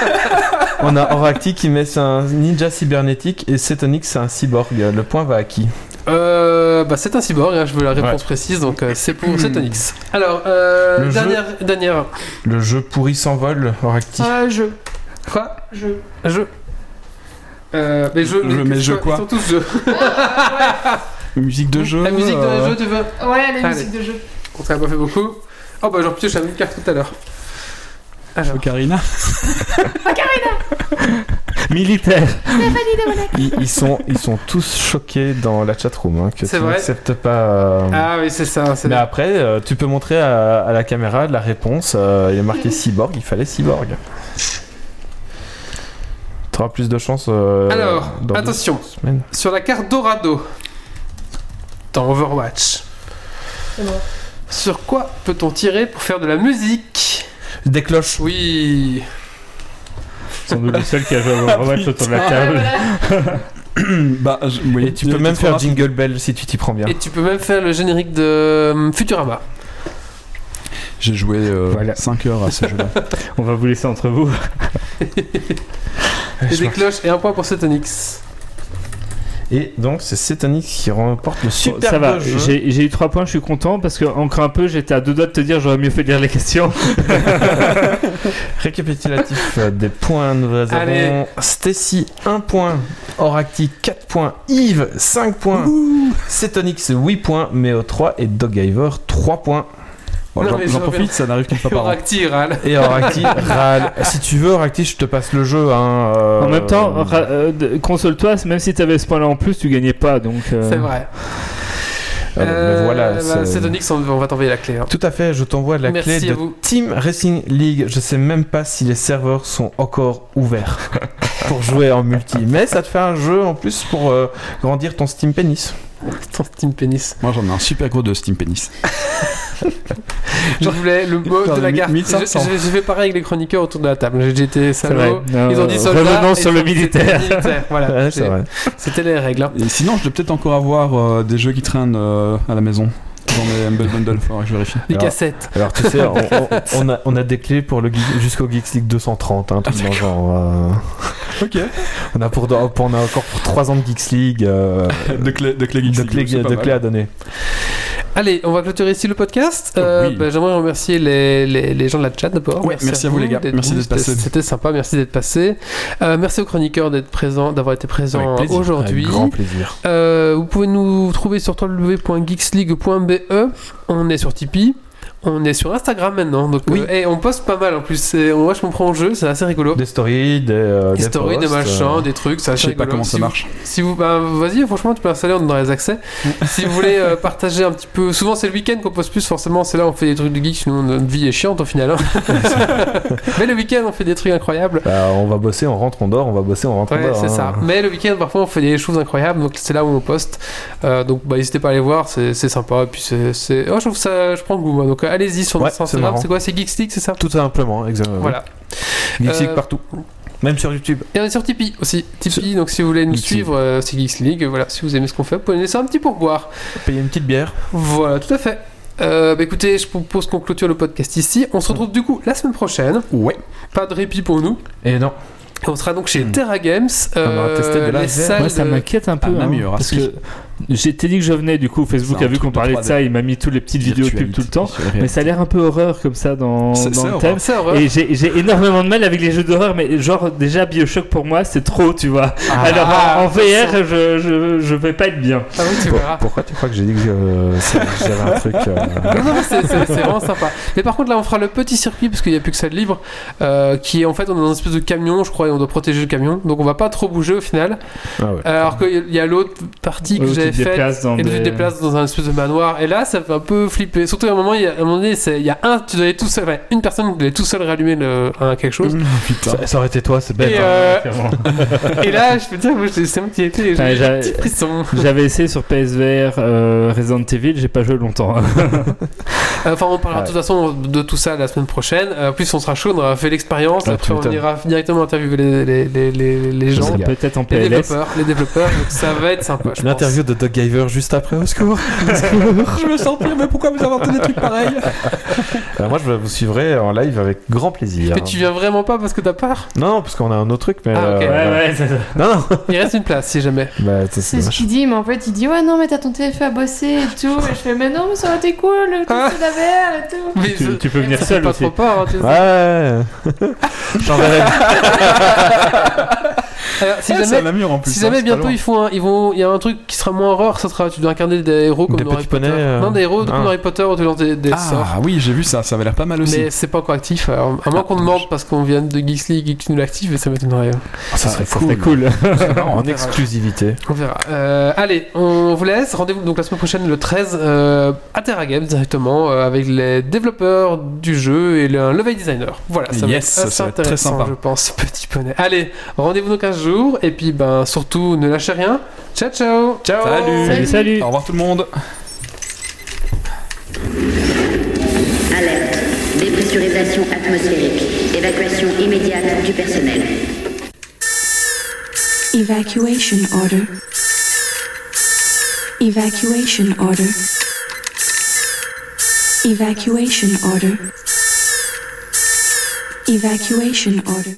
[SPEAKER 2] on a Oracti qui met c'est un ninja cybernétique et Cetonix c'est un cyborg. Le point va à qui
[SPEAKER 1] Euh, bah, c'est un cyborg, hein, je veux la réponse
[SPEAKER 2] Ouais.
[SPEAKER 1] précise, donc euh, c'est pour c'est un X. Alors, euh,
[SPEAKER 2] Le
[SPEAKER 1] dernière, dernière.
[SPEAKER 2] Le jeu pourri s'envole, Oracti.
[SPEAKER 5] Euh, jeu.
[SPEAKER 1] Quoi
[SPEAKER 5] Jeu.
[SPEAKER 1] Jeu euh, mais je,
[SPEAKER 3] Je- mais je
[SPEAKER 1] Ils
[SPEAKER 3] quoi
[SPEAKER 1] sont tous jeux.
[SPEAKER 3] Musique de jeu.
[SPEAKER 1] La musique dans les
[SPEAKER 3] euh,
[SPEAKER 1] jeux, tu veux
[SPEAKER 5] Ouais, les
[SPEAKER 1] Allez.
[SPEAKER 5] musiques de jeu.
[SPEAKER 1] On s'en a pas fait beaucoup. Oh bah genre putain, j'avais une carte tout à l'heure. Alors,
[SPEAKER 3] Ocarina.
[SPEAKER 4] Militaire.
[SPEAKER 2] Ils, ils sont, ils sont tous choqués dans la chatroom hein, que
[SPEAKER 1] C'est
[SPEAKER 2] tu
[SPEAKER 1] vrai.
[SPEAKER 2] n'acceptes pas. euh,
[SPEAKER 1] ah oui, c'est ça. c'est-
[SPEAKER 2] Mais
[SPEAKER 3] Bah,
[SPEAKER 2] après, euh, tu peux montrer à, à la caméra la réponse. euh, il est marqué cyborg, il fallait cyborg. Tu auras plus de chance. euh,
[SPEAKER 1] Alors,
[SPEAKER 2] dans deux
[SPEAKER 1] attention.
[SPEAKER 2] semaines.
[SPEAKER 1] Sur la carte Dorado, dans Overwatch,
[SPEAKER 5] C'est bon.
[SPEAKER 1] sur quoi peut-on tirer pour faire de la musique
[SPEAKER 2] Des cloches.
[SPEAKER 1] Oui.
[SPEAKER 4] Sans doute le seul qui a joué à
[SPEAKER 1] Ah,
[SPEAKER 4] Overwatch autour de la
[SPEAKER 5] Ouais,
[SPEAKER 4] table.
[SPEAKER 5] voilà.
[SPEAKER 3] bah, je- oui,
[SPEAKER 2] Et tu
[SPEAKER 3] il y a
[SPEAKER 2] peux même
[SPEAKER 3] quatre
[SPEAKER 2] faire
[SPEAKER 3] phrases.
[SPEAKER 2] Jingle Bell si tu t'y prends bien.
[SPEAKER 1] Et tu peux même faire le générique de euh, Futurama.
[SPEAKER 3] J'ai joué
[SPEAKER 2] Voilà.
[SPEAKER 3] 5 heures à ce jeu-là.
[SPEAKER 4] On va vous laisser entre vous.
[SPEAKER 1] Et des cloches et un point pour Cetonix.
[SPEAKER 2] Et donc, c'est Cetanix qui remporte le super
[SPEAKER 4] ça va,
[SPEAKER 2] jeu.
[SPEAKER 4] j'ai j'ai eu 3 points, je suis content parce que encore un peu, j'étais à deux doigts de te dire j'aurais mieux fait de lire les questions.
[SPEAKER 2] Récapitulatif euh, des points, nous avons
[SPEAKER 1] Allez.
[SPEAKER 2] Stacy 1 point, Oracti 4 points, Yves 5 points, Cetonix 8 points, Meo 3 et Dogiver 3 points.
[SPEAKER 3] Bon,
[SPEAKER 1] Non,
[SPEAKER 3] j'en-
[SPEAKER 1] mais
[SPEAKER 3] J'en
[SPEAKER 1] je-
[SPEAKER 3] profite, ça n'arrive qu'une fois par an.
[SPEAKER 1] Coracti, Ral.
[SPEAKER 2] Et Oracti, râle. Eh, Si tu veux, Oracti, je te passe le jeu. hein, euh,
[SPEAKER 4] En même temps, ra- euh, de- console-toi, même si t'avais ce point-là en plus, tu gagnais pas. Donc, euh,
[SPEAKER 1] C'est vrai.
[SPEAKER 2] euh, mais voilà. c'est-
[SPEAKER 1] bah, c'est Onyx, on on va t'envoyer la clé. hein.
[SPEAKER 2] Tout à fait, je t'envoie la
[SPEAKER 1] Merci
[SPEAKER 2] clé
[SPEAKER 1] à
[SPEAKER 2] de
[SPEAKER 1] vous.
[SPEAKER 2] Team Racing League. Je sais même pas si les serveurs sont encore ouverts pour jouer en multi. Mais ça te fait un jeu en plus pour euh, grandir ton Steam Penis.
[SPEAKER 1] Ton Steam Pénis.
[SPEAKER 3] Moi j'en ai un super gros de Steam Penis.
[SPEAKER 1] Je voulais le mot
[SPEAKER 3] Putain,
[SPEAKER 1] de la
[SPEAKER 3] mi-
[SPEAKER 1] carte. Je-
[SPEAKER 3] 1500.
[SPEAKER 1] je- J'ai fait pareil avec les chroniqueurs autour de la table. J'ai- J'étais
[SPEAKER 4] c'est vrai.
[SPEAKER 1] salaud. Ils
[SPEAKER 4] Euh,
[SPEAKER 1] ont dit soldat.
[SPEAKER 4] Revenons
[SPEAKER 1] et
[SPEAKER 4] sur le
[SPEAKER 1] c'était
[SPEAKER 4] militaire.
[SPEAKER 1] militaire, Voilà.
[SPEAKER 2] Ouais, c'est vrai.
[SPEAKER 1] C'était les règles. hein.
[SPEAKER 3] Et sinon, je dois peut-être encore avoir euh, des jeux qui traînent euh, à la maison. Dans mes Humble Bundle, faudra que je vérifie.
[SPEAKER 1] Les
[SPEAKER 2] Alors,
[SPEAKER 1] cassettes.
[SPEAKER 2] Alors tu sais, on, on- on a, on a des clés pour le Geek- jusqu'au Geeks League 230, hein, tout dans le genre. euh,
[SPEAKER 3] Ok.
[SPEAKER 2] on a pour, pour- on a encore pour 3 ans de Geeks League. euh,
[SPEAKER 3] De clé, de clé Geeks
[SPEAKER 2] de
[SPEAKER 3] League,
[SPEAKER 2] clés
[SPEAKER 3] c'est pas
[SPEAKER 2] de
[SPEAKER 3] mal.
[SPEAKER 2] clés à donner.
[SPEAKER 1] Allez, on va clôturer ici le podcast.
[SPEAKER 3] Oh,
[SPEAKER 1] Euh,
[SPEAKER 3] oui.
[SPEAKER 1] bah, J'aimerais remercier les, les- les gens de la chat d'abord.
[SPEAKER 3] Ouais, merci à vous, les gars.
[SPEAKER 1] d'être
[SPEAKER 3] Merci
[SPEAKER 1] venus.
[SPEAKER 3] d'être passés.
[SPEAKER 1] C'était- C'était sympa. Merci d'être passés. Euh, merci aux chroniqueurs d'être présents, d'avoir été présents
[SPEAKER 3] Avec plaisir.
[SPEAKER 1] aujourd'hui.
[SPEAKER 2] Avec grand plaisir.
[SPEAKER 1] Euh, vous pouvez nous trouver sur www.geeksleague.be. On est sur Tipeee. On est sur Instagram maintenant. Donc,
[SPEAKER 2] Oui.
[SPEAKER 1] euh, et on poste pas mal en plus. C'est- on- Moi, je me prends au jeu. C'est assez rigolo.
[SPEAKER 2] Des stories, des, euh,
[SPEAKER 1] Des stories, des
[SPEAKER 2] posts,
[SPEAKER 1] machins,
[SPEAKER 2] euh,
[SPEAKER 1] des trucs. C'est
[SPEAKER 3] Je
[SPEAKER 1] assez
[SPEAKER 3] sais pas
[SPEAKER 1] rigolo.
[SPEAKER 3] comment ça
[SPEAKER 1] Si vous-
[SPEAKER 3] marche.
[SPEAKER 1] si vous, bah, vas-y, franchement, tu peux installer, on est dans les accès. si vous voulez euh, partager un petit peu, souvent c'est le week-end qu'on poste plus, forcément, c'est là où on fait des trucs de geek, sinon notre vie est chiante au final. hein. Mais le week-end, on fait des trucs incroyables.
[SPEAKER 2] Bah, on va bosser, on rentre, on dort, on va bosser, on rentre, on
[SPEAKER 1] Ouais,
[SPEAKER 2] dort.
[SPEAKER 1] c'est
[SPEAKER 2] hein.
[SPEAKER 1] ça. Mais le week-end, parfois, on fait des choses incroyables, donc c'est là où on poste. Euh, donc, bah, n'hésitez pas à aller voir, c'est c'est sympa. Et puis, c'est. c'est- Oh, je trouve ça, je prends le goût, moi. Donc, euh, allez-y sur
[SPEAKER 2] Ouais,
[SPEAKER 1] notre
[SPEAKER 2] c'est
[SPEAKER 1] Instagram,
[SPEAKER 2] marrant. Ah
[SPEAKER 1] c'est quoi C'est Geeks League, c'est ça
[SPEAKER 2] Tout simplement, exactement.
[SPEAKER 1] Voilà.
[SPEAKER 2] Geeks League
[SPEAKER 1] Euh,
[SPEAKER 2] partout. Même sur YouTube.
[SPEAKER 1] Et on est sur Tipeee aussi. Tipeee, donc si vous voulez nous
[SPEAKER 2] Geeks League.
[SPEAKER 1] suivre, euh, c'est Geeks League. Voilà, si vous aimez ce qu'on fait, vous pouvez nous laisser un petit pourboire.
[SPEAKER 2] Payer une petite bière.
[SPEAKER 1] Voilà, tout à fait. Euh, bah écoutez, je propose qu'on clôture le podcast ici. On se retrouve du coup la semaine prochaine.
[SPEAKER 3] Ouais.
[SPEAKER 1] Pas de répit pour nous.
[SPEAKER 2] Et non.
[SPEAKER 1] Et on sera donc chez
[SPEAKER 2] Hmm.
[SPEAKER 1] Terra Games. euh,
[SPEAKER 2] On aura testé de la
[SPEAKER 1] les
[SPEAKER 2] VR.
[SPEAKER 1] salles
[SPEAKER 4] Moi, ça
[SPEAKER 1] de-
[SPEAKER 4] m'inquiète un peu.
[SPEAKER 3] Ah,
[SPEAKER 4] hein,
[SPEAKER 3] Namur,
[SPEAKER 4] parce
[SPEAKER 3] ah,
[SPEAKER 4] que j'étais dit que je venais, du coup, Facebook
[SPEAKER 3] C'est
[SPEAKER 4] a
[SPEAKER 3] un
[SPEAKER 4] vu
[SPEAKER 3] truc
[SPEAKER 4] qu'on
[SPEAKER 3] de
[SPEAKER 4] parlait de
[SPEAKER 3] 3D.
[SPEAKER 4] ça, il m'a mis toutes les petites vidéos pubs
[SPEAKER 3] Virtualité
[SPEAKER 4] tout le temps.
[SPEAKER 3] virtuelle.
[SPEAKER 4] Mais ça a l'air un peu horreur comme ça dans,
[SPEAKER 3] C'est-
[SPEAKER 4] dans
[SPEAKER 3] c'est
[SPEAKER 4] le
[SPEAKER 3] horreur.
[SPEAKER 4] thème.
[SPEAKER 1] C'est horreur.
[SPEAKER 4] Et j'ai j'ai énormément de mal avec les jeux d'horreur, mais genre déjà Bioshock pour moi c'est trop, tu vois. Alors
[SPEAKER 1] Ah,
[SPEAKER 4] en, en VR, je, je, je vais pas être bien.
[SPEAKER 1] Ah oui, tu verras.
[SPEAKER 2] Pourquoi tu crois que j'ai dit que euh, c'est- j'avais un truc euh,
[SPEAKER 1] Non, non, c'est c'est- c'est vraiment sympa. Mais par contre, là, on fera le petit circuit parce qu'il n'y a plus que ça de libre. euh, qui est en fait, on est dans une espèce de camion, je crois, et on doit protéger le camion. Donc on va pas trop bouger au final. Euh,
[SPEAKER 2] Ah ouais.
[SPEAKER 1] Alors qu'il y a l'autre partie que
[SPEAKER 4] Où tu
[SPEAKER 1] j'avais
[SPEAKER 4] te
[SPEAKER 1] faite.
[SPEAKER 4] déplaces dans
[SPEAKER 1] Et tu
[SPEAKER 4] des-
[SPEAKER 1] te déplaces dans un espèce de manoir. Et là, ça fait un peu flipper. Surtout à un moment, il y a, à un moment donné, c'est- il y a un, tu devais tout seul, enfin, une personne qui devait tout seul rallumer le, un quelque chose.
[SPEAKER 3] Mmh, putain.
[SPEAKER 2] ça, ça aurait été toi, c'est bête.
[SPEAKER 1] Et,
[SPEAKER 2] hein.
[SPEAKER 1] euh, et là, je peux te dire que moi, c'est c'est moi qui ai été.
[SPEAKER 4] Ouais,
[SPEAKER 1] J'ai eu
[SPEAKER 4] j'avais-
[SPEAKER 1] un petit frisson.
[SPEAKER 4] J'avais essayé sur PSVR euh, Resident Evil, j'ai pas joué longtemps. hein.
[SPEAKER 1] Enfin, on parlera de toute façon de tout ça la semaine prochaine. Euh, En plus, on sera chaud, on aura fait l'expérience.
[SPEAKER 2] Ah, tu
[SPEAKER 1] Après, on
[SPEAKER 2] m'étonnes.
[SPEAKER 1] ira directement interviewer les, les, les, les, les
[SPEAKER 4] Je
[SPEAKER 1] gens.
[SPEAKER 4] serai peut-être en
[SPEAKER 1] Les
[SPEAKER 4] PLS.
[SPEAKER 1] développeurs, les développeurs, donc ça va être sympa. je pense.
[SPEAKER 2] L'interview de Doug Giver juste après, au secours.
[SPEAKER 3] Je me sens pire, mais pourquoi vous inventez des trucs pareils
[SPEAKER 1] Ah,
[SPEAKER 2] Euh, moi, je vous suivrai en live avec grand plaisir.
[SPEAKER 1] Mais tu viens vraiment pas parce que t'as peur
[SPEAKER 2] Non, non, parce qu'on a un autre truc, mais.
[SPEAKER 1] Ah, ok.
[SPEAKER 4] Ouais,
[SPEAKER 2] euh,
[SPEAKER 4] ouais, c'est ça.
[SPEAKER 2] Non, non.
[SPEAKER 1] Il reste une place si jamais.
[SPEAKER 2] Bah, ça,
[SPEAKER 5] C'est ce qu'il dit, mais en fait, il dit Ouais, non, mais t'as ton téléphone à bosser et tout. Et je fais Mais non, mais ça aurait été cool, tout
[SPEAKER 1] Ah.
[SPEAKER 5] c'est la VR et tout.
[SPEAKER 1] Mais je-
[SPEAKER 4] Tu, tu peux venir
[SPEAKER 1] ça fait
[SPEAKER 4] seul
[SPEAKER 1] pas
[SPEAKER 4] aussi.
[SPEAKER 1] trop peur. hein, tu sais.
[SPEAKER 2] Ouais. J'enverrai.
[SPEAKER 1] Alors, si
[SPEAKER 3] C'est
[SPEAKER 1] jamais,
[SPEAKER 3] un Namur en plus.
[SPEAKER 1] si
[SPEAKER 3] hein,
[SPEAKER 1] jamais
[SPEAKER 2] c'est pas
[SPEAKER 1] bientôt
[SPEAKER 2] loin.
[SPEAKER 1] ils font un- ils vont il y a un truc qui sera moins horreur ça sera tu dois incarner des héros comme
[SPEAKER 2] Des
[SPEAKER 1] dans Harry
[SPEAKER 2] petits
[SPEAKER 1] Potter
[SPEAKER 2] poneys, euh,
[SPEAKER 1] non des héros comme
[SPEAKER 2] ah.
[SPEAKER 1] dans Harry Potter où tu lances des, des sorts
[SPEAKER 3] Ah oui, j'ai vu ça, ça avait l'air pas mal aussi.
[SPEAKER 1] mais c'est pas encore actif alors, à moins
[SPEAKER 3] Ah,
[SPEAKER 1] qu'on
[SPEAKER 3] dommage.
[SPEAKER 1] demande parce qu'on vient de Geeks League et que tu nous l'actives et ça m'étonnerait
[SPEAKER 3] Ah, ça serait cool.
[SPEAKER 4] C'est cool.
[SPEAKER 2] en exclusivité.
[SPEAKER 1] on verra Euh, allez on vous laisse rendez-vous donc la semaine prochaine le 13 euh, à Terra Games directement euh, avec les développeurs du jeu et le un level designer voilà ça
[SPEAKER 3] Yes,
[SPEAKER 1] va être, assez
[SPEAKER 3] ça va être très
[SPEAKER 1] intéressant,
[SPEAKER 3] sympa.
[SPEAKER 1] je pense petit poney allez rendez-vous dans 15 jours et puis ben surtout ne lâchez rien ciao ciao
[SPEAKER 3] Ciao
[SPEAKER 4] Salut, salut.
[SPEAKER 3] Au revoir tout le monde
[SPEAKER 7] Alerte. Dépressurisation atmosphérique. Évacuation immédiate du personnel.
[SPEAKER 8] Evacuation order. Evacuation order. Evacuation order. Evacuation order.